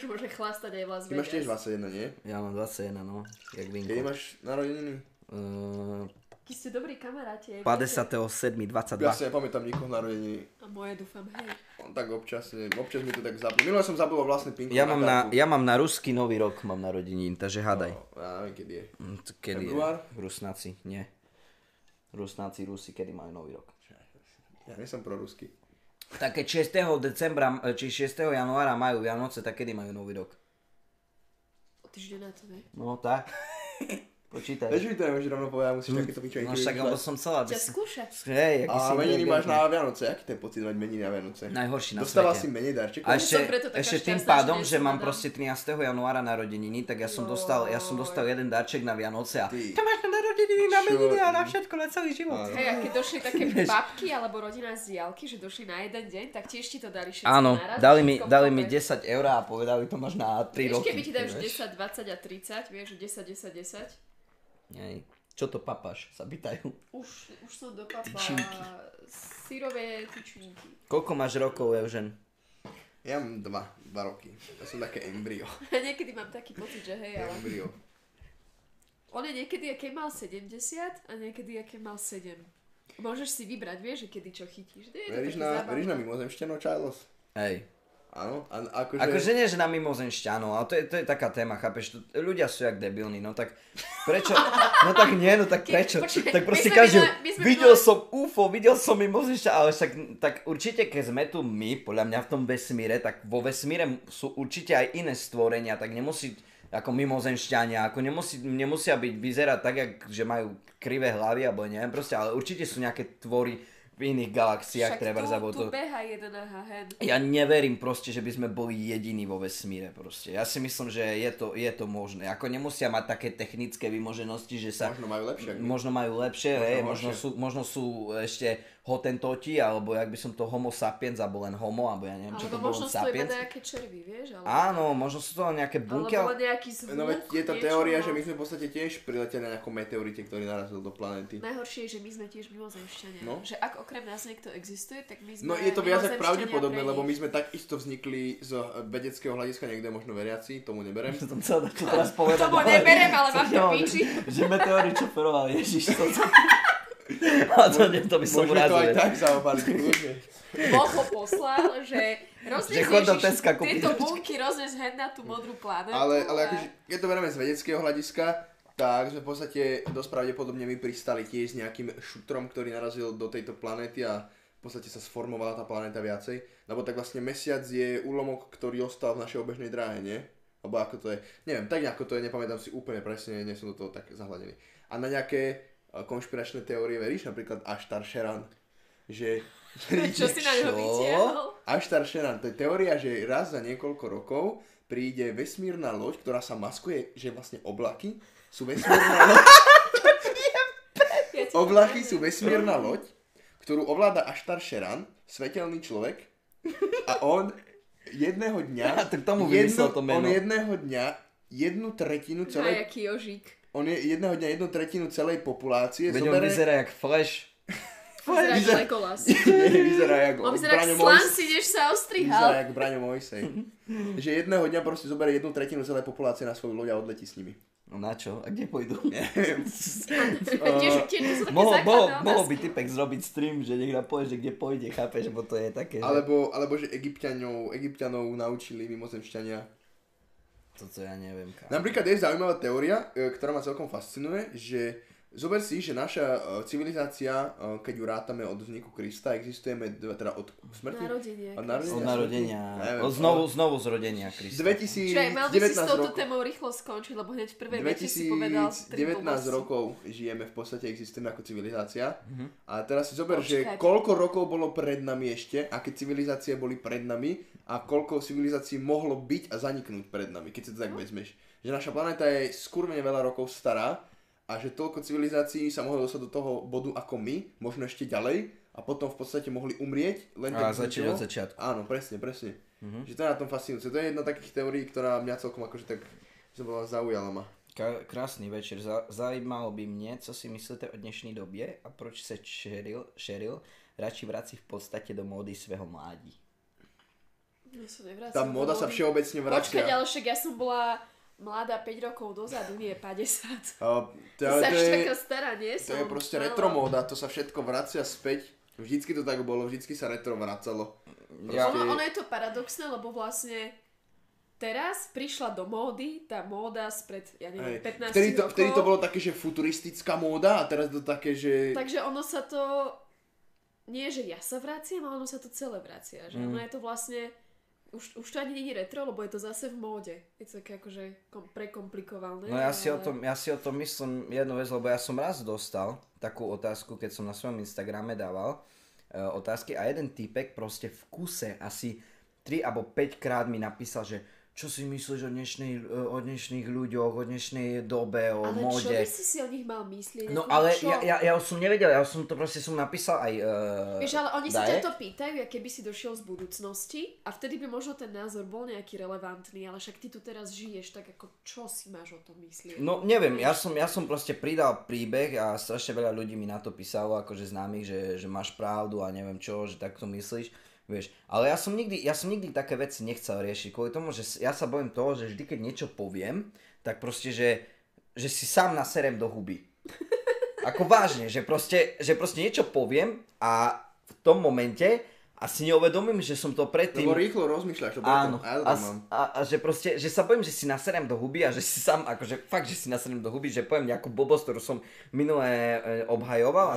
Už môže chlastať aj v Las
no. Ty máš tiež
Vegas.
21, nie?
Ja mám 21, no, jak
Kedy
vinko.
máš narodeniny?
Uh,
Vy ste dobrí kamaráti.
57.22.
Ja si nepamätám nikoho narodeniny.
A moje dúfam, hej.
On tak občas, neviem, občas mi to tak zabudne. Minule som zabudol vlastne pinku.
Ja mám, na,
kartu.
ja mám na ruský nový rok, mám narodenín, takže hádaj.
No, Ja neviem, kedy je.
Mm, to Kedy
Február?
je? Rusnáci, nie. Rusnáci, Rusi, kedy majú nový rok.
Ja nie som prorusky.
Tak keď 6. decembra, e, či 6. januára majú Vianoce, tak kedy majú nový rok?
O týždeň na to, ne?
No tak. Počítaj.
Prečo mi to nemôžeš rovno povedať, musíš takéto pičoviny.
No však, lebo som chcel, aby
Ťa
si...
skúša.
Hej, aký si
A meniny máš
inteligentný.
na Vianoce. Aký ten pocit mať meniny na Vianoce?
Najhorší na
Dostala
svete.
si menej darčekov?
A
som
ešte,
preto taká
ešte tým
šťastná, že
pádom,
nie
že
som
mám
Adam.
proste 13. januára narodeniny, tak ja som dostal, ja som dostal jeden darček na Vianoce a
Ty.
to máš na narodeniny, na
Čo?
meniny a na všetko, na celý život.
Áno.
Hej, a keď došli také
Vieš.
babky alebo rodina z diálky, že došli na jeden deň, tak tiež ti to dali všetko
Áno,
naraz,
dali mi,
všetko v
dali mi
kope.
10 eur a povedali, to máš na 3
Vieš,
roky.
keby ti
ty
dáš
vieš.
10, 20 a 30, vieš, 10, 10, 10.
Hej, čo to papáš? Sa pýtajú.
Už, už som dopapala
Tyčinky.
syrové tyčinky.
Koľko máš rokov, Evžen?
Ja mám dva, dva roky. Ja som také embryo.
Niekedy mám taký pocit, že hej, ale...
embryo.
On je niekedy, aké mal 70 a niekedy, aké mal 7. Môžeš si vybrať, vieš, že kedy čo chytíš. Nie, je to
Veríš
také
na,
zábavné.
veríš na mimozemšťanov, Charles?
Hej.
Áno, a, akože...
Akože nie, že na mimozenšťanov, ale to je, to je taká téma, chápeš? Tu- ľudia sú jak debilní, no tak prečo? No tak nie, no tak
Keď-
prečo?
počkaj,
tak
my
proste
sme
každý,
minule- my sme
videl
minule-
som UFO, videl som mimozenšťa, ale však tak určite, keď sme tu my, podľa mňa v tom vesmíre, tak vo vesmíre sú určite aj iné stvorenia, tak nemusí ako mimozenšťania, ako nemusí, nemusia byť vyzerať tak, jak, že majú krivé hlavy, alebo neviem, proste, ale určite sú nejaké tvory v iných galaxiách,
Však
treba
tu,
za
tu beha jeden aha hen.
ja neverím proste, že by sme boli jediní vo vesmíre proste. Ja si myslím, že je to, je to možné. Ako nemusia mať také technické vymoženosti, že sa...
Možno majú lepšie. ako my.
Možno majú lepšie,
Možno
možno, hej,
horšie.
možno, sú, možno sú ešte hotentoti, alebo jak by som to homo sapiens, alebo len homo, alebo ja neviem,
Alebo
čo to bolo
možno sú to iba
sapiens.
nejaké červy, vieš? Ale...
Áno, možno sú to len nejaké bunky,
Alebo
ale...
nejaký zvuk.
No veď je tá
niečo,
teória,
no.
že my sme v podstate tiež prileteli na nejakom meteorite, ktorý narazil do planéty.
Najhoršie je, že my sme tiež mimozemšťania.
No.
Že ak okrem nás niekto existuje, tak my sme
No je to viac ako
mimozemšťania
pravdepodobné,
pre
lebo my
nich.
sme takisto vznikli z eh, vedeckého hľadiska, niekde možno veriaci, tomu neberem.
Som chcel to teraz povedať.
Tomu
ale-
neberiem, ale
som
mám to
chcel-
píči.
Že meteory čoferoval, ježiš, to som... Ale to, nie, to by som
Môžeme to
urazil.
aj tak zaobaliť, kľudne.
Boh ho poslal, že
Že chod do
roznesieš
Teska kúpiť
tieto
hračky.
bunky, roznes hen na tú modrú planetu.
Ale, ale
a-
akože, keď to bereme z vedeckého hľadiska, tak sme v podstate dosť pravdepodobne my pristali tiež s nejakým šutrom, ktorý narazil do tejto planéty a v podstate sa sformovala tá planéta viacej. Lebo tak vlastne mesiac je úlomok, ktorý ostal v našej obežnej dráhe, nie? Alebo ako to je, neviem, tak nejako to je, nepamätám si úplne presne, nie som do toho tak zahladený. A na nejaké e, konšpiračné teórie veríš? Napríklad Ashtar Sheran, že...
Čo si na ňo
Čo?
vytiahol?
Ashtar Sheran, to je teória, že raz za niekoľko rokov príde vesmírna loď, ktorá sa maskuje, že vlastne oblaky sú vesmírna loď.
Ja ti-
Oblaky sú vesmírna loď, ktorú ovláda Ashtar Sheran, svetelný človek. A on jedného
Aha,
dňa...
tak tomu vymyslel to
On
meno.
jedného dňa jednu tretinu
Aj
celej...
aký jožík.
On je jedného dňa jednu tretinu celej populácie
Veď on vyzerá jak Flash.
Vyzerá ako
Vyzerá-
Legolas.
Nie, vyzerá jak...
On vyzerá ako
Braňo
slan
Mojs-
si, než sa
Vyzerá
ostrihal.
jak Braňo Mojsej. že jedného dňa proste zoberie jednu tretinu celej populácie na svoju loď a odletí s nimi.
No na čo? A kde pôjdu?
Tiež, tiež to sú také
Mohol, mohol,
základné
mohol by
otázky.
typek zrobiť stream, že nech nám povie, že kde pôjde, chápeš, bo to je také, že...
Alebo, alebo že Egyptianov, Egyptianov naučili mimozemšťania.
Toto ja neviem, kámo.
Napríklad je zaujímavá teória, e, ktorá ma celkom fascinuje, že zober si, že naša e, civilizácia, e, keď ju rátame od vzniku Krista, existujeme dva- teda od smrti.
Narodenia.
Od narodenia.
Od
Ja
narodenia,
neviem,
od znovu, znovu zrodenia Krista.
2019
Čiže mal by si s touto
rokov.
témou rýchlo skončiť, lebo hneď v prvej vete si povedal tri
2019
blbosti.
rokov žijeme v podstate, existujeme ako civilizácia.
Mhm.
A teraz si zober, že
Počkaj.
koľko rokov bolo pred nami ešte, aké civilizácie boli pred nami a koľko civilizácií mohlo byť a zaniknúť pred nami, keď si to
No.
tak vezmeš. Že naša planéta je skurvene veľa rokov stará a že toľko civilizácií sa mohlo dostať do toho bodu ako my, možno ešte ďalej a potom v podstate mohli umrieť len
A
tak z
začať
ničoho.
od Mhm. začiatku.
Áno, presne, presne. Že to je na tom fascinujúce. To je jedna takých teórií, ktorá mňa celkom akože tak som bola zaujala ma.
Ka- krásny večer. Za- zajímalo by mě, co si myslíte o dnešní době a proč se Cheryl, Cheryl radši vrací v podstatě do módy svého mládí.
Ja No sa nevracam
Tá
do
moda sa
módy.
všeobecne vracia.
Počkať, ale však ja som bola mladá 5 rokov dozadu, nie 50.
A to,
Ty
ale
sa
to,
až
je,
taká stará, nie
to je
som?
proste
Ale-
retromóda, to sa všetko vracia späť. Vždycky to tak bolo, vždycky sa retro vracalo.
Ja-
Proste-
Ono, ono je to paradoxné, lebo vlastne teraz prišla do módy tá móda spred, ja neviem,
Hej.
15
Vtedy to,
rokov.
vtedy to bolo také, že futuristická móda a teraz to také, že...
Takže ono sa to... Nie, že ja sa vraciam, ale ono sa to celé vracia.
Mhm.
Že ono je to vlastne... Už, už to ani nie je retro, lebo je to zase v móde. Je to také akože kom, prekomplikované.
No ja si, o
ale-
tom, ja si o tom myslím jednu vec, lebo ja som raz dostal takú otázku, keď som na svojom Instagrame dával e, otázky a jeden týpek proste v kuse asi 3 alebo 5 krát mi napísal, že čo si myslíš o, dnešnej, e, o dnešných ľuďoch, o dnešnej dobe, o
Ale
móde.
čo by si si o nich mal myslieť?
No
Akože
ale
čo?
ja, ja, ja som nevedel, ja som to proste som napísal aj... Uh,
Vieš, ale oni sa ťa to pýtajú, aké by si došiel z budúcnosti a vtedy by možno ten názor bol nejaký relevantný, ale však ty tu teraz žiješ, tak ako čo si máš o tom myslieť?
No neviem, ja som, ja som proste pridal príbeh a strašne veľa ľudí mi na to písalo, akože známych, že, že máš pravdu a neviem čo, že tak to myslíš. Vieš, ale ja som, nikdy, ja som nikdy také veci nechcel riešiť, kvôli tomu, že s- ja sa bojím toho, že vždy, keď niečo poviem, tak proste, že, že si sám naserem do huby. Ako vážne, že proste, že proste niečo poviem a v tom momente asi neuvedomím, že som to predtým...
Lebo rýchlo rozmýšľaš, to
Áno,
a ja to
a,
tam
s-
mám.
a, a, že proste, že sa bojím, že si naserem do huby a že si sám, akože fakt, že si naserem do huby, že poviem nejakú blbosť, ktorú som minulé e, obhajoval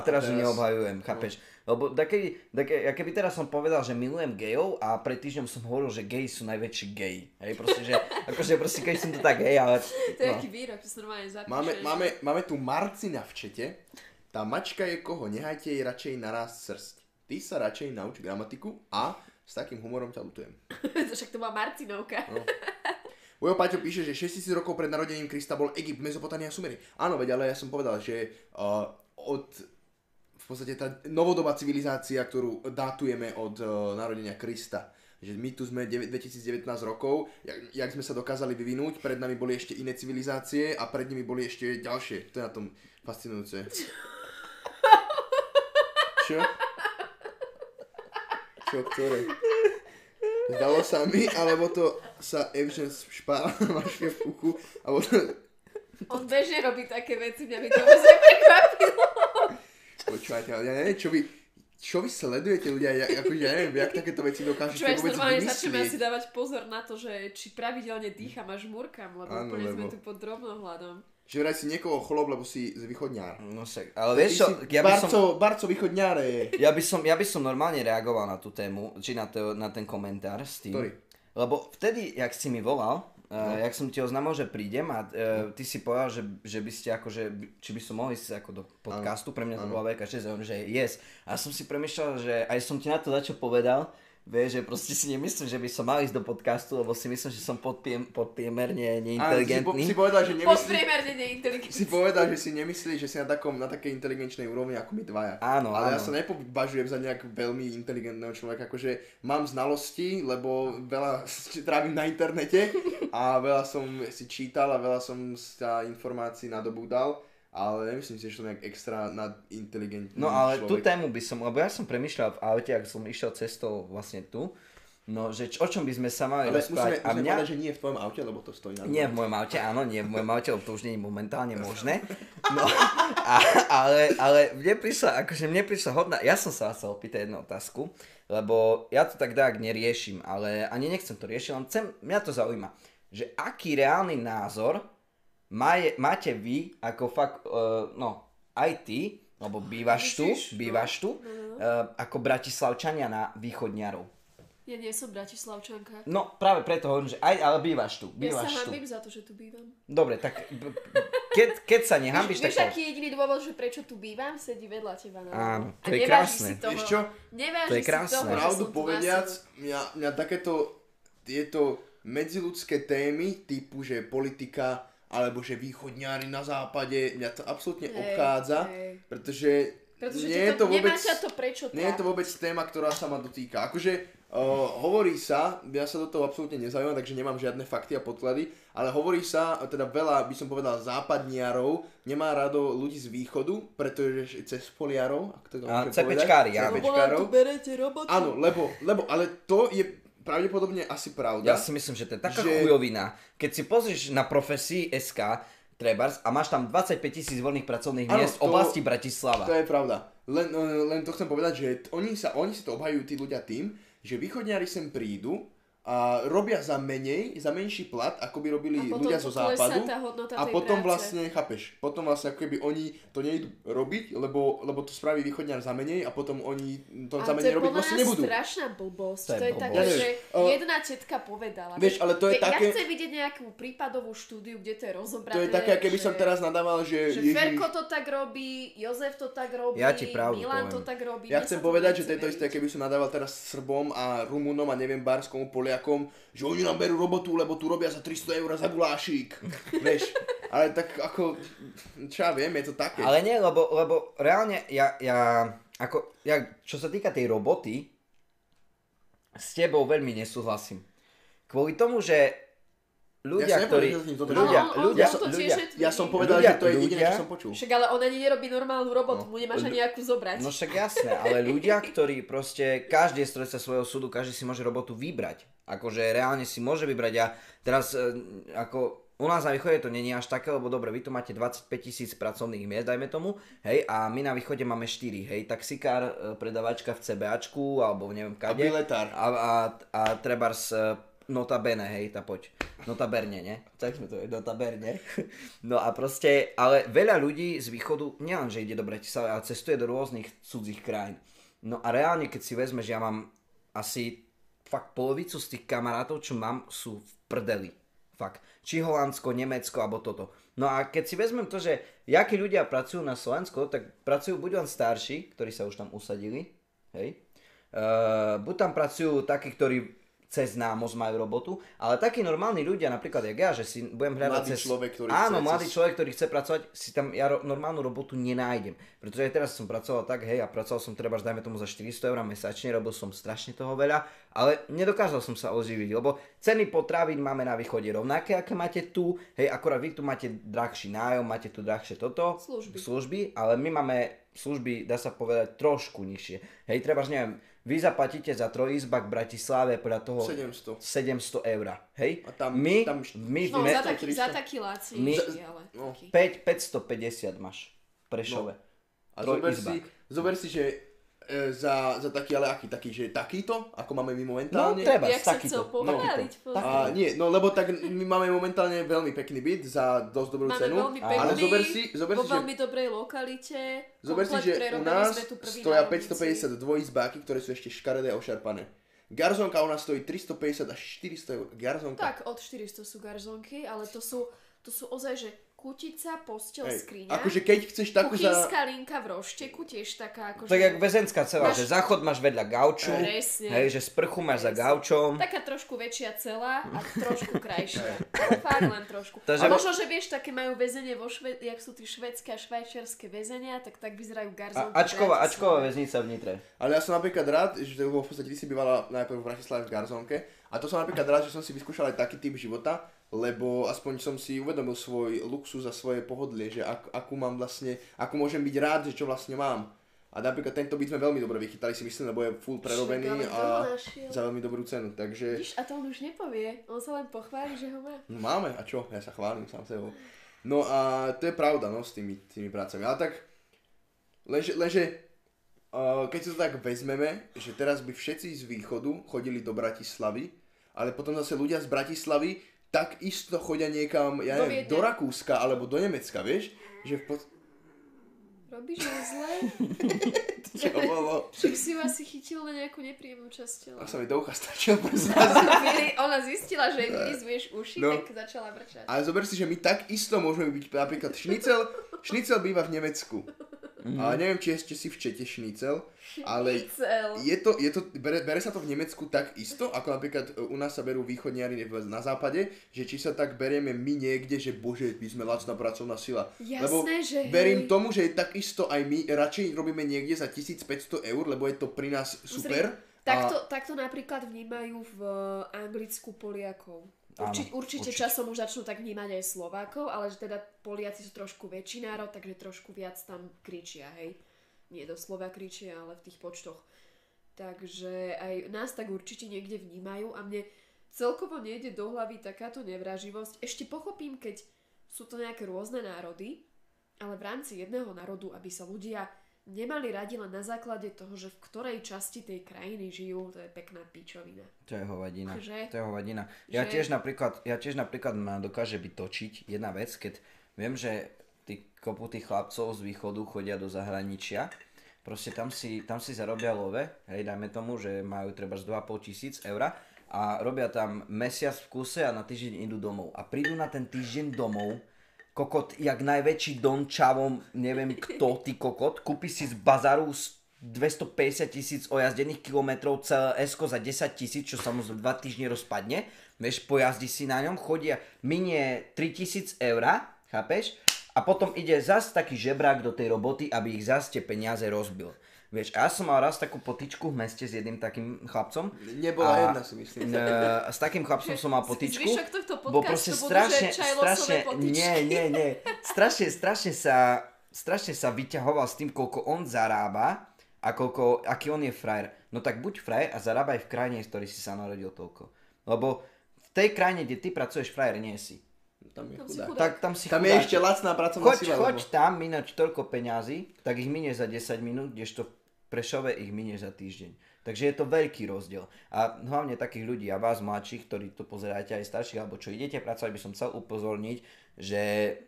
A
a teraz, že
teraz-
neobhajujem, chápeš? Lebo da keby, da ke, ja keby teraz som povedal, že milujem gejov a pred týždňom som hovoril, že geji sú najväčší gej. Hej, proste, že, akože proste, keď som to tak, hej, ale... no.
To je aký výrok, to si normálne zapíšeš.
no. Máme, máme, máme tu Marcina v čete. Tá mačka je koho, nehajte jej radšej naraz srst. Ty sa radšej nauč gramatiku a s takým humorom ťa lutujem.
Však to má Marcinovka.
Ujo No. Paťo píše, že 6000 rokov pred narodením Krista bol Egypt, Mezopotámia a Sumery. Áno, veď, ale ja som povedal, že uh, od v podstate tá novodobá civilizácia, ktorú datujeme od uh, narodenia Krista. Že my tu sme 9, 2019 rokov, jak, jak sme sa dokázali vyvinúť, pred nami boli ešte iné civilizácie a pred nimi boli ešte ďalšie. To je na tom fascinujúce. Čo? Čo, ktoré? Zdalo sa mi, alebo to sa Evžen špála máš v uchu, alebo to...
On bežne robí také veci, mňa by to vôbec neprekvapilo.
Počúvajte, ale ja neviem, čo vy, čo vy sledujete ľudia, ja, akože ja neviem, jak takéto veci
Čo aj
dokážete vôbec
normálne začneme asi
vymyslieť.
dávať pozor na to, že či pravidelne dýcham až žmúrkam, lebo
Áno,
úplne sme
lebo-
tu pod drobnohľadom.
Že vraj si niekoho chlob, lebo si z východňár.
No však, ale
Ty
vieš čo,
si
ja by som...
barco, barco východňáre.
Ja by, som, ja by som normálne reagoval na tú tému, či na, to, na ten komentár s tým.
Ktorý? No.
Lebo vtedy, jak si mi volal, uh, jak som ti oznámil, že prídem a uh, ty si povedal, že, že by ste akože, či by som mohol ísť ako do podcastu, pre mňa to bola veľká čest, a on, že yes. A som si premyšľal, že aj som ti na to začo povedal, vieš, že proste si nemyslím, že by som mal ísť do podcastu, lebo si myslím, že som podpiem, podpiemerne
Áno, si, po,
neinteligentný.
si povedal, že nemyslí,
Podpriemerne
si
neinteligentný.
povedal, že si nemyslíš, že si na, takom, na takej inteligenčnej úrovni ako my dvaja.
Áno,
Ale ja
áno.
sa nepovažujem za nejak veľmi inteligentného človeka, akože mám znalosti, lebo veľa s- trávim na internete a veľa som si čítal a veľa som sa informácií nadobúdal, ale nemyslím si, že som nejak extra nadinteligentný
No ale tú
človek.
tému by som, lebo ja som premyšľal v aute, ak som išiel cestou vlastne tu, no že č- o čom by sme sa mali
Ale musíme,
rozprávať
musíme
a mňa...
povedať, že nie v tvojom aute, lebo to stojí na
Nie v mojom aute, áno, nie v mojom aute, lebo to už nie je momentálne možné. No, a, ale, ale mne prišla, akože mne prišla hodná, ja som sa vás chcel opýtať jednu otázku, lebo ja to tak dák neriešim, ale ani nechcem to riešiť, len chcem, mňa to zaujíma, že aký reálny názor maje, máte vy, ako fakt, uh, no, aj ty, lebo bývaš tu,
Vidíš, no.
bývaš tu, uh, ako bratislavčania na východňarov.
Ja nie som bratislavčanka.
No, práve preto hovorím, že aj, ale bývaš tu,
Ja sa
bývaš tu.
hambím za to, že tu bývam.
Dobre, tak b- b- keď, keď sa nehambíš, tak
Vieš,
povedz.
aký je jediný dôvod, že prečo tu bývam, sedí vedľa teba na
Áno,
rohu.
to
A
je
neváži
krásne.
Si toho,
Vieš čo?
Neváži
To je krásne.
Si toho, že
Pravdu
som tu
povediac,
na sebe.
mňa, mňa takéto tieto medziludské témy typu, že politika alebo že východňári na západe, mňa to absolútne
Hej,
obchádza,
hej.
pretože,
Pretože
nie je
to,
to vôbec...
nemá ťa to prečo
Nie je to vôbec téma, ktorá sa ma dotýka. Akože uh, hovorí sa, ja sa do toho absolútne nezaujímam, takže nemám žiadne fakty a podklady, ale hovorí sa, teda veľa, by som povedal, západniarov nemá rado ľudí z východu, pretože cez poliarov, ak to
A
môžem
cepečkári,
povedať,
Lebo vám
áno.
tu
cepečkárov.
berete robotu.
Áno, lebo, lebo, ale to je pravdepodobne asi pravda.
Ja si myslím, že to je taká
Že-
chujovina. Keď si pozrieš na profesii SK, Trebars, a máš tam 25 tisíc voľných pracovných
Áno,
miest v
to-
oblasti Bratislava.
To je pravda. Len, no, len to chcem povedať, že t- oni, sa, oni si to obhajujú tí ľudia tým, že východňari sem prídu a robia za menej, za menší plat, ako by robili
A potom
ľudia zo
tu klesá
západu.
tá hodnota
a
tej
potom
práce.
vlastne, chápeš, potom vlastne ako keby oni to nejdu robiť, lebo, lebo to spraví východňar za menej a potom oni to za
Ale to
menej
je
robiť
podľa
vlastne
mňa
nebudú.
strašná blbosť.
To je
To je
blbosť.
také,
Ja
že
neviem, ale-
jedna tetka povedala.
Vieš, ale to je
Ve-
také-
Ja chcem vidieť nejakú prípadovú štúdiu, kde to je rozobrané.
To je také, keby som
že-
teraz nadával, že...
Že
Ježiš,
Ferko to tak robí, Jozef to tak robí,
Ja ti pravdu
Milan to
poviem.
tak robí.
Ja
mne
chcem
sa to
povedať,
nechce
že to je to
veriť.
isté, keby som nadával teraz Srbom a Rumunom a neviem, Barskomu, Poliakom, že oni nám berú robotu, lebo tu robia za 300 eur za gulášik. Vieš, ale tak ako, čo ja viem, je to také.
Ale nie, lebo, lebo reálne ja, ja, ako, ja, čo sa týka tej roboty, s tebou veľmi nesúhlasím. Kvôli tomu, že ľudia,
Ja si
ktorí...
nepovedal, že toto-
Ale No,
Ľudia,
on- on
ľudia,
to tiež
ľudia.
je-
Ja som povedal,
Ľudia-
že to je jediné,
ľudia-
čo som počul.
Však ale ona nerobí normálnu robotu,
No.
mu nemáš ani
Ľu-
nejakú zobrať.
No však jasné, ale ľudia, ktorí proste, každý je strojca svojho súdu, každý si môže robotu vybrať. Akože reálne si môže vybrať a teraz e, ako u nás na východe to není až také, lebo dobre, vy tu máte 25 tisíc pracovných miest, dajme tomu, hej, a my na východe máme 4, hej, taxikár, e, predavačka v CBAčku, alebo neviem
A
kade.
biletár.
A, a, a trebárs e, notabene, hej, tá poď. Notaberne, ne? Tak sme to je, notaberne. No a proste, ale veľa ľudí z východu nielenže ide do Bratislavy, ale cestuje do rôznych cudzích krajín. No a reálne, keď si vezmeš, ja mám asi fakt polovicu z tých kamarátov, čo mám, sú v prdeli. Fakt. Či Holandsko, Nemecko, alebo toto. No a keď si vezmem to, že jakí ľudia pracujú na Slovensku, tak pracujú buď len starší, ktorí sa už tam usadili, hej, Uh, buď tam pracujú takí, ktorí cez námoc majú robotu, ale takí normálni ľudia, napríklad jak ja, že si budem hľadať
Mladý
cez...
človek, ktorý
Áno,
chce
mladý
cez-
človek, ktorý chce pracovať, si tam ja ro- normálnu robotu nenájdem. Pretože aj teraz som pracoval tak, hej, a pracoval som treba, dajme tomu za 400 eur mesačne, robil som strašne toho veľa, ale nedokázal som sa oživiť, lebo ceny potravín máme na východe rovnaké, aké máte tu, hej, akorát vy tu máte drahší nájom, máte tu drahšie toto,
Služby.
služby, ale my máme služby, dá sa povedať, trošku nižšie. Hej, treba, neviem, vy zaplatíte za trojizbak v Bratislave podľa toho
700.
700 eur, hej?
A tam-
my,
tam-
my,
No,
my
za, taký,
300.
za taký lacnejší,
My-
ale
no.
taký.
5, 550 máš v Prešove.
A zober
Trojizbak.
si, zober si, že e, za, za taký, ale aký, taký, že takýto, ako máme my
No,
momentálne.
treba,
Jak som chcel
takýto.
pochváliť,
takýto.
pozri.
A nie, no lebo tak my máme momentálne veľmi pekný byt za dosť dobrú
Máme
cenu.
veľmi
ale
pekný,
zober si, zober
vo
si, že,
veľmi dobrej lokalite.
zober si,
komplet
že u
prerobili
nás
sme tu prvý
stoja
na ulici.
550 dvojizbáky, ktoré sú ešte škaredé a ošarpané. Garzonka u nás stojí 350 až 400 eur. Garzonka.
Tak, od 400 sú garzonky, ale to sú, to sú ozaj, že kutica, postel,
Hej,
skriňa.
akože keď chceš takú za...
Kuchynská linka v rošteku tiež taká akože...
Tak jak väzenská celá,
Máš-
že záchod máš vedľa gauču,
Presne.
hej, že sprchu máš za
Presne.
gaučom.
Taká trošku väčšia celá a trošku krajšia. Ale Fakt len trošku.
Takže-
A možno, že vieš, také majú väzenie vo Šve... jak sú tie švedské a švajčiarske väzenia, tak tak vyzerajú
A,
garzonky. Bratislava.
ačková, ačková väznica v Nitre.
Ale ja som napríklad rád, že lebo v podstate ty si bývala najprv v Bratislave v Garzonke a to som napríklad rád, že som si vyskúšal aj taký typ života, lebo aspoň som si uvedomil svoj luxus a svoje pohodlie, že ak, akú mám vlastne, akú môžem byť rád, že čo vlastne mám. A napríklad tento byt sme veľmi dobre vychytali, si myslím, lebo je full prerobený
Švek, ale to
a
našiel.
za veľmi dobrú cenu. Takže
Vidíš, a to on už nepovie. On sa len pochváli, že ho má.
no máme, a čo? Ja sa chválim sám sebou. No a to je pravda, no, s tými, tými prácami. Ale tak, lenže, lenže Uh, keď si to tak vezmeme, že teraz by všetci z východu chodili do Bratislavy, ale potom zase ľudia z Bratislavy tak isto chodia niekam, ja
Do
neviem,
Viedne.
do Rakúska alebo do Nemecka, vieš? Že v pod...
Robíš mu zle?
Čo bolo?
Však si ju asi chytil na nejakú nepríjemnú časť tela.
A sa mi do ucha stačil prst.
Chvíli ona zistila, že jej vyrizuješ uši,
No.
tak začala vrčať.
Ale zober si, že my tak isto môžeme byť napríklad šnicel, šnicel býva v Nemecku.
Mhm.
A neviem, či ešte si v Čete šnicel, ale
Šnicel.
je to, je to bere, bere sa to v Nemecku tak isto, ako napríklad e, u nás sa berú východniari v- na západe, že či sa tak berieme my niekde, že bože, my sme lacná pracovná sila.
Jasné,
lebo
že hej.
verím tomu, že je tak isto aj my radšej robíme niekde za 1500 eur, lebo je to pri nás super.
Pozri, Takto, takto napríklad vnímajú v eh, Anglicku Poliakov.
Áno,
Určite, určite,
určite.
časom už začnú tak vnímať aj Slovákov, ale že teda Poliaci sú trošku väčší národ, takže trošku viac tam kričia, hej. Nie doslova kričia, ale v tých počtoch. Takže aj nás tak určite niekde vnímajú a mne celkovo nejde do hlavy takáto nevraživosť. Ešte pochopím, keď sú to nejaké rôzne národy, ale v rámci jedného národu, aby sa ľudia nemali radi len na základe toho, že v ktorej časti tej krajiny žijú, to je pekná pičovina.
To je hovadina.
Že?
To je hovadina. Ja
Že?
tiež napríklad, ja tiež napríklad ma dokáže byť točiť jedna vec, keď viem, že tí kopu tých chlapcov z východu chodia do zahraničia, proste tam si, tam si zarobia love, hej, dajme tomu, že majú treba 2,5 tisíc eur a robia tam mesiac v kuse a na týždeň idú domov. A prídu na ten týždeň domov kokot, jak najväčší Don Čavom, neviem kto, ty kokot, kúpi si z bazaru s 250 tisíc ojazdených kilometrov celé esko za 10 tisíc, čo sa mu za 2 týždne rozpadne, vieš, pojazdí si na ňom, chodia, minie 3000 eur, chápeš? A potom ide zas taký žebrák do tej roboty, aby ich zas tie peniaze rozbil. Vieš, a ja som mal raz takú potičku v meste s jedným takým chlapcom.
Nebola
A-
jedna si myslím.
N- e, s takým chlapcom som mal potičku.
Zvyšok tohto
Bol
podcastu
proste
budú,
strašne,
že čajlosové
strašne,
potičky.
nie, nie, nie. Strašne, strašne sa, strašne sa vyťahoval s tým, koľko on zarába a koľko, aký on je frajer. No tak buď frajer a zarábaj v krajine, v ktorej si sa narodil toľko. Lebo v tej krajine, kde ty pracuješ, frajer nie si.
Tam je
Tam si
chudák.
chudák.
Tak tam si
Tam je
chudák.
ešte lacná pracovná
Choď,
sila.
choď
lebo-
tam, minúť toľko peňazí, tak ich minie za 10 minút, kdežto v Prešove ich minie za týždeň. Takže je to veľký rozdiel. A hlavne takých ľudí, a vás mladších, ktorí to pozeráte aj starších, alebo čo idete pracovať, by som chcel upozorniť, že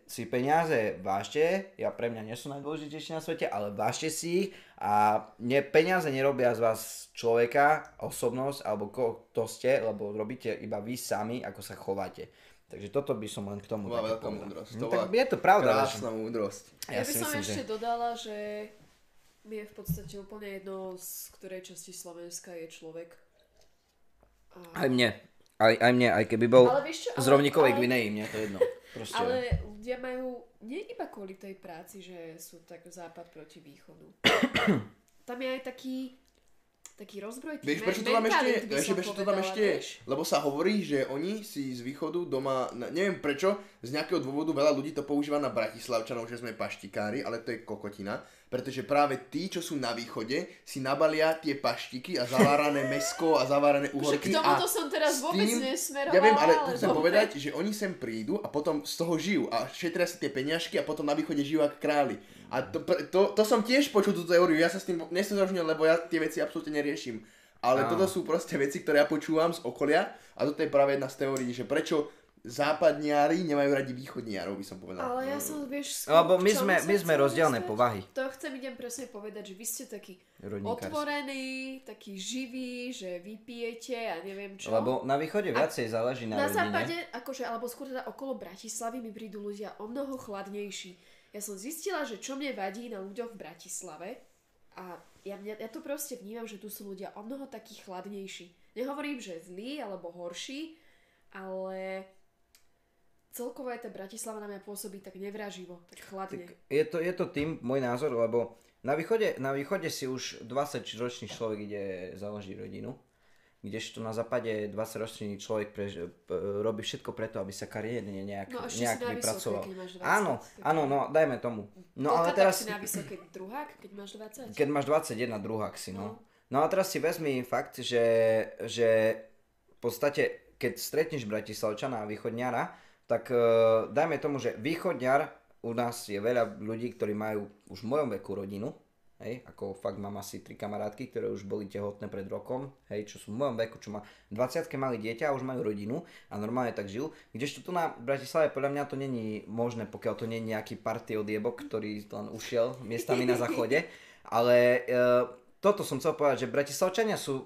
si peniaze vážte, ja pre mňa nie sú najdôležitejšie na svete, ale vážte si ich a ne, peniaze nerobia z vás človeka, osobnosť, alebo ko, kto ste, lebo robíte iba vy sami, ako sa chováte. Takže toto by som len k tomu...
To bola
také
veľká
povedal.
múdrosť.
No,
To
tak
bola
je to pravda. Lešo.
Krásna múdrosť.
Ja, by som ešte dodala, že mi je v podstate úplne jedno, z ktorej časti Slovenska je človek.
Aj mne. Aj, aj mne, aj keby bol
Ale vieš čo,
z
ale-
rovníkovej
ale-
Gvineji, mne to jedno. Proste.
Ale ľudia majú, nie iba kvôli tej práci, že sú tak západ proti východu. Tam je aj taký, taký rozbroj
Vieš,
tých men-
prečo to tam ešte
mentalít,
je?
by
Vieš,
som
prečo to tam
povedala,
ešte je?
vieš?
Lebo sa hovorí, že oni si z východu doma, na- neviem prečo, z nejakého dôvodu veľa ľudí to používa na Bratislavčanov, že sme paštikári, ale to je kokotina. Pretože práve tí, čo sú na východe, si nabalia tie paštiky a zavárané mesko a zavárané
Že k
uhorky. a
tomuto som
s
teraz vôbec
tým-
nesmerovala.
Ja viem, ale chcem
dobre.
povedať, že oni sem prídu a potom z toho žijú a šetria si tie peňažky a potom na východe žijú ako králi. A to, pr- to, to som tiež počul túto teóriu, ja sa s tým nestotožňujem, lebo ja tie veci absolútne neriešim. Ale
Áno.
toto sú proste veci, ktoré ja počúvam z okolia a toto je práve jedna z teórií, že prečo západniari nemajú radi východniarov, by som povedal.
Ale ja som, vieš, skôr k
Lebo No. my
čomu
sme,
som
my sme
chcela
rozdielne
dostať?
povahy.
To chcem idem presne povedať, že vy ste taký
Rodníkárske.
otvorený, taký živý, že vypijete a neviem čo.
Lebo na východe viacej záleží
na
na, rodine.
západe, akože, alebo skôr teda okolo Bratislavy mi prídu ľudia o mnoho chladnejší. Ja som zistila, že čo mne vadí na ľuďoch v Bratislave a ja, mňa, ja to proste vnímam, že tu sú ľudia o mnoho takí chladnejší. Nehovorím, že zlí alebo horší, ale celkovo aj tá Bratislava na mňa pôsobí tak nevraživo, tak chladne.
Tak je, to, je to tým môj názor, lebo na východe, na východe si už 20-ročný človek ide založiť rodinu, kdežto na západe 20-ročný človek prež, p- robí všetko preto, aby sa kariérne nejak,
No, ešte si
nejak
na vysokej,
vypracoval.
keď máš 20,
Áno,
tak-
áno, no dajme tomu. No
Koľka
ale
vlastne- tak
teraz...
si na vysokej druhák, keď máš 20?
Keď máš 21 druhák si, no.
No.
No a teraz si vezmi fakt, že, že v podstate, keď stretneš Bratislavčana a východňara, tak uh, dajme tomu, že východňar, u nás je veľa ľudí, ktorí majú už v mojom veku rodinu, hej, ako fakt mám asi tri kamarátky, ktoré už boli tehotné pred rokom, hej, čo sú v mojom veku, čo má 20 mali dieťa a už majú rodinu a normálne tak žijú, kdežto tu na Bratislave podľa mňa to není možné, pokiaľ to nie je nejaký party odjebok, ktorý len ušiel miestami na záchode, ale e, toto som chcel povedať, že Bratislavčania sú,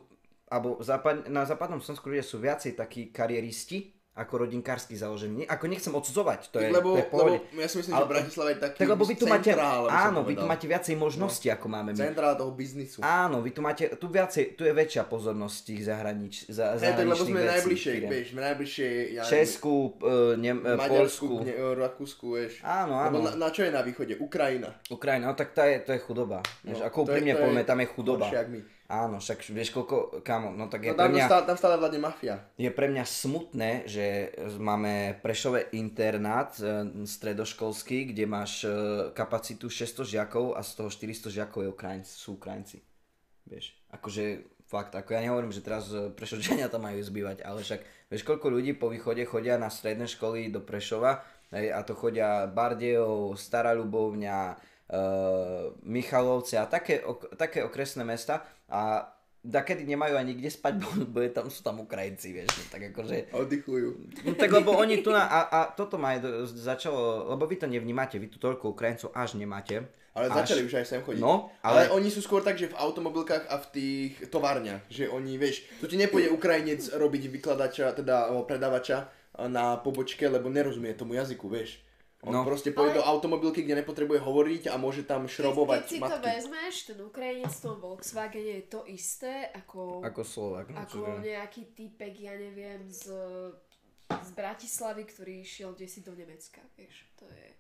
alebo západ, na západnom Slovensku ľudia sú viacej takí kariéristi, ako rodinkársky založení. Ako nechcem odsudzovať, to je,
lebo,
to je v pohode.
lebo ja si myslím, že
Ale-
Bratislava je taký
tak lebo vy tu máte,
centrál, by som
áno, vy tu
povedal. No.
máte viacej možností, ako máme my.
Centrál toho biznisu.
Áno, vy tu máte, tu viacej, tu je väčšia pozornosť tých zahranič, za,
Hej, tak
zahraničných
lebo sme
vecí, no.
najbližšie,
firiem.
vieš, sme najbližšie, ja neviem,
Česku, e, ne, e,
Maďarsku,
Polsku,
ne- e, Rakúsku, vieš.
Áno,
Lebo
áno.
Na, na čo je na východe? Ukrajina.
Ukrajina, no tak tá je, to je chudoba. Vieš,
No, to je-
ako úprimne
to je
povieme, tam je chudoba.
horšie, jak my.
Áno, však vieš koľko, kamo, no tak je
No tam,
pre mňa...
stále, tam stále vládne mafia.
Je pre mňa smutné, že máme Prešové internát e, stredoškolský, kde máš e, kapacitu 600 žiakov a z toho 400 žiakov je Ukrajinci, sú Ukrajinci. Vieš, akože fakt, ako ja nehovorím, že teraz e, Prešovčania tam majú zbývať, ale však vieš, koľko ľudí po východe chodia na stredné školy do Prešova hej, a to chodia Bardejov, Stará Ľubovňa, e, Michalovce a také, ok, také okresné mesta a Dakedy nemajú ani kde spať, bo- bo je tam, sú tam Ukrajinci, vieš, no, tak akože...
Oddychujú.
No tak lebo oni tu na, a, a toto ma aj do, začalo, lebo vy to nevnímate, vy tu toľko Ukrajincov až nemáte.
Ale
až,
začali už aj sem chodiť.
No,
ale...
ale-
oni sú skôr tak, že v automobilkách a v tých továrniach. Že oni, vieš, tu ti nepôjde Ukrajinec robiť vykladača, teda o, predavača a na pobočke, lebo nerozumie tomu jazyku, vieš. On no.
No.
proste pôjde
Ale-
do automobilky, kde nepotrebuje hovoriť a môže tam
Keď, keď
šrobovať
si to
matky.
vezmeš, ten Ukrajinec v tom Volkswagene je to isté ako, ako,
Ako Slovak. no,
ako
čiže-
nejaký typek, ja neviem, z, z Bratislavy, ktorý išiel desi do Nemecka, vieš, to je...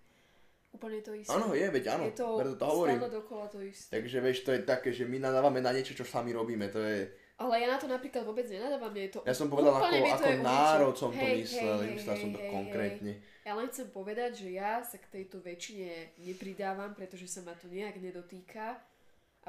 Úplne to isté.
Áno, je, veď áno,
je to,
preto to hovorím.
stále dokola to isté.
Takže vieš, to je také, že my nadávame na niečo, čo sami robíme, to je...
Ale ja na to napríklad vôbec nenadávam, mne je to
Ja som povedal, ako,
úplne mi to
ako
je uničené.
národ som to
Hej,
myslel,
hej, hej,
myslel som
hej,
to
hej, hej.
konkrétne.
Ja len chcem povedať, že ja sa k tejto väčšine nepridávam, pretože sa ma to nejak nedotýka.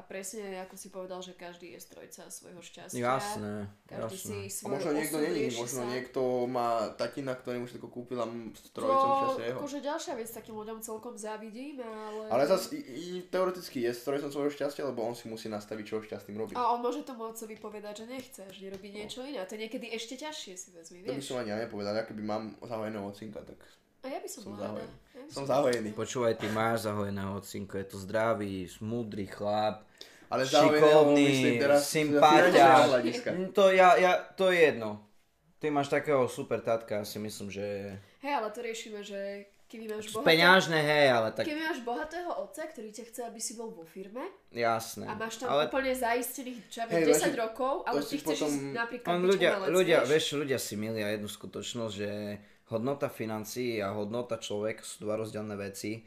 A presne ako si povedal, že každý je strojca svojho šťastia.
Jasné,
Každý si
jasné.
A
svoj
možno niekto
osud
není,
rieši
možno
sám.
niekto má tatina, ktorý mu všetko kúpil a m- strojcom
To
časného.
akože ďalšia vec, takým ľuďom celkom závidím, ale...
Ale zase teoreticky je strojcom svojho šťastia, lebo on si musí nastaviť, čo ho šťastným robí.
A on môže tomu otcovi povedať, že nechce, že nerobí niečo iné. A to je niekedy ešte ťažšie si vezmi,
To by
vieš.
som ani ja nepovedal, ja keby mám zahojeného ocinka, tak
A ja by som,
som
mladá.
zahojený.
Ja by
som zahojený.
Počúvaj, ty máš zahojeného ocinko, je to zdravý, múdry chlap.
Ale zahojeného
Šikovný,
myslím teraz z
sympatiak.
finančného hľadiska.
Mm, To, ja, ja, to je jedno. Ty máš takého super tatka, ja si myslím, že...
Hej, ale to riešime, že keby máš bohatého,
Peňažné, hej, ale tak
keby máš bohatého otca, ktorý ťa chce, aby si bol vo firme,
jasné.
A máš tam
ale
ale... úplne zaistených, čo ja
Hej,
viem, 10
lebo si-
rokov, ale
lebo
ty
si
chceš
potom-
ísť napríklad
on
byť
ľudia,
umelec,
ľudia, vieš, ľudia si milia jednu skutočnosť, že hodnota financií a hodnota človeka sú dva rozdielne veci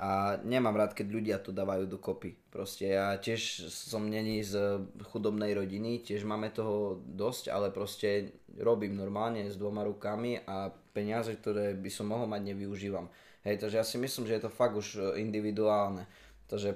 a nemám rád, keď ľudia to dávajú dokopy. Proste ja tiež som není z chudobnej rodiny, tiež máme toho dosť, ale proste robím normálne s dvoma rukami a peniaze, ktoré by som mohol mať, nevyužívam. Hej, takže ja si myslím, že je to fakt už e, individuálne. Takže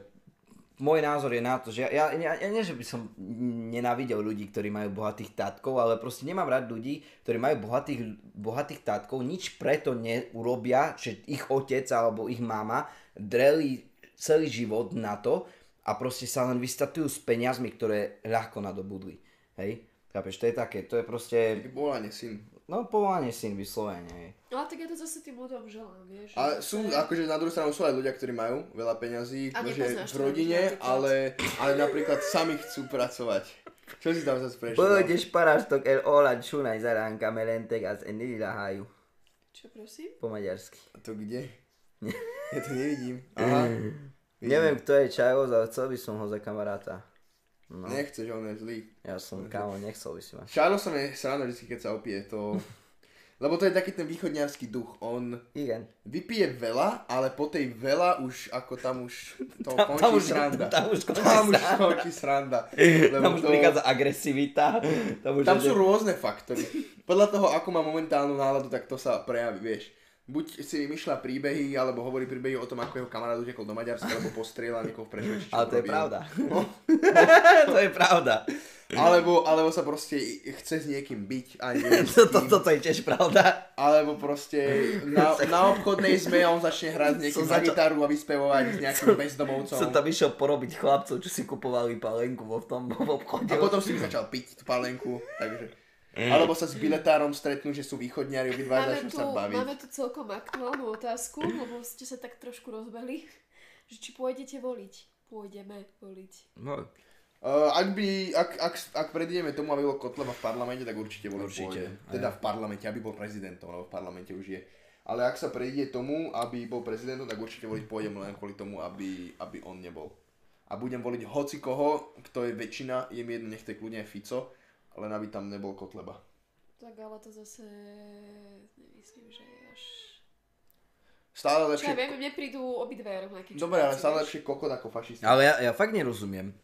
môj názor je na to, že ja, ja, ja, ja nie, že by som nenávidel ľudí, ktorí majú bohatých tatkov, ale proste nemám rád ľudí, ktorí majú bohatých, bohatých tatkov, nič preto neurobia, že ich otec alebo ich mama dreli celý život na to a proste sa len vystatujú s peniazmi, ktoré ľahko nadobudli. Hej? Chápeš, to je také, to je proste,
Taký Volanie syn.
no povolanie syn vyslovene, hej.
No, Ale tak ja to zase tým ľuďom želám, vieš.
Ale
že
sú,
zase-
akože na druhú stranu sú aj ľudia, ktorí majú veľa peňazí,
A
že v
nepoznáš to
rodine,
napríklad.
ale, ale napríklad sami chcú pracovať. Čo si tam zase prešiel?
Pôjdeš parastok el olan čunaj zaránka melentek a z enilahaju,
Čo prosím?
po maďarsky.
A to kde? Ja to nevidím. Aha.
Neviem, kto je Čajos, ale chcel by som ho za kamaráta. No.
Nechceš, on je zlý.
Ja som, kámo, nechcel by si ma.
Charles som je sranda vždy, keď sa opije, to... Lebo to je taký ten východňarský duch, on
Igen.
vypije veľa, ale po tej veľa už, ako tam už to
Tam-
končí
tam už-
sranda.
tam už končí
tam už
sranda.
končí sranda. Lebo
Tam už
to-
prichádza agresivita. Tam, už
Tam sú rôzne faktory. Podľa toho, ako má momentálnu náladu, tak to sa prejaví, vieš. Buď si vymýšľa príbehy, alebo hovorí príbehy o tom, ako jeho kamarát utekol do Maďarska, alebo postrieľa niekoho v Prešovči, čo
Ale to je
robil.
pravda.
No.
to je pravda.
Alebo, alebo sa proste chce s niekým byť a nie s
To, to,
kým.
toto je tiež pravda.
Alebo proste na, na obchodnej zme on začne hrať s niekým
Som
na
začal-
gitaru a vyspevovať s nejakým bezdomovcom.
Som tam išiel porobiť chlapcov, čo si kupovali palenku vo v tom v obchode.
A potom si začal piť tú palenku, takže...
Mm.
Alebo sa s biletárom stretnú, že sú východňari, obidva
Máme
začnú
tu,
sa baviť.
máme tu celkom aktuálnu otázku, lebo ste sa tak trošku rozbehli, že či pôjdete voliť. Pôjdeme voliť.
No,
Uh, ak by, ak, ak, ak predideme tomu, aby bol Kotleba v parlamente, tak určite bol
Určite,
Pôjde. Teda v parlamente, aby bol prezidentom, lebo v parlamente už je. Ale ak sa prejde tomu, aby bol prezidentom, tak určite voliť pôjdem len kvôli tomu, aby, aby on nebol. A budem voliť hoci koho, kto je väčšina, je mi jedno, nech to je kľudne aj Fico, len aby tam nebol Kotleba.
Tak ale to zase nemyslím, že je až...
Stále lepšie...
Čo ja viem, mne prídu obidve rovnakí.
Dobre, ale
čuráci,
stále
vieš.
lepšie kokot ako fašista.
Ale ja, ja fakt nerozumiem,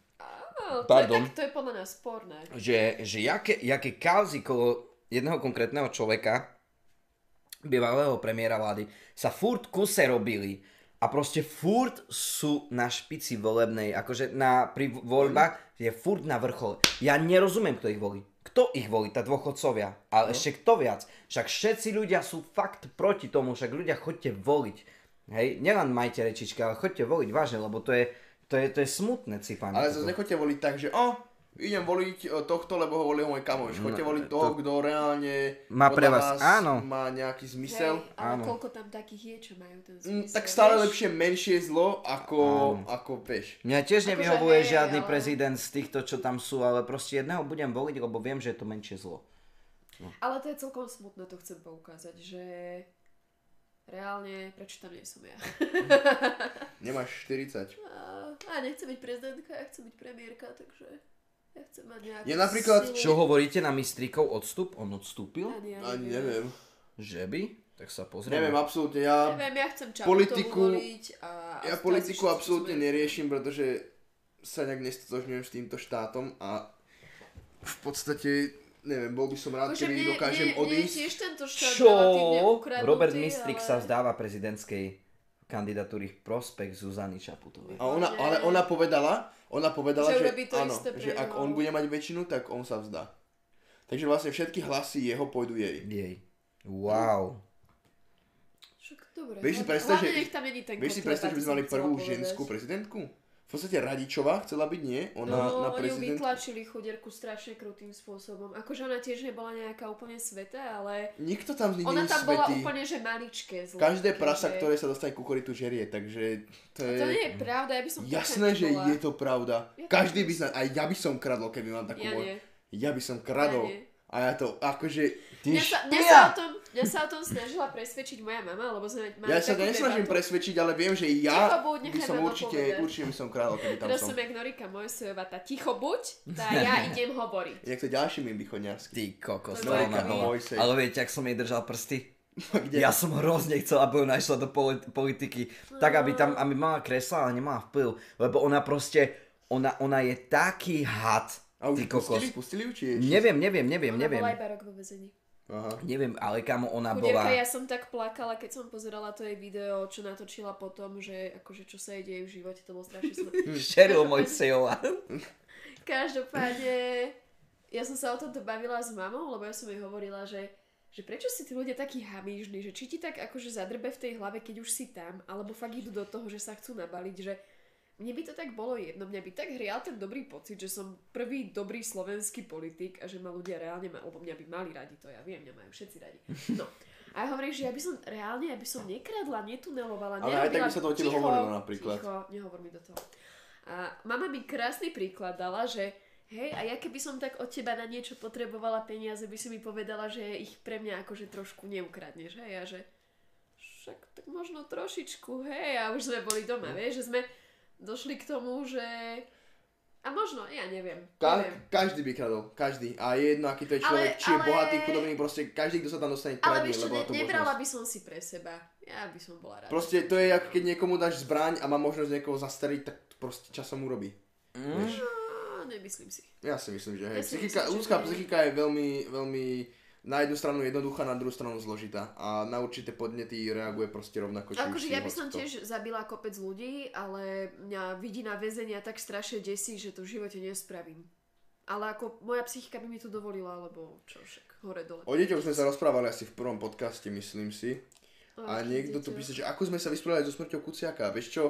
Á, to, je
Pardon.
tak, to je podľa nás sporné.
že, že jaké, jaké kauzy kolo jedného konkrétneho človeka, bývalého premiéra vlády, sa furt kuse robili a proste furt sú na špici volebnej, akože na, pri v- voľbách je furt na vrchole. Ja nerozumiem, kto ich volí. Kto ich volí? Tá dôchodcovia.
No.
Ale ešte kto viac? Však všetci ľudia sú fakt proti tomu, však ľudia chodte voliť. Hej, nielen majte rečičky, ale chodte voliť vážne, lebo to je, to je, to je smutné cipanie.
Ale
toto.
zase nechoďte voliť tak, že o, idem voliť e, tohto, lebo ho volil môj kamoš. Choďte voliť toho, kto reálne
No, Má
podľa
pre vás- áno.
má nejaký zmysel.
Hej, ale
Áno.
koľko tam takých je, čo majú ten
Mm,
zmysel.
tak stále
vieš?
lepšie menšie zlo, ako, ako vieš.
Mňa tiež
Akože
nevyhovuje
hej,
žiadny
ale-
prezident z týchto, čo tam sú, ale proste jedného budem voliť, lebo viem, že je to menšie zlo.
Ale to je celkom smutné, to chcem poukázať, že reálne, prečo tam nie som ja?
Nemáš 40.
A, a nechcem byť prezidentka, ja chcem byť premiérka, takže ja chcem mať nejakú
Ja napríklad-
silu.
Čo hovoríte na mistrikov odstup? On odstúpil?
Ani, ja
Ani
neviem.
neviem.
Že by? Tak sa pozrieme.
Neviem, absolútne, ja,
Neviem, ja chcem čapu
Politiku-
voliť a... a
ja
stále si
politiku
všetci
absolútne
sme-
neriešim, pretože sa nejak nestotožňujem s týmto štátom a v podstate, neviem, bol by som rád,
Akože
keby
mne-
dokážem
mne- mne je
odísť.
tiež tento štát
Čo?
relatívne ukradnutý,
Robert Mistrik
ale...
sa vzdáva prezidentskej kandidatúry v prospech Zuzany Čaputovej.
A ona, ale ona povedala, ona povedala, že,
Že urobí to
áno,
isté pre
že ak on
ňou.
bude mať väčšinu, tak on sa vzdá. Takže vlastne všetky hlasy jeho pôjdu jej.
Jej. Wow.
Však dobre.
Vieš si
hlavne-
predstav, že-
hlavne nech tam není ten
Vieš si
kotleba,
predstaviť, že by sme mali
to som chcela
prvú
povedať.
ženskú prezidentku? V podstate Radičová chcela byť, nie? Ona
No,
na
oni ju
prezidentku.
vytlačili chudierku strašne krutým spôsobom. Akože ona tiež nebola nejaká úplne sveta, ale
Nikto tam z nich
ona
není
tam bola
svetý.
úplne, že maličké zlo.
Každé
Také,
prasa,
že-
ktoré sa dostane ku koritu, žerie, takže to
A
je...
To nie je pravda, ja by som...
Jasné, že
bola.
je to pravda.
Ja to
Každý by
myslím.
sa... Aj ja by som kradol, keby mám takú
Ja
moc.
nie.
Ja by som kradol.
Ja nie.
A ja to akože...
Ty
Mňa sa, mňa, sa
špia!
o tom, mňa sa o tom snažila presvedčiť moja mama, lebo sme mali
Ja sa
takú
to nesnažím
debatu.
presvedčiť, ale viem, že ja
Ticho buď,
by
nechaj
som
mama
určite,
povedať.
určite by som kradol, keby tam
Teraz
som.
som jak Norika Mojsejová, tá ticho buď, tá ja idem hovoriť.
Jak to ďalší mi východňarský.
Ty kokos,
To
to
Norika
ona bola.
Mojsej.
Ale viete, ak som jej držal prsty?
Kde?
Ja som hrozne chcel, aby ona išla do poli- politiky. Tak, aby tam, aby mala kresla, ale nemala vplyv. Lebo ona proste, ona, ona je taký had.
A už
Ty kokos.
pustili, pustili ju, či je...
Neviem, neviem, neviem,
Ona
neviem.
bola iba rok vo vezení.
Aha.
Neviem, ale kamo ona bola...
Chudierka, ja som tak plakala, keď som pozerala to jej video, čo natočila potom, že akože čo sa jej deje v živote, to bolo strašne smutné.
Cheryl Mojsejová.
Každopádne, ja som sa o tomto bavila s mamou, lebo ja som jej hovorila, že že prečo si tí ľudia takí hamížni, že či ti tak akože zadrbe v tej hlave, keď už si tam, alebo fakt idú do toho, že sa chcú nabaliť, že mne by to tak bolo jedno, mňa by tak hrial ten dobrý pocit, že som prvý dobrý slovenský politik a že ma ľudia reálne, ma, lebo mňa by mali radi, to ja viem, mňa majú všetci radi. No. A ja hovorím, že ja by som reálne, ja by som nekradla,
Ale aj
netunelovala,
tak
nerobila-
by sa to o tebe
Ticho,
hovorilo napríklad.
Ticho, nehovor mi do toho. A mama mi krásny príklad dala, že hej, a ja keby som tak od teba na niečo potrebovala peniaze, by si mi povedala, že ich pre mňa akože trošku neukradneš, hej, a že však tak možno trošičku, hej, a už sme boli
No.
doma, vieš, že sme došli k tomu, že a možno, ja neviem,
Ka-
neviem.
každý by kradol, každý. A je jedno, aký to je človek,
Ale-
či je
ale-
bohatý, chudobný, proste každý, kto sa tam dostane,
Ale
kradne,
vieš čo,
lebo
ne,
má tú
nebrala
možnosť.
by som si pre seba, ja by som bola rada.
Proste to je, ako keď niekomu dáš zbraň a má možnosť niekoho zastreliť, tak to proste časom urobí.
Mm.
No, nemyslím si.
Ja si myslím, že hej.
Ja si
Psychika,
myslím, že
ľudská
nie.
psychika je veľmi, veľmi na jednu stranu jednoduchá, na druhú stranu zložitá. A na určité podnety reaguje proste rovnako. či už
Akože
si
ja by
hoc
som
kto.
tiež zabila kopec ľudí, ale mňa vidina väzenia tak strašne desí, že to v živote nespravím. Ale ako moja psychika by mi to dovolila, alebo čo však, hore dole.
O deťoch sme sa rozprávali asi v prvom podcaste, myslím si. A
Ach,
niekto tu
deťoch.
píše, že ako sme sa vysporiadali so smrťou Kuciaka. Vieš čo,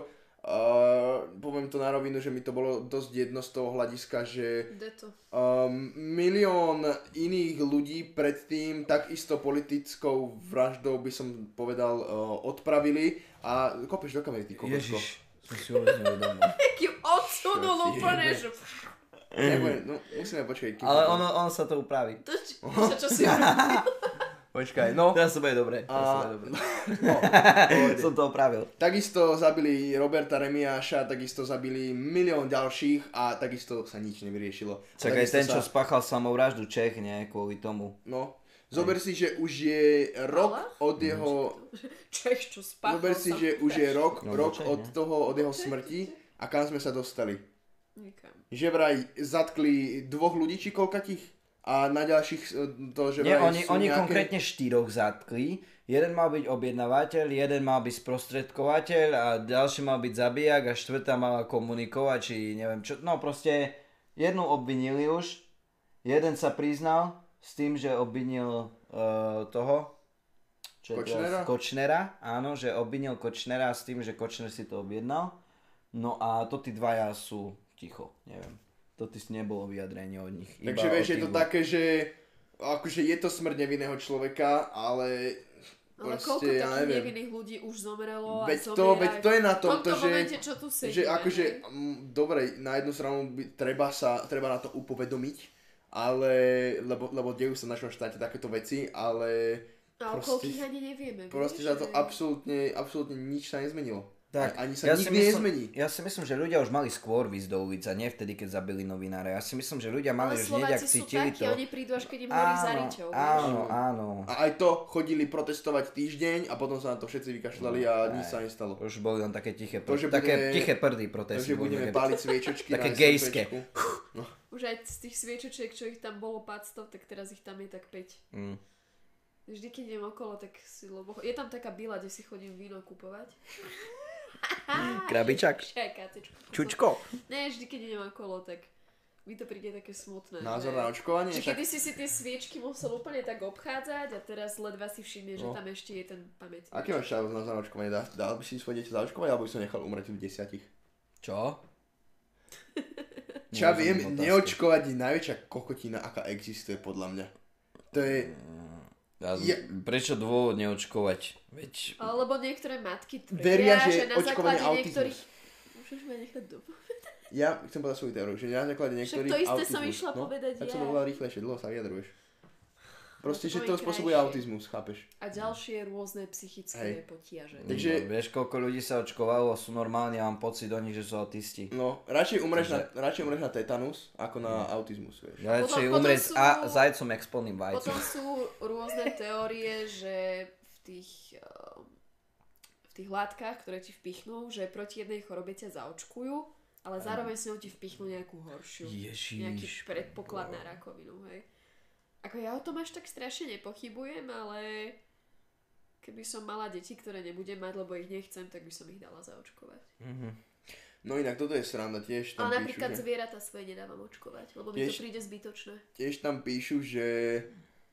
uh, poviem to na rovinu, že mi to bolo dosť jedno z toho hľadiska, že
Kde to?
um, milión iných ľudí predtým takisto politickou vraždou by som povedal uh, odpravili a kopeš do kamery ty kokosko.
Ježiš, som si uvedomil domov.
Tak ju odsunul
Čo ti
úplne,
jebe?
že...
Nebudem, no, musíme počkať. kým
Ale
to-
ono, ono sa to upraví.
To, čo, čo, čo si urobil?
Počkaj, no.
Teraz to bude dobre. Teraz
A...
to bude dobre.
no pohode.
Som to opravil.
Takisto zabili Roberta Remiáša, takisto zabili milión ďalších a takisto sa nič nevyriešilo. A
Čakaj,
takisto
ten, čo
sa-
spáchal samovraždu Čech, nie? Kvôli tomu.
No. Zober si, že už je rok
Ale?
od jeho...
Čech, čo spáchal
Zober si,
sa.
že už je rok,
Mhm. No,
rok
určite,
od
ne?
toho, od jeho smrti a kam sme sa dostali.
Nikam.
Že vraj zatkli dvoch ľudí, či koľkatých? A na ďalších e, to, že
Nie,
vraj
oni,
sú
oni
nejaké...
konkrétne štyroch zatkli. Jeden mal byť objednávateľ, jeden mal byť sprostredkovateľ a ďalší mal byť zabijak a štvrtá mala komunikovať, či neviem čo. No proste jednu obvinili už, jeden sa priznal s tým, že obvinil uh, toho, čo je
Kočnera?
teraz- Kočnera, áno, že obvinil Kočnera s tým, že Kočner si to objednal. No a to tí dvaja sú ticho, neviem. To ty nebolo vyjadrenie od nich. iba
Takže vieš,
od
je
tých
to
dvoch.
také, že akože je to smrť nevinného človeka, ale
Ale koľko
proste, ja
takých
neviem.
nevinných ľudí už zomrelo
Veď
a
to,
zomiera
veď to je na
v
tom, to,
tomto
že,
momente, čo tu sedíme.
že akože,
hej?
m, dobre, na jednu stranu by, treba, sa, treba na to upovedomiť, ale, lebo, lebo dejú sa v našom štáte takéto veci, ale
A o
proste-
koľkých ani nevieme.
proste
vieš,
za to
že-
absolútne, absolútne nič sa nezmenilo.
Tak,
Ani sa nikdy
myslím,
nezmení.
Ja si myslím, že ľudia už mali skôr výjsť do ulic a nie vtedy, keď zabili novinára. Ja si myslím, že ľudia
Ale
mali už hneď, ak
Slováci sú
cítili
takí,
to.
oni prídu až keď im horí za
Áno,
riťou. vieš.
áno, áno.
A aj to chodili protestovať týždeň a potom sa na to všetci vykašľali a nič sa nestalo.
Už boli len také tiché,
To,
pr-
že
také
bude-
tiché prdy protesty.
Takže
boli
budeme
také-
páliť sviečočky
také
na
gejské.
SRPčku.
Už aj z tých sviečočiek, čo ich tam bolo 500, tak teraz ich tam je tak 5.
Mm.
Vždy, keď idem okolo, tak si lobo... Je tam taká byla, kde si chodím víno kupovať.
Krabičak,
Čaj, katečku.
čučko.
Ne, vždy, keď idem okolo, tak mi to príde také smutné.
Názor
že-
na očkovanie?
Že
Však
kedy si si tie sviečky musel úplne tak obchádzať a teraz ledva si všimne, že
No.
tam ešte je ten pamätník.
Aký máš názor na zaočkovanie? Dá, dal by si svoje dieťa zaočkovať, alebo by som nechal umrieť v desiatich?
Čo?
Čo ja viem,
Nerozumiem otázke.
neočkovať je najväčšia kokotina, aká existuje podľa mňa. To je...
Ja,
Je-
Prečo dôvod neočkovať? Veď
Lebo niektoré matky tvrdia,
Veria, že
že, na
očkovanie
základe
autizmus.
niektorých... Môžeš ma nechať dobu?
Ja chcem povedať svoju teóriu, že na základe niektorých...
to isté
autizmus,
som
no,
išla povedať
Tak
ja.
som oveľa rýchlejšie, dlho sa vyjadruješ. Proste,
No,
že
to
to
je
spôsobuje
krajšie.
autizmus, chápeš?
A ďalšie rôzne psychické
Hej.
potiaže.
Takže-
Takže... no, Vieš, koľko ľudí sa očkovalo a sú normálne, ja mám pocit o nich, že sú autisti.
No, radšej umreš,
Takže-
na, radšej umreš na tetanus, ako na autizmus, vieš.
Ja
Potom-
radšej
potom
umrieť
sú-
s a, zajcom, jak s plným vajcom.
Potom sú rôzne teórie, že v tých, ehm, v tých látkach, ktoré ti vpichnú, že proti jednej chorobe ťa zaočkujú, ale zároveň s ňou ti vpichnú nejakú horšiu. Nejaký
Ježiš.
predpoklad na rakovinu, hej. Ako ja o tom až tak strašne nepochybujem, ale keby som mala deti, ktoré nebudem mať, lebo ich nechcem, tak by som ich dala zaočkovať.
No inak toto je sranda, tiež tam píšu,
ale napríklad
že...
zvieratá svoje nedávam očkovať, lebo mi
Vieš-
to príde zbytočné.
Tiež tam píšu, že...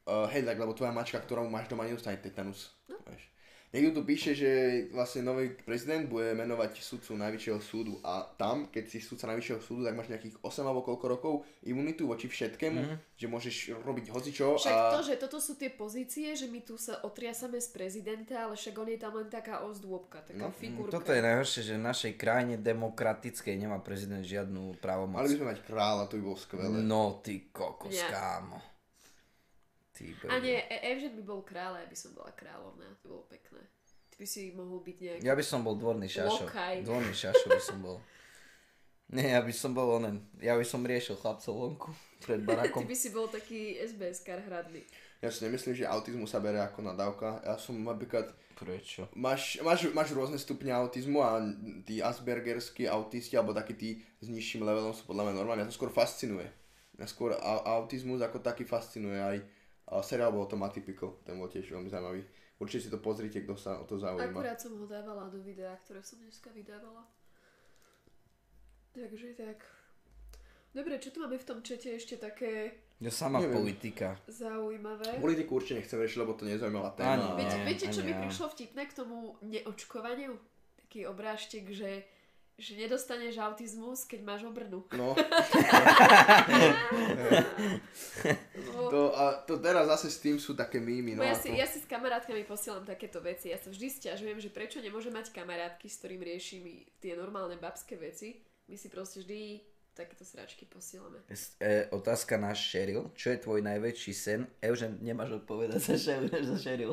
Uh, hej, tak lebo tvoja mačka, ktorú máš doma, nedostane tetanus. No. Vieš. Niekto tu píše, že vlastne nový prezident bude menovať sudcu najvyššieho súdu a tam, keď si sudca najvyššieho súdu, tak máš nejakých 8 alebo koľko rokov imunitu voči všetkému, že môžeš robiť hocičo
Však
a...
to, že toto sú tie pozície, že my tu sa otriasame z prezidenta, ale však on je tam len taká ozdôbka, taká
No,
figurka.
Toto je najhoršie, že v našej krajine demokratickej nemá prezident žiadnu právomoc.
Mali by sme mať kráľa, to by bolo skvelé.
No ty kokos,
Nie.
kámo. Ty brďo.
A nie, E- Evžen by bol kráľ, a ja by som bola kráľovná, to bolo pekné. Ty by si mohol byť nejaký...
Ja by som bol dvorný šašo.
Lokaj.
Dvorný šašo by som bol. Nie, ja by som bol onen. Ja by som riešil chlapcov vonku pred
Ty
barakom.
by si bol taký SBS-kar hradný.
Ja si nemyslím, že autizmus sa bere ako nadávka. Ja som napríklad...
Prečo?
Máš, máš, máš rôzne stupne autizmu a tí aspergerskí autisti alebo takí tí s nižším levelom sú podľa mňa normálne. Mňa to skôr fascinuje. Mňa skôr a, autizmus ako taký fascinuje aj a seriál bol Tom Atypical, ten bol tiež veľmi zaujímavý. Určite si to pozrite, kto sa o to zaujíma.
Akurát som ho dávala do videa, ktoré som dneska vydávala. Takže tak. Dobre, čo tu máme v tom čete ešte také
Ja No, sama
Neviem.
politika.
zaujímavé?
Politiku určite nechcem riešiť, lebo to nezaujímavá téma.
Ani.
Viete,
Nie,
viete čo
ani
mi
ja.
prišlo vtipné k tomu neočkovaniu? Taký obrážtek, že, že nedostaneš autizmus, keď máš obrnu.
No,
Lebo,
to, a to teraz zase s tým sú také mýmy.
lebo
No,
ja,
a
si,
to-
ja si s kamarátkami posielam takéto veci. Ja sa vždy stiažujem, že prečo nemôžem mať kamarátky, s ktorým riešim i tie normálne babské veci. My si proste vždy takéto sračky posielame.
S- E, otázka na Sheryl. Čo je tvoj najväčší sen? Eužen, nemáš odpovedať za Sheryl. Za Sheryl.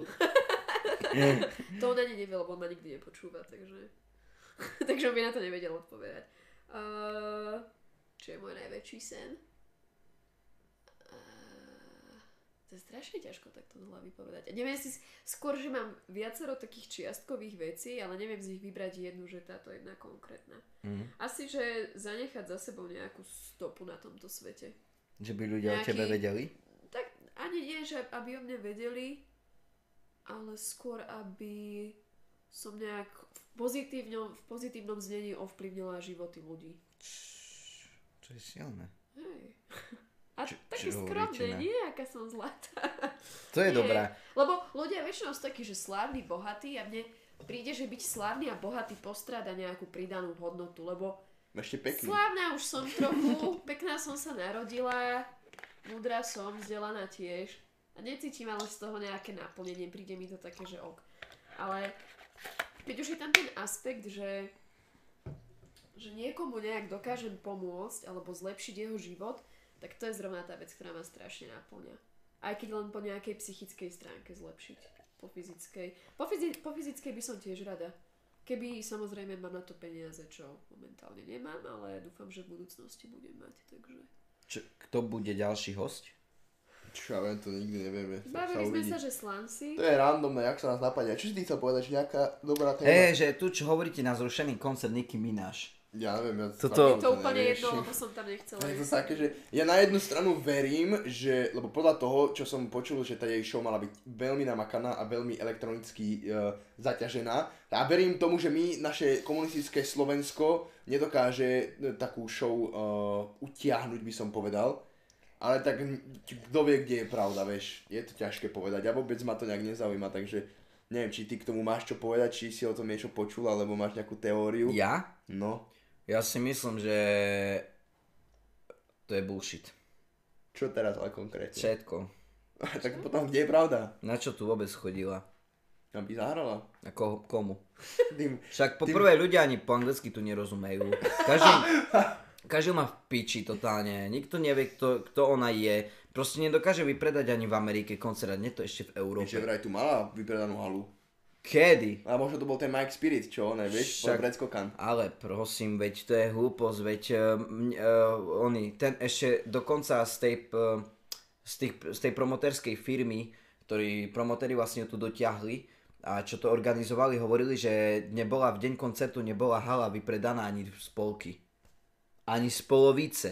To ona ani nevie, lebo ona nikdy nepočúva, takže... takže on by na to nevedel odpovedať. Uh, čo je môj najväčší sen? Uh, to je strašne ťažko takto z hlavy povedať. A neviem si, s- skôr, že mám viacero takých čiastkových vecí, ale neviem z nich vybrať jednu, že táto jedna konkrétna.
Mhm.
Asi, že zanechať za sebou nejakú stopu na tomto svete.
Že by ľudia o
Nejaký-
tebe vedeli?
Tak ani nie, že aby o mne vedeli, ale skôr, aby som nejak v pozitívnom, v pozitívnom znení ovplyvnila životy ľudí.
To je silné.
Hej. A
Čo-
také
čo
skromné,
hovoríte, ne?
nie? Aká som zlatá.
To je
Nie.
dobrá.
Lebo ľudia väčšinou sú takí, že slávni, bohatí a mne príde, že byť slávny a bohatý postráda nejakú pridanú hodnotu, lebo
Ešte pekný.
slávna už som trochu, pekná som sa narodila, múdra som, vzdelaná tiež. A necítim ale z toho nejaké naplnenie, príde mi to také, že ok. Ale keď už je tam ten aspekt, že, že niekomu nejak dokážem pomôcť alebo zlepšiť jeho život, tak to je zrovna tá vec, ktorá ma strašne naplňa. Aj keď len po nejakej psychickej stránke zlepšiť. Po fyzickej. Po, fyzi- po fyzickej by som tiež rada. Keby samozrejme mám na to peniaze, čo momentálne nemám, ale dúfam, že v budúcnosti budem mať, takže...
Č- kto bude ďalší host?
Čo ja viem, to nikdy nevieme. to
Bavili sme
uvidí.
sa, že Slansi...
To je randomné, jak sa nás napadne. Čo si ty chcel povedať, že nejaká dobrá téma?
Hej, no. že tu čo hovoríte na zrušený koncert Nicky Mináš.
Ja neviem, ja fakt
Toto-
Je to úplne
neriešim.
jedno, lebo som tam nechcela
To je to
ísť.
také, že ja na jednu stranu verím, že, lebo podľa toho, čo som počul, že tá jej show mala byť veľmi namakaná a veľmi elektronicky e, zaťažená. A verím tomu, že my, naše komunistické Slovensko, nedokáže e, takú show e, utiahnuť, by som povedal. Ale tak n- kto vie, kde je pravda, vieš. Je to ťažké povedať a vôbec ma to nejak nezaujíma, takže neviem, či ty k tomu máš čo povedať, či si o tom niečo počul, alebo máš nejakú teóriu.
Ja?
No,
Ja si myslím, že to je bullshit.
čo teraz ale konkrétne?
Všetko.
tak potom, kde je pravda?
Na čo tu vôbec chodila?
Aby zahrala.
A ko- komu?
Tým,
Však po prvé ľudia ani po anglicky tu nerozumejú. Každý, každý má v piči totálne. Nikto nevie, kto, kto ona je. Proste nedokáže vypredať ani v Amerike koncert, nie to ešte v
že
Európe.
vraj tu mala vypredanú halu.
Kedy?
A možno to bol ten Mike Spirit, čo ne, vieš, Však...
Však-
predskokan.
Ale prosím, veď to je hlúposť, veď uh, uh, oni, ten ešte dokonca z tej, uh, z, tých, z tej promoterskej firmy, ktorí promotéri vlastne tu dotiahli a čo to organizovali, hovorili, že nebola v deň koncertu, nebola hala vypredaná ani v spolky. Ani z polovice.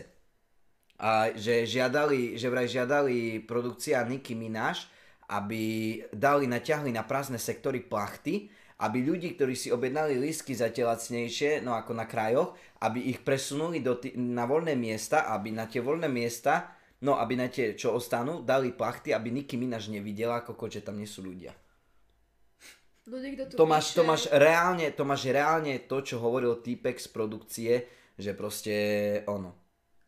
A že žiadali, že vraj žiadali produkcia Niky Mináš, aby dali, naťahli na prázdne sektory plachty, aby ľudí, ktorí si objednali lístky za tie lacnejšie, no ako na krajoch, aby ich presunuli do tý, na voľné miesta, aby na tie voľné miesta, no aby na tie, čo ostanú, dali plachty, aby Niky Mináš nevidela, ako že tam nie sú ľudia.
No niekto tu
To máš,
píše-
to máš reálne, to máš reálne to, čo hovoril týpek z produkcie, že proste ono.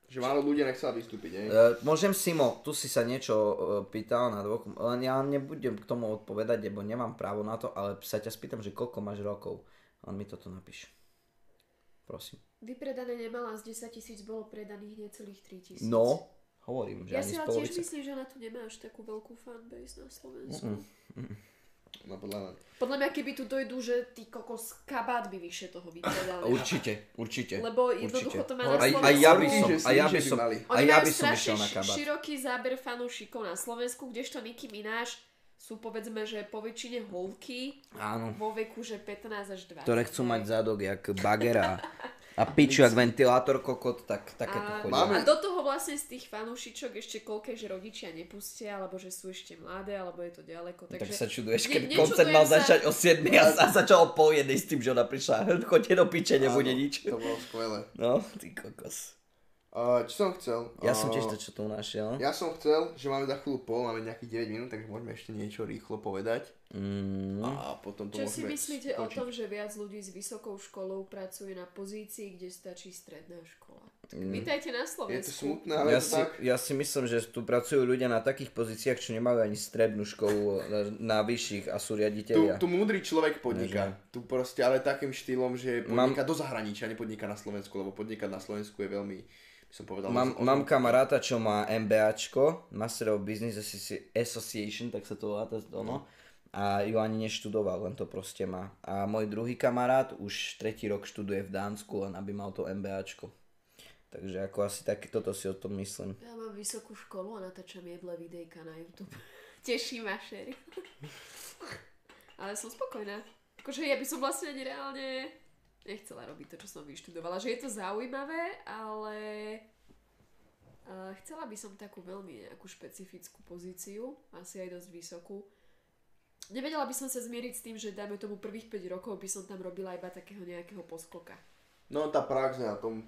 Že málo ľudí nechcela vystúpiť, nie?
Uh, môžem Simo, tu si sa niečo uh, pýtal na dvoch, len ja nebudem k tomu odpovedať, lebo nemám právo na to, ale sa ťa spýtam, že koľko máš rokov. Len mi toto napíš. Prosím.
Vypredané nemala, z 10 tisíc bolo predaných necelých 3 tisíc.
No, hovorím, že
Ja
ani
si
z
ale tiež
polovice.
myslím, že ona tu nemá až takú veľkú fanbase na Slovensku.
Mm-mm.
No podľa mňa.
Podľa mňa, keby tu dojdú, že ty kokos kabát by vyššie toho vypredali.
Určite, určite.
Lebo jednoducho
určite.
to má na
aj,
Slovensku.
aj ja by som,
Že si,
aj
že
ja by
by
som,
mali.
Oni
aj ja
majú
by som
strašne
išiel na
ši-
kabát.
široký záber fanúšikov na Slovensku, kdežto Niky Mináš sú povedzme, že po väčšine holky
Áno.
vo veku, že 15 až 20.
Ktoré chcú mať zadok jak bagera a piču jak ventilátor kokot, tak takéto
A,
chodia.
Máme-
a do toho vlastne z tých fanúšičok ešte koľké, že rodičia nepustia, alebo že sú ešte mladé, alebo je to ďaleko.
Tak
Takže
sa čuduješ, keď
Ne-
koncert
nečudujem
mal
sa.
začať o 7 a, a začal o pol jednej s tým, že ona prišla. Chodte do piče, nebude
Áno,
nič.
To bolo skvelé.
No, ty kokos.
Uh, čo som chcel?
Ja som
Eh,
tiež to, čo tu našiel.
Ja som chcel, že máme za chvíľu pol, máme nejakých 9 minút, takže môžeme ešte niečo rýchlo povedať.
Mm,
A potom to
Čo si
môžeme
myslíte o
skočiť.
tom, že viac ľudí s vysokou školou pracuje na pozícii, kde stačí stredná škola? Tak
Mm.
Vítajte
Je
na
to
Slovensku.
smutné, ale
ja,
je to
si,
tak.
ja si myslím, že tu pracujú ľudia na takých pozíciách, čo nemajú ani strednú školu na, na vyšších a sú
Tu,
riaditeľia.
tu múdry človek podniká. Tu proste, ale takým štýlom, že
Mám-
podniká do zahraničia, nepodniká na Slovensku, lebo podnikať na Slovensku je veľmi, by som povedal... o-
Mám,
o-
mám kamaráta, čo má MBAčko, Master of Business Associ- Association, tak sa to volá, to to
No.
ono. A ju ani neštudoval, len to proste má. A môj druhý kamarát už tretí rok študuje v Dánsku, len aby mal to MBAčko. Takže ako asi také toto si o tom myslím.
Ja mám vysokú školu a natáčam jedle videjka na YouTube. Teší ma, Sherry. Ale som spokojná. Akože ja by som vlastne ani reálne nechcela robiť to, čo som vyštudovala. Že je to zaujímavé, ale eh, chcela by som takú veľmi nejakú špecifickú pozíciu, asi aj dosť vysokú. Nevedela by som sa zmieriť s tým, že dajme tomu prvých 5 rokov by som tam robila iba takého nejakého poskoka.
No tá prax na tom.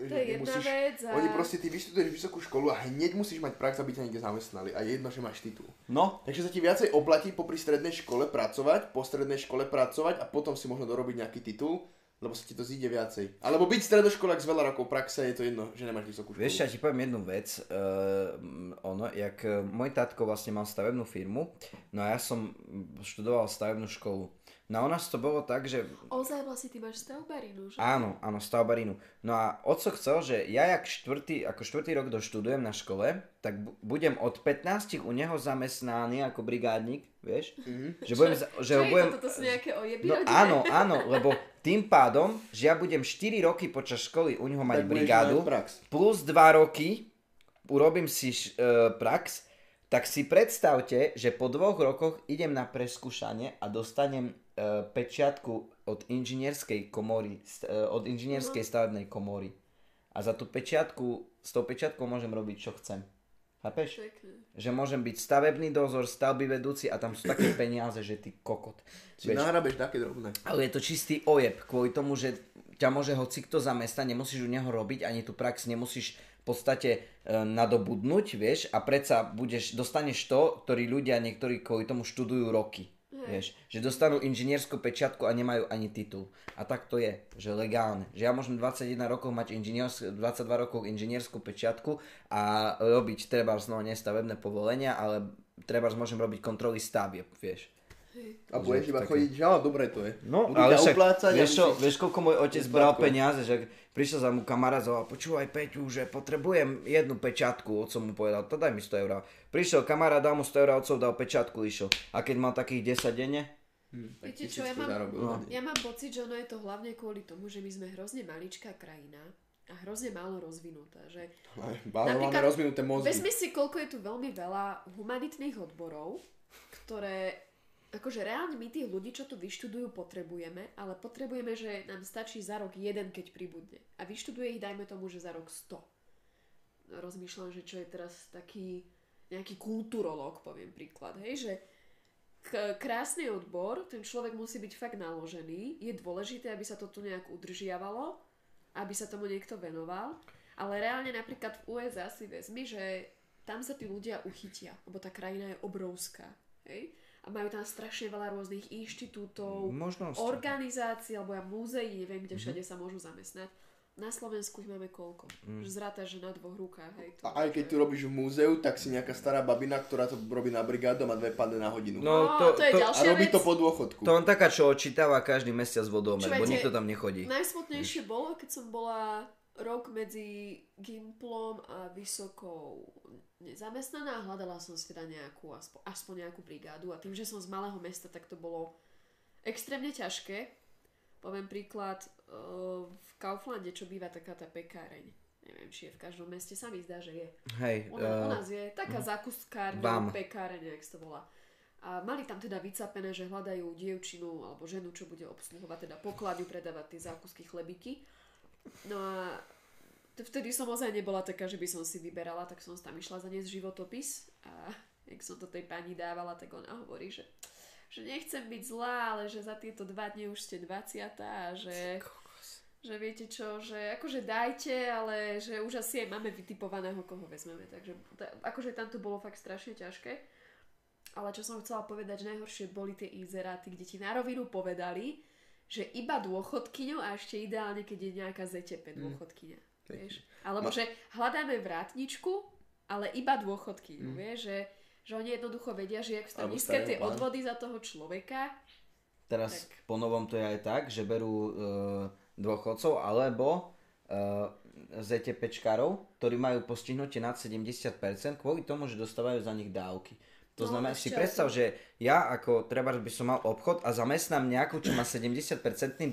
To
že
je
ty
jedna vec a-
Oni proste, ty vyštuduješ vysokú školu a hneď musíš mať prax, aby ťa niekde zamestnali. A je jedno, že máš titul.
No,
Takže sa ti viacej oplatí popri strednej škole pracovať, po strednej škole pracovať a potom si možno dorobiť nejaký titul, lebo sa ti to zíde viacej. Alebo byť stredoškolák s veľa rokov praxe, je to jedno, že nemáš vysokú školu.
Vieš, ja ti poviem jednu vec. Uh, ono, jak eh, môj tatko vlastne mal stavebnú firmu, no a ja som študoval stavebnú školu. No a u nás to bolo tak, že
Ozaj vlastne ty máš stavbarinu, že?
Áno, áno, stavbarinu. No a oco chcel, že ja jak štvrtý, ako štvrtý rok doštudujem na škole, tak bu- budem od 15 u neho zamestnaný ako brigádnik, vieš?
Mhm.
Že budem, za- že
Čo
ho
je
budem...
to, toto sú nejaké ojeby
No
rodinné?
áno, áno, lebo tým pádom, že ja budem 4 roky počas školy u neho
budeš
mať brigádu,
mať prax.
plus 2 roky urobím si š, e, prax, tak si predstavte, že po dvoch rokoch idem na preskúšanie a dostanem e, pečiatku od inžinierskej komory, st- e, od inžinierskej stavebnej komory. A za tú pečiatku, s tou pečiatkou môžem robiť, čo chcem. Chápeš?
Pekne.
Že môžem byť stavebný dozor, stavby vedúci a tam sú také peniaze, že ty kokot.
Si nahrabeš také drobné.
Ale je to čistý ojeb, kvôli tomu, že ťa môže hoci kto zamestnať, nemusíš u neho robiť, ani tú prax nemusíš v podstate e, nadobudnúť, vieš, a predsa budeš, dostaneš to, ktorí ľudia, niektorí kvôli tomu študujú roky. Vieš, že dostanú inžinierskú pečiatku a nemajú ani titul. A tak to je, že legálne. Že ja môžem 21 rokov mať inžiniersk- 22 rokov inžinierskú pečiatku a robiť treba znova nestavebné povolenia, ale treba môžem robiť kontroly stavieb, vieš.
A budeš iba
také.
chodiť, že áno, dobre to je.
No,
Budú ťa
ale však,
uplácať a
vieš, čo,
musíš-
vieš, koľko môj otec
Uplátkov.
bral peniaze, že prišiel za mu kamarát a počúvaj Peťu, že potrebujem jednu pečatku, otco mu povedal, to daj mi 100 eur. Prišiel kamarát, dal mu 100 eur, otcov dal pečatku, išiel. A keď mal takých 10 denne,
Viete čo,
Tisícku
ja mám,
zarobil.
No.
ja mám pocit, že ono je to hlavne kvôli tomu, že my sme hrozne maličká krajina a hrozne málo rozvinutá. Že
Máme- Máme rozvinuté mozgy.
vezmi si, koľko je tu veľmi veľa humanitných odborov, ktoré akože reálne my tých ľudí, čo tu vyštudujú, potrebujeme, ale potrebujeme, že nám stačí za rok jeden, keď pribudne. A vyštuduje ich, dajme tomu, že za rok 100. No, Rozmýšľam, že čo je teraz taký nejaký kulturológ, poviem príklad, hej, že k- krásny odbor, ten človek musí byť fakt naložený, je dôležité, aby sa to tu nejak udržiavalo, aby sa tomu niekto venoval, ale reálne napríklad v USA si vezmi, že tam sa tí ľudia uchytia, lebo tá krajina je obrovská, hej, a majú tam strašne veľa rôznych
No,
inštitútov,
možno...
organizácií, alebo ja múzeí, neviem,
Mhm.
kde všade sa môžu zamestnať. Na Slovensku ich máme koľko? Že zrátaš, že na dvoch rukách, hej.
Mhm.
to-
A aj keď tu robíš v múzeu, tak si nejaká stará babina, ktorá to robí na brigádu, má dve pade na hodinu.
No,
No,
to-
to, je
to-
a
ďalšia
robí
vec.
to po dôchodku.
To on taká, čo očítava každý mesiac vodomer, lebo
Čujete,
nikto tam nechodí.
Najsmutnejšie bolo, keď som bola rok medzi Gimplom a Vysokou nezamestnaná a hľadala som si teda nejakú, aspoň, aspoň nejakú brigádu a tým, že som z malého mesta, tak to bolo extrémne ťažké. Poviem príklad, eh, v Kauflande, čo býva taká tá pekáreň, neviem, či je v každom meste, sa mi zdá, že je.
Hej,
U nás, u
uh,
nás je taká
Vám.
zakuskárňa, pekáreň, jak sa to volá. A mali tam teda vycapené, že hľadajú dievčinu alebo ženu, čo bude obsluhovať, teda pokladu predávať tie zákusky, chlebiky. No a t- vtedy som ozaj nebola taká, že by som si vyberala, tak som tam išla zaniesť životopis a jak som to tej pani dávala, tak ona hovorí, že že nechcem byť zlá, ale že za tieto dva dni už ste 20 a
eh,
že že viete čo, že akože dajte, ale že už asi aj máme vytipovaného, koho vezmeme. Takže ta, akože tam to bolo fakt strašne ťažké. Ale čo som chcela povedať, že najhoršie boli tie inzeráty, kde ti na rovinu povedali, že iba dôchodkyňou a ešte ideálne, keď je nejaká ZTP dôchodkyňa. Vieš? Alebo
Mm. Ma-
že hľadáme vrátničku, ale iba dôchodkyňu. Vieš? Že, že oni jednoducho vedia, že ak sú
Mm.
tam
Alebo
nízke tie
starého pána.
odvody za toho človeka,
teraz
tak.
po novom to je aj tak, že berú uh, dôchodcov alebo uh, ZTPčkarov, ktorí majú postihnutie nad 70% kvôli tomu, že dostávajú za nich dávky. To
No,
znamená,
ešte
si
aj
predstav, že ja ako treba by som mal obchod a zamestnám nejakú, čo má 70%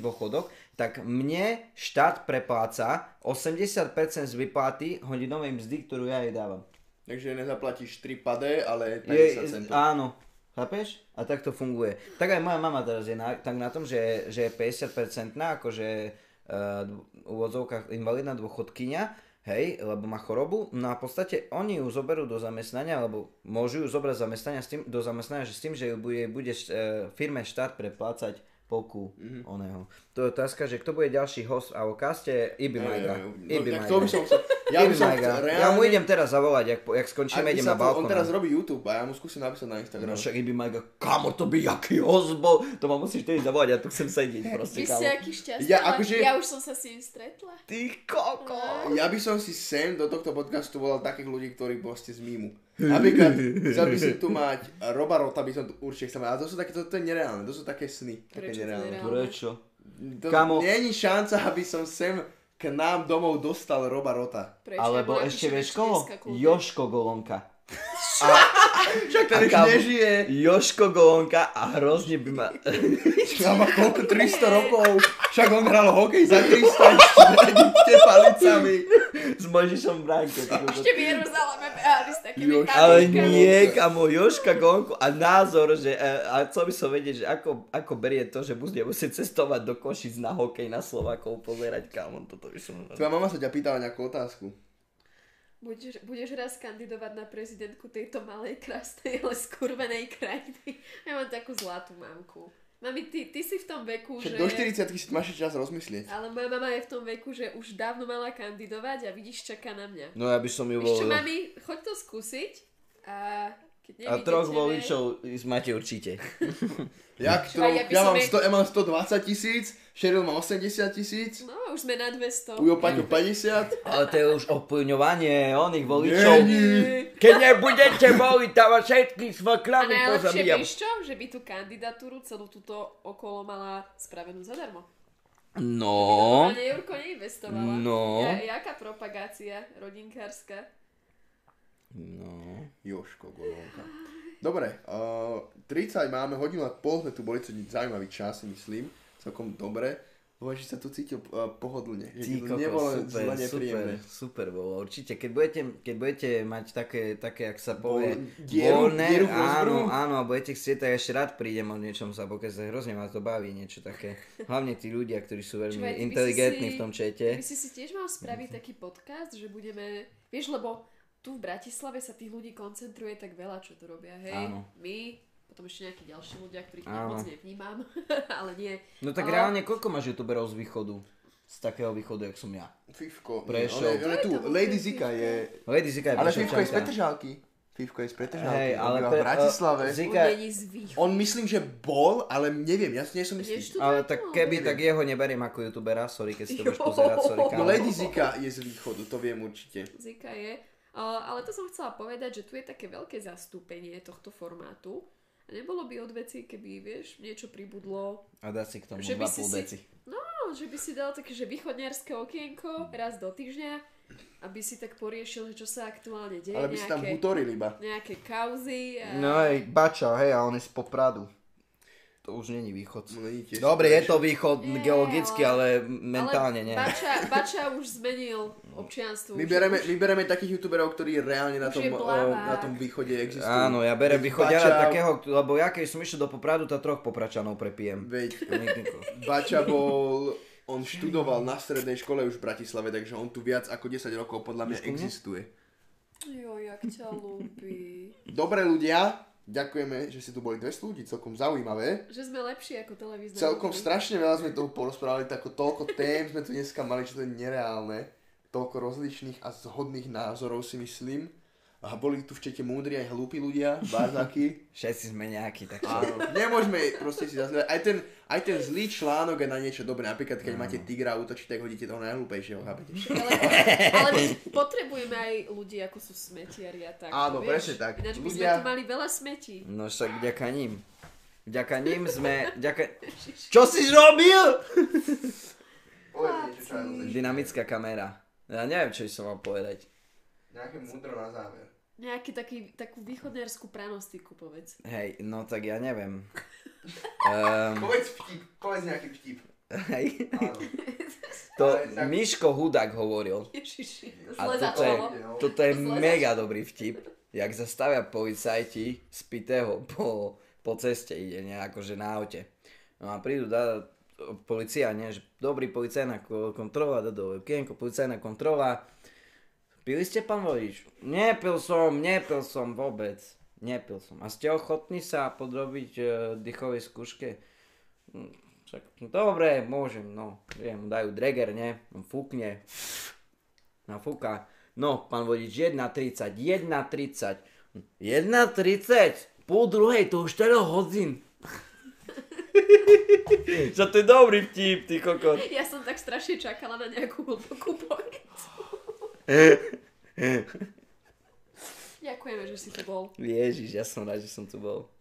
dôchodok, tak mne štát prepláca 80% z vyplaty hodinovej mzdy, ktorú ja jej dávam.
Takže nezaplatíš 3 pade, ale 50
Je,
centov.
áno, chápeš? A tak to funguje. Tak aj moja mama teraz je na, tak na tom, že, že je 50% akože uh, v úvodzovkách invalidná dôchodkynia, hej, lebo má chorobu, no a v podstate oni ju zoberú do zamestnania, alebo môžu ju zobrať zamestnania s tým, do zamestnania, že s tým, že ju bude, bude uh, firme štát preplácať polku
Mhm.
mm-hmm. oného. To je otázka, že kto bude ďalší host a o kaste Ibi
Ja, ja,
Majda.
ja. No,
Ibi
tak
Majda.
to by som chcel. Ja by som
Maga.
chcel-
ja mu
reálne-
idem teraz zavolať, jak, po- jak skončíme,
Ak by
idem
sa
na
to-
balkón.
On teraz robí YouTube a ja mu skúsim napísať na Instagram.
No však iby Maga, kámo, to by jaký ozbo, to ma musíš tedy zavolať, ja tu chcem sedieť proste,
Vy
kámo.
ste aký šťastný,
Ja
ja,
akože-
ja už som sa s ním stretla.
Ty koko.
Ja by som si sem do tohto podcastu volal takých ľudí, ktorí bol ste z mýmu. Napríklad, chcel by som tu mať Roba Rota, by som tu určite chcel mať, ale to sú také, to, to je nereálne, to sú také sny, také
Prečo to
nereálne.
nereálne?
Prečo?
To
Kamo-
není šanca, aby som sem k nám domov dostal Roba Rota.
Prečo?
Alebo
Bola
ešte
tuším
vieš koho?
čínska kultúra.
Joško Golonka.
Však ten
A
už
kamo-
nežije.
Joško Golonka a hrozne by ma...
Ja má koľko? 300 rokov. Však on hral hokej za 300 s palicami.
S Možišom Branko. ty kokos.
Ešte v Jeruzaleme behali s takými
Jož-
Ale
tatínkami.
nie, kamo, Joška Golonku a názor, že... e, A chcel by som vedieť, že ako, ako berie to, že bude musieť cestovať do Košic na hokej na Slovákov pozerať, kamo, toto by som...
Tvoja mama sa ťa pýtala nejakú otázku.
Budeš, budeš raz kandidovať na prezidentku tejto malej, krásnej, ale skurvenej krajiny. Ja mám takú zlatú mamku. Mami, ty, ty si v tom veku,
Však
že...
do 40 si máš čas rozmyslieť.
Ale moja mama je v tom veku, že už dávno mala kandidovať a vidíš, čaká na mňa.
No ja by som ju
Vieš čo,
volil.
mami, choď to skúsiť a keď
A
nevidíte...
troch voličov máte určite.
Ja, ktorou,
ja by
ja,
som
mám
jej-
100, ja mám 120 tisíc, Sheryl má 80 tisíc,
No, už sme na 200.
Ujo Paťo 50.
Ale to je už ovplyvňovanie oných voličov.
voličov. Nie,
Keď nebudete voliť, tam vás všetkých
A
svaklami
najlepšie
pozabíjam.
vieš čo? Že by tú kandidatúru celú túto okolo mala spravenú zadarmo.
No,
Ale Jurko neinvestovala.
No.
Ja, jaká propagácia rodinkárska?
no.
Joško, golonka. Dobre, uh, 30 máme, hodinu a pol sme tu boli, to je zaujímavý čas, si myslím, celkom dobre. Hovorím, že sa tu cítil uh, pohodlne, že
Ty,
ti to
koko,
nebolo
super,
zle
super,
nepríjemné.
super bolo. Určite, keď budete, keď budete mať také, také, ak sa povie,
Bol- dieru- dieru v mozgu?
áno, áno, a budete chcieť, tak ešte rád prídem o niečom sa pokázať. Hrozne ma to baví, niečo také. Hlavne tí ľudia, ktorí sú veľmi
Čúvaj, ty by si
inteligentní
si-
v tom
Ty by
čete.
si si tiež mal spraviť taký podcast, že budeme... Vieš, lebo tu v Bratislave sa tých ľudí koncentruje tak veľa, čo tu robia, hej?
Áno.
My, potom ešte nejakí ďalší ľudia, ktorých
Áno.
moc nevnímam, ale nie.
No tak
Ale-
reálne, koľko máš youtuberov z východu? Z takého východu, jak som ja.
Fifko, Prešov.
Prešov.
On je, on je tu,
Kto je to bol
Lady
ten
Zika
Fifko?
je...
No Lady Zika je
Ale Fifko je z
Prešovčanka.
Petržalky. Fifko je z Petržalky,
Hej,
hey, ale
ale pre-
v Bratislave.
o, Zik-
On
Týka-
není z východu.
On myslím, že bol, ale neviem, ja si nie som
Vieš
istý.
tu no.
Ale
takú?
tak keby, tak jeho neberiem ako youtubera, sorry, keď si to budeš pozerať, sorry,
No
kámo.
Lady Zika je z východu, to viem určite.
Zika je. A- Ale to som chcela povedať, že tu je také veľké zastúpenie tohto formátu. A nebolo by od veci, keby, vieš, niečo pribudlo.
A dá si k tomu
Že by
dva
si
pol
si-
deci.
No, že by si dal také, že východňarské okienko raz do týždňa, aby si tak poriešil, že čo sa aktuálne deje.
Ale by si tam
nejaké,
hutoril iba.
nejaké kauzy. A...
No hej, bača, hej, a on je z Popradu. To už není východ.
No, není tiež
Dobre,
to
je to východ
Je,
geologicky, ale mentálne
ale
nie.
Bača, bača už zmenil občianstvo.
My
už-
bereme,
už-
my bereme takých youtuberov, ktorí reálne na tom,
Už je
uh,
blavák.
na tom východe existujú.
Áno, ja berem
Veď
východiara
Bača-
takého, lebo ja keď som išiel do Popradu, tá troch Popračanov prepijem.
Veď Bača bol... On študoval na strednej škole už v Bratislave, takže on tu viac ako 10 rokov podľa mňa existuje.
Joj, jak ťa ľúbi.
Dobre ľudia, ďakujeme, že ste tu boli 200 ľudí, celkom zaujímavé.
Že sme lepší ako televízne.
Celkom strašne veľa sme toho porozprávali, tako toľko tém sme tu dneska mali, čo to je nereálne. Toľko rozličných a zhodných názorov si myslím. A boli tu včete múdri aj hlúpi ľudia, barzaky.
Všetci sme nejakí, tak čo?
Áno, nemôžeme proste si zazlievať. Aj ten, aj ten zlý článok je na niečo dobré. Napríklad, keď máte tigra a útočí, tak hodíte toho najhlúpejšieho, chápete?
Ale, ale my potrebujeme aj ľudí, ako sú smetiari a tak.
Áno,
vieš?
presne tak.
Ináč by sme
Ľudia-
tu mali veľa smetí.
No však vďaka ním. Vďaka ním sme, vďaka... Čo si robil? Dynamická kamera. Ja neviem, čo som mal povedať.
Nejaké múdro na záver.
Nejaký taký, takú východňarskú pranostiku, povedz.
Hej, no tak ja neviem. Ehm,
Povedz vtip, povedz nejaký vtip.
hej,
Áno.
to Miško Hudák hovoril.
Ježiši,
A
zle
toto je,
začalo.
toto je
Zle
mega dobrý vtip. Jak zastavia policajti z pitého po, po ceste, ide ne, akože na aute. No a prídu dá, policia, nie, že dobrý policajná ko- kontrola, dá do okienko, policajná kontrola. Pili ste, pán vodič? Nepil som, nepil som vôbec. Nepil som. A ste ochotní sa podrobiť e, dýchovej skúške? Hm, Však, no. dobre, môžem, no. Viem, dajú dreger, ne? On Fúkne, nafúka. No, pán vodič, 1.30, 1.30, 1.30, pol druhej, to už teda 4 hodín. Čo to je dobrý vtip, ty kokot.
Ja som tak strašne čakala na nejakú hlbokú pointu. Ďakujeme, že si to bol.
Ježiš, ja som rád, že som tu bol.